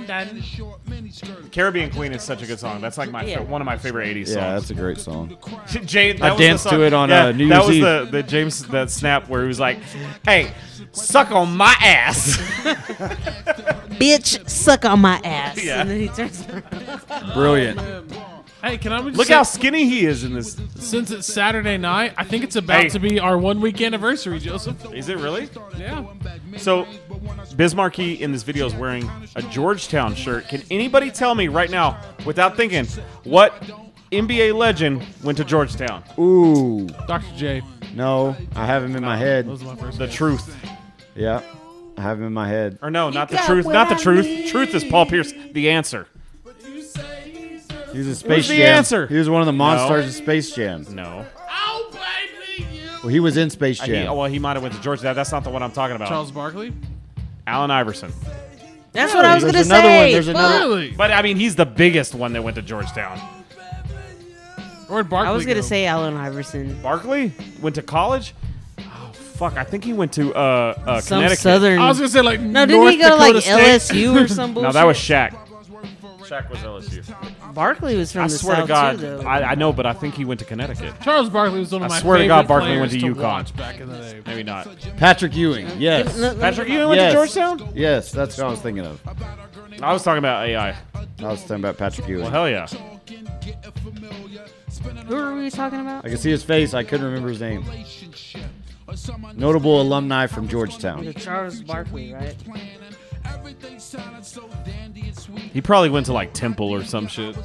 Caribbean Queen is such a good song. That's like my
Yeah.
one of my favorite '80s
Yeah,
songs.
that's a great song.
Jay, that
I
was the
danced to
song-
it on, uh, New
that
Year's Eve.
was the, the James that snap where he was like, "Hey, suck on my ass."
Bitch, suck on my ass.
Yeah.
And then he turns around.
Brilliant.
Hey, can I just
Look
say-
how skinny he is in this.
Since it's Saturday night, I think it's about
Hey.
to be our one week anniversary, Joseph.
Is it really?
Yeah.
So, Bismarcky in this video is wearing a Georgetown shirt. Can anybody tell me right now, without thinking, what NBA legend went to Georgetown?
Ooh.
Dr. J.
No, I have him in my head.
Those are my first
The truth,
Yeah, I have him in my head.
or no, not the
got
truth,
what
not the
I
truth. Truth is Paul Pierce. The answer.
He was in Space
Who's the
Jam.
answer?
He was one of the
No.
monsters in Space Jam.
No.
Well, he was in Space
Uh, he-
Jam.
well, he might have went to Georgetown. That's not the one I'm talking about.
Charles Barkley?
Allen Iverson.
That's what I was gonna
There's
say.
another one, there's
Uh,
another-
Really?
But I mean, he's the biggest one that went to Georgetown.
Where'd Barkley
I was gonna
go?
say Allen Iverson.
Barkley went to college. Oh fuck! I think he went to uh, uh
Some
Connecticut.
southern-
I was gonna say like
um, No, didn't
North
he go to
Dakota
like
State?
LSU or some bullshit?
No, that was Shaq. Shaq was LSU.
Barkley was from
I
the
swear to
south
God,
too, though.
I, I know, but I think he went to Connecticut.
Charles Barkley was one of
I
my
swear to
favorite
God, Barkley
players
went to
to
UConn.
watch back in the day.
Maybe not.
Patrick Ewing. Yes.
no, no,
Patrick Ewing went
Yes.
to Georgetown.
Yes, that's what I was thinking of.
I was talking about AI.
I was talking about Patrick Ewing.
Well, hell yeah.
Who were we talking about?
I could see his face. I couldn't remember his name. Notable alumni from
The
Georgetown.
Charles Barkley, right?
He probably went to like Temple or some shit.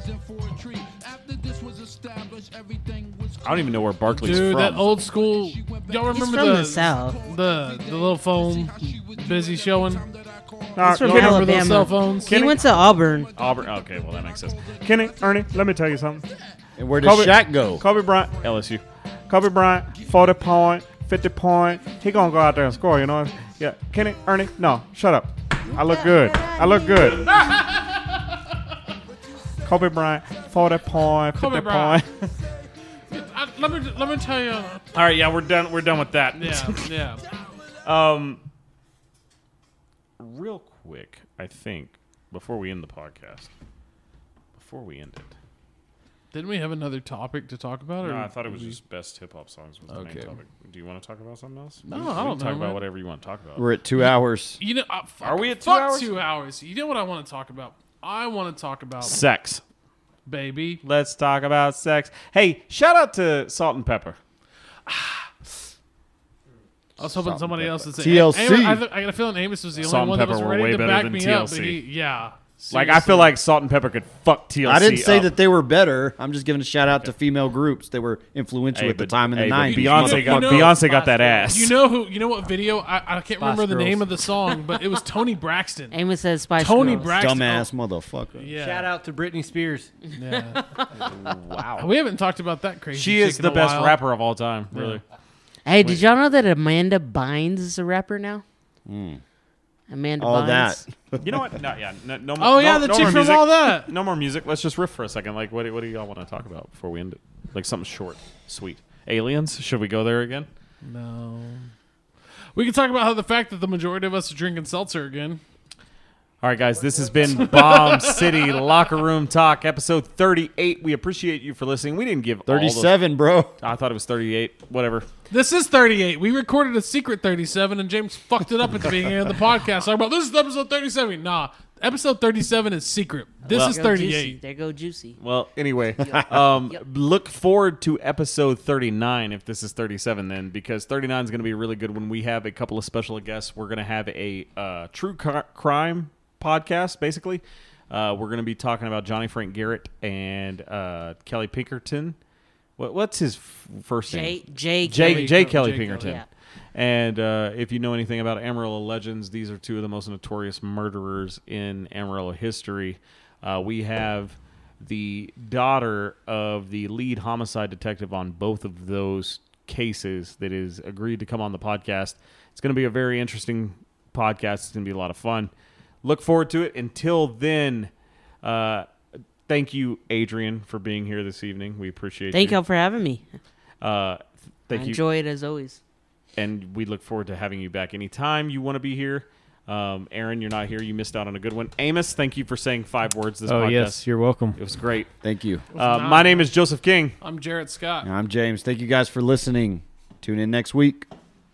I don't even know where Barkley's
Dude,
from.
that old school. Y'all remember
from
the,
the South.
The the little phone, busy showing.
Nah,
He's from
you remember
those
Alabama.
cell phones?
He
Kenny?
went to Auburn.
Auburn. Okay, well that makes sense. Kenny, Ernie, let me tell you something.
And where did Shaq go?
Kobe Bryant, LSU. Kobe Bryant, 40 point, 50 point. He gonna go out there and score, you know? Yeah. Kenny, Ernie, no, shut up. I look good. I look good. Kobe Bryant, 40 point, 50
Kobe
point.
Bryant. I, let me let me tell you.
All right, yeah, we're done. We're done with that.
Yeah, yeah.
um, real quick, I think before we end the podcast, before we end it,
Didn't we have another topic to talk about? Or
No, I thought it was
we-
just best hip hop songs was the
Okay.
main topic. Do you want to talk about something else?
No,
You-
I
we can
don't know,
Talk
man.
about whatever you want to talk about.
We're at two hours.
You know, uh, fuck,
Are we at two
fuck
hours?
Two hours. You know what I want to talk about? I want to talk about
Sex.
baby.
Let's talk about sex. Hey, shout out to Salt and Pepper.
I was hoping
Salt and
somebody
pepper.
else would say
TLC.
Amos- I, th- I got a feeling Amos was the only
Salt and
one
pepper
that was
were
ready
way
to
better
back
than
me up. But he,
TLC.
yeah,
Like I feel like Salt and Pepper could fuck TLC.
I didn't say
up.
that they were better. I'm just giving a shout out to female groups that were influential
Hey,
at the
but-
time in the
hey, but
90s.
Beyonce got-
motherfucker.
Beyonce got that ass.
You know who? You know what video? I, I
Spice
can't remember the
Girls.
name of the song, but it was Tony Braxton.
Amos says Spice
Tony
Girls.
Braxton.
Dumbass motherfucker.
Yeah.
Shout out to Britney Spears.
Yeah.
wow.
We haven't talked about that crazy.
She
chick
is
in
the
a
best
while.
rapper of all time,
Yeah.
really.
Hey, did y'all know that Amanda Bynes is a rapper now? Amanda
All
Bynes.
that.
You know what? No, yeah, no, no more.
Oh, yeah,
no-
the
no
chick
more
from
music.
All That.
No more music. Let's just riff for a second. Like, what, do- what do y'all want to talk about before we end it? Like something short, sweet. Aliens? Should we go there again?
No. We can talk about how the fact that the majority of us are drinking seltzer again.
All right, guys, this has been Bomb City Locker Room Talk, episode 38. We appreciate you for listening. We didn't give all the-
37, bro.
I thought it was 38. Whatever.
This is 38. We recorded a secret 37, and James fucked it up at the beginning of the podcast. Talking about this is episode 37. Nah, episode 37 is secret. This
Well-
is
There go Juicy.
38.
There go Juicy.
Well, anyway, um, look forward to episode 39 if this is 37 then, because 39 is going to be really good when we have a couple of special guests. We're going to have a uh, true cr- crime podcast, basically. Uh, we're going to be talking about Johnny Frank Garrett and uh, Kelly Pinkerton. What, what's his f- first
Jay-
name?
Jay Kelly.
Jay, Jay Kelly
Jay Kelly.
Pinkerton.
Yeah.
And uh, if you know anything about Amarillo legends, these are two of the most notorious murderers in Amarillo history. Uh, we have the daughter of the lead homicide detective on both of those cases that is agreed to come on the podcast. It's going to be a very interesting podcast. It's going to be a lot of fun. Look forward to it. Until then, uh, thank you, Adrian, for being here this evening. We appreciate
Thank
you.
y'all for having me.
Uh, th- thank
I
you
enjoy it as always.
and we look forward to having you back anytime you want to be here. Um, Aaron, you're not here. You missed out on a good one. Amos, thank you for saying five words this
Oh,
podcast.
yes. You're welcome.
It was great.
Thank you.
Uh, my name is Joseph King.
I'm Jarrett Scott.
I'm James. Thank you guys for listening. Tune in next week.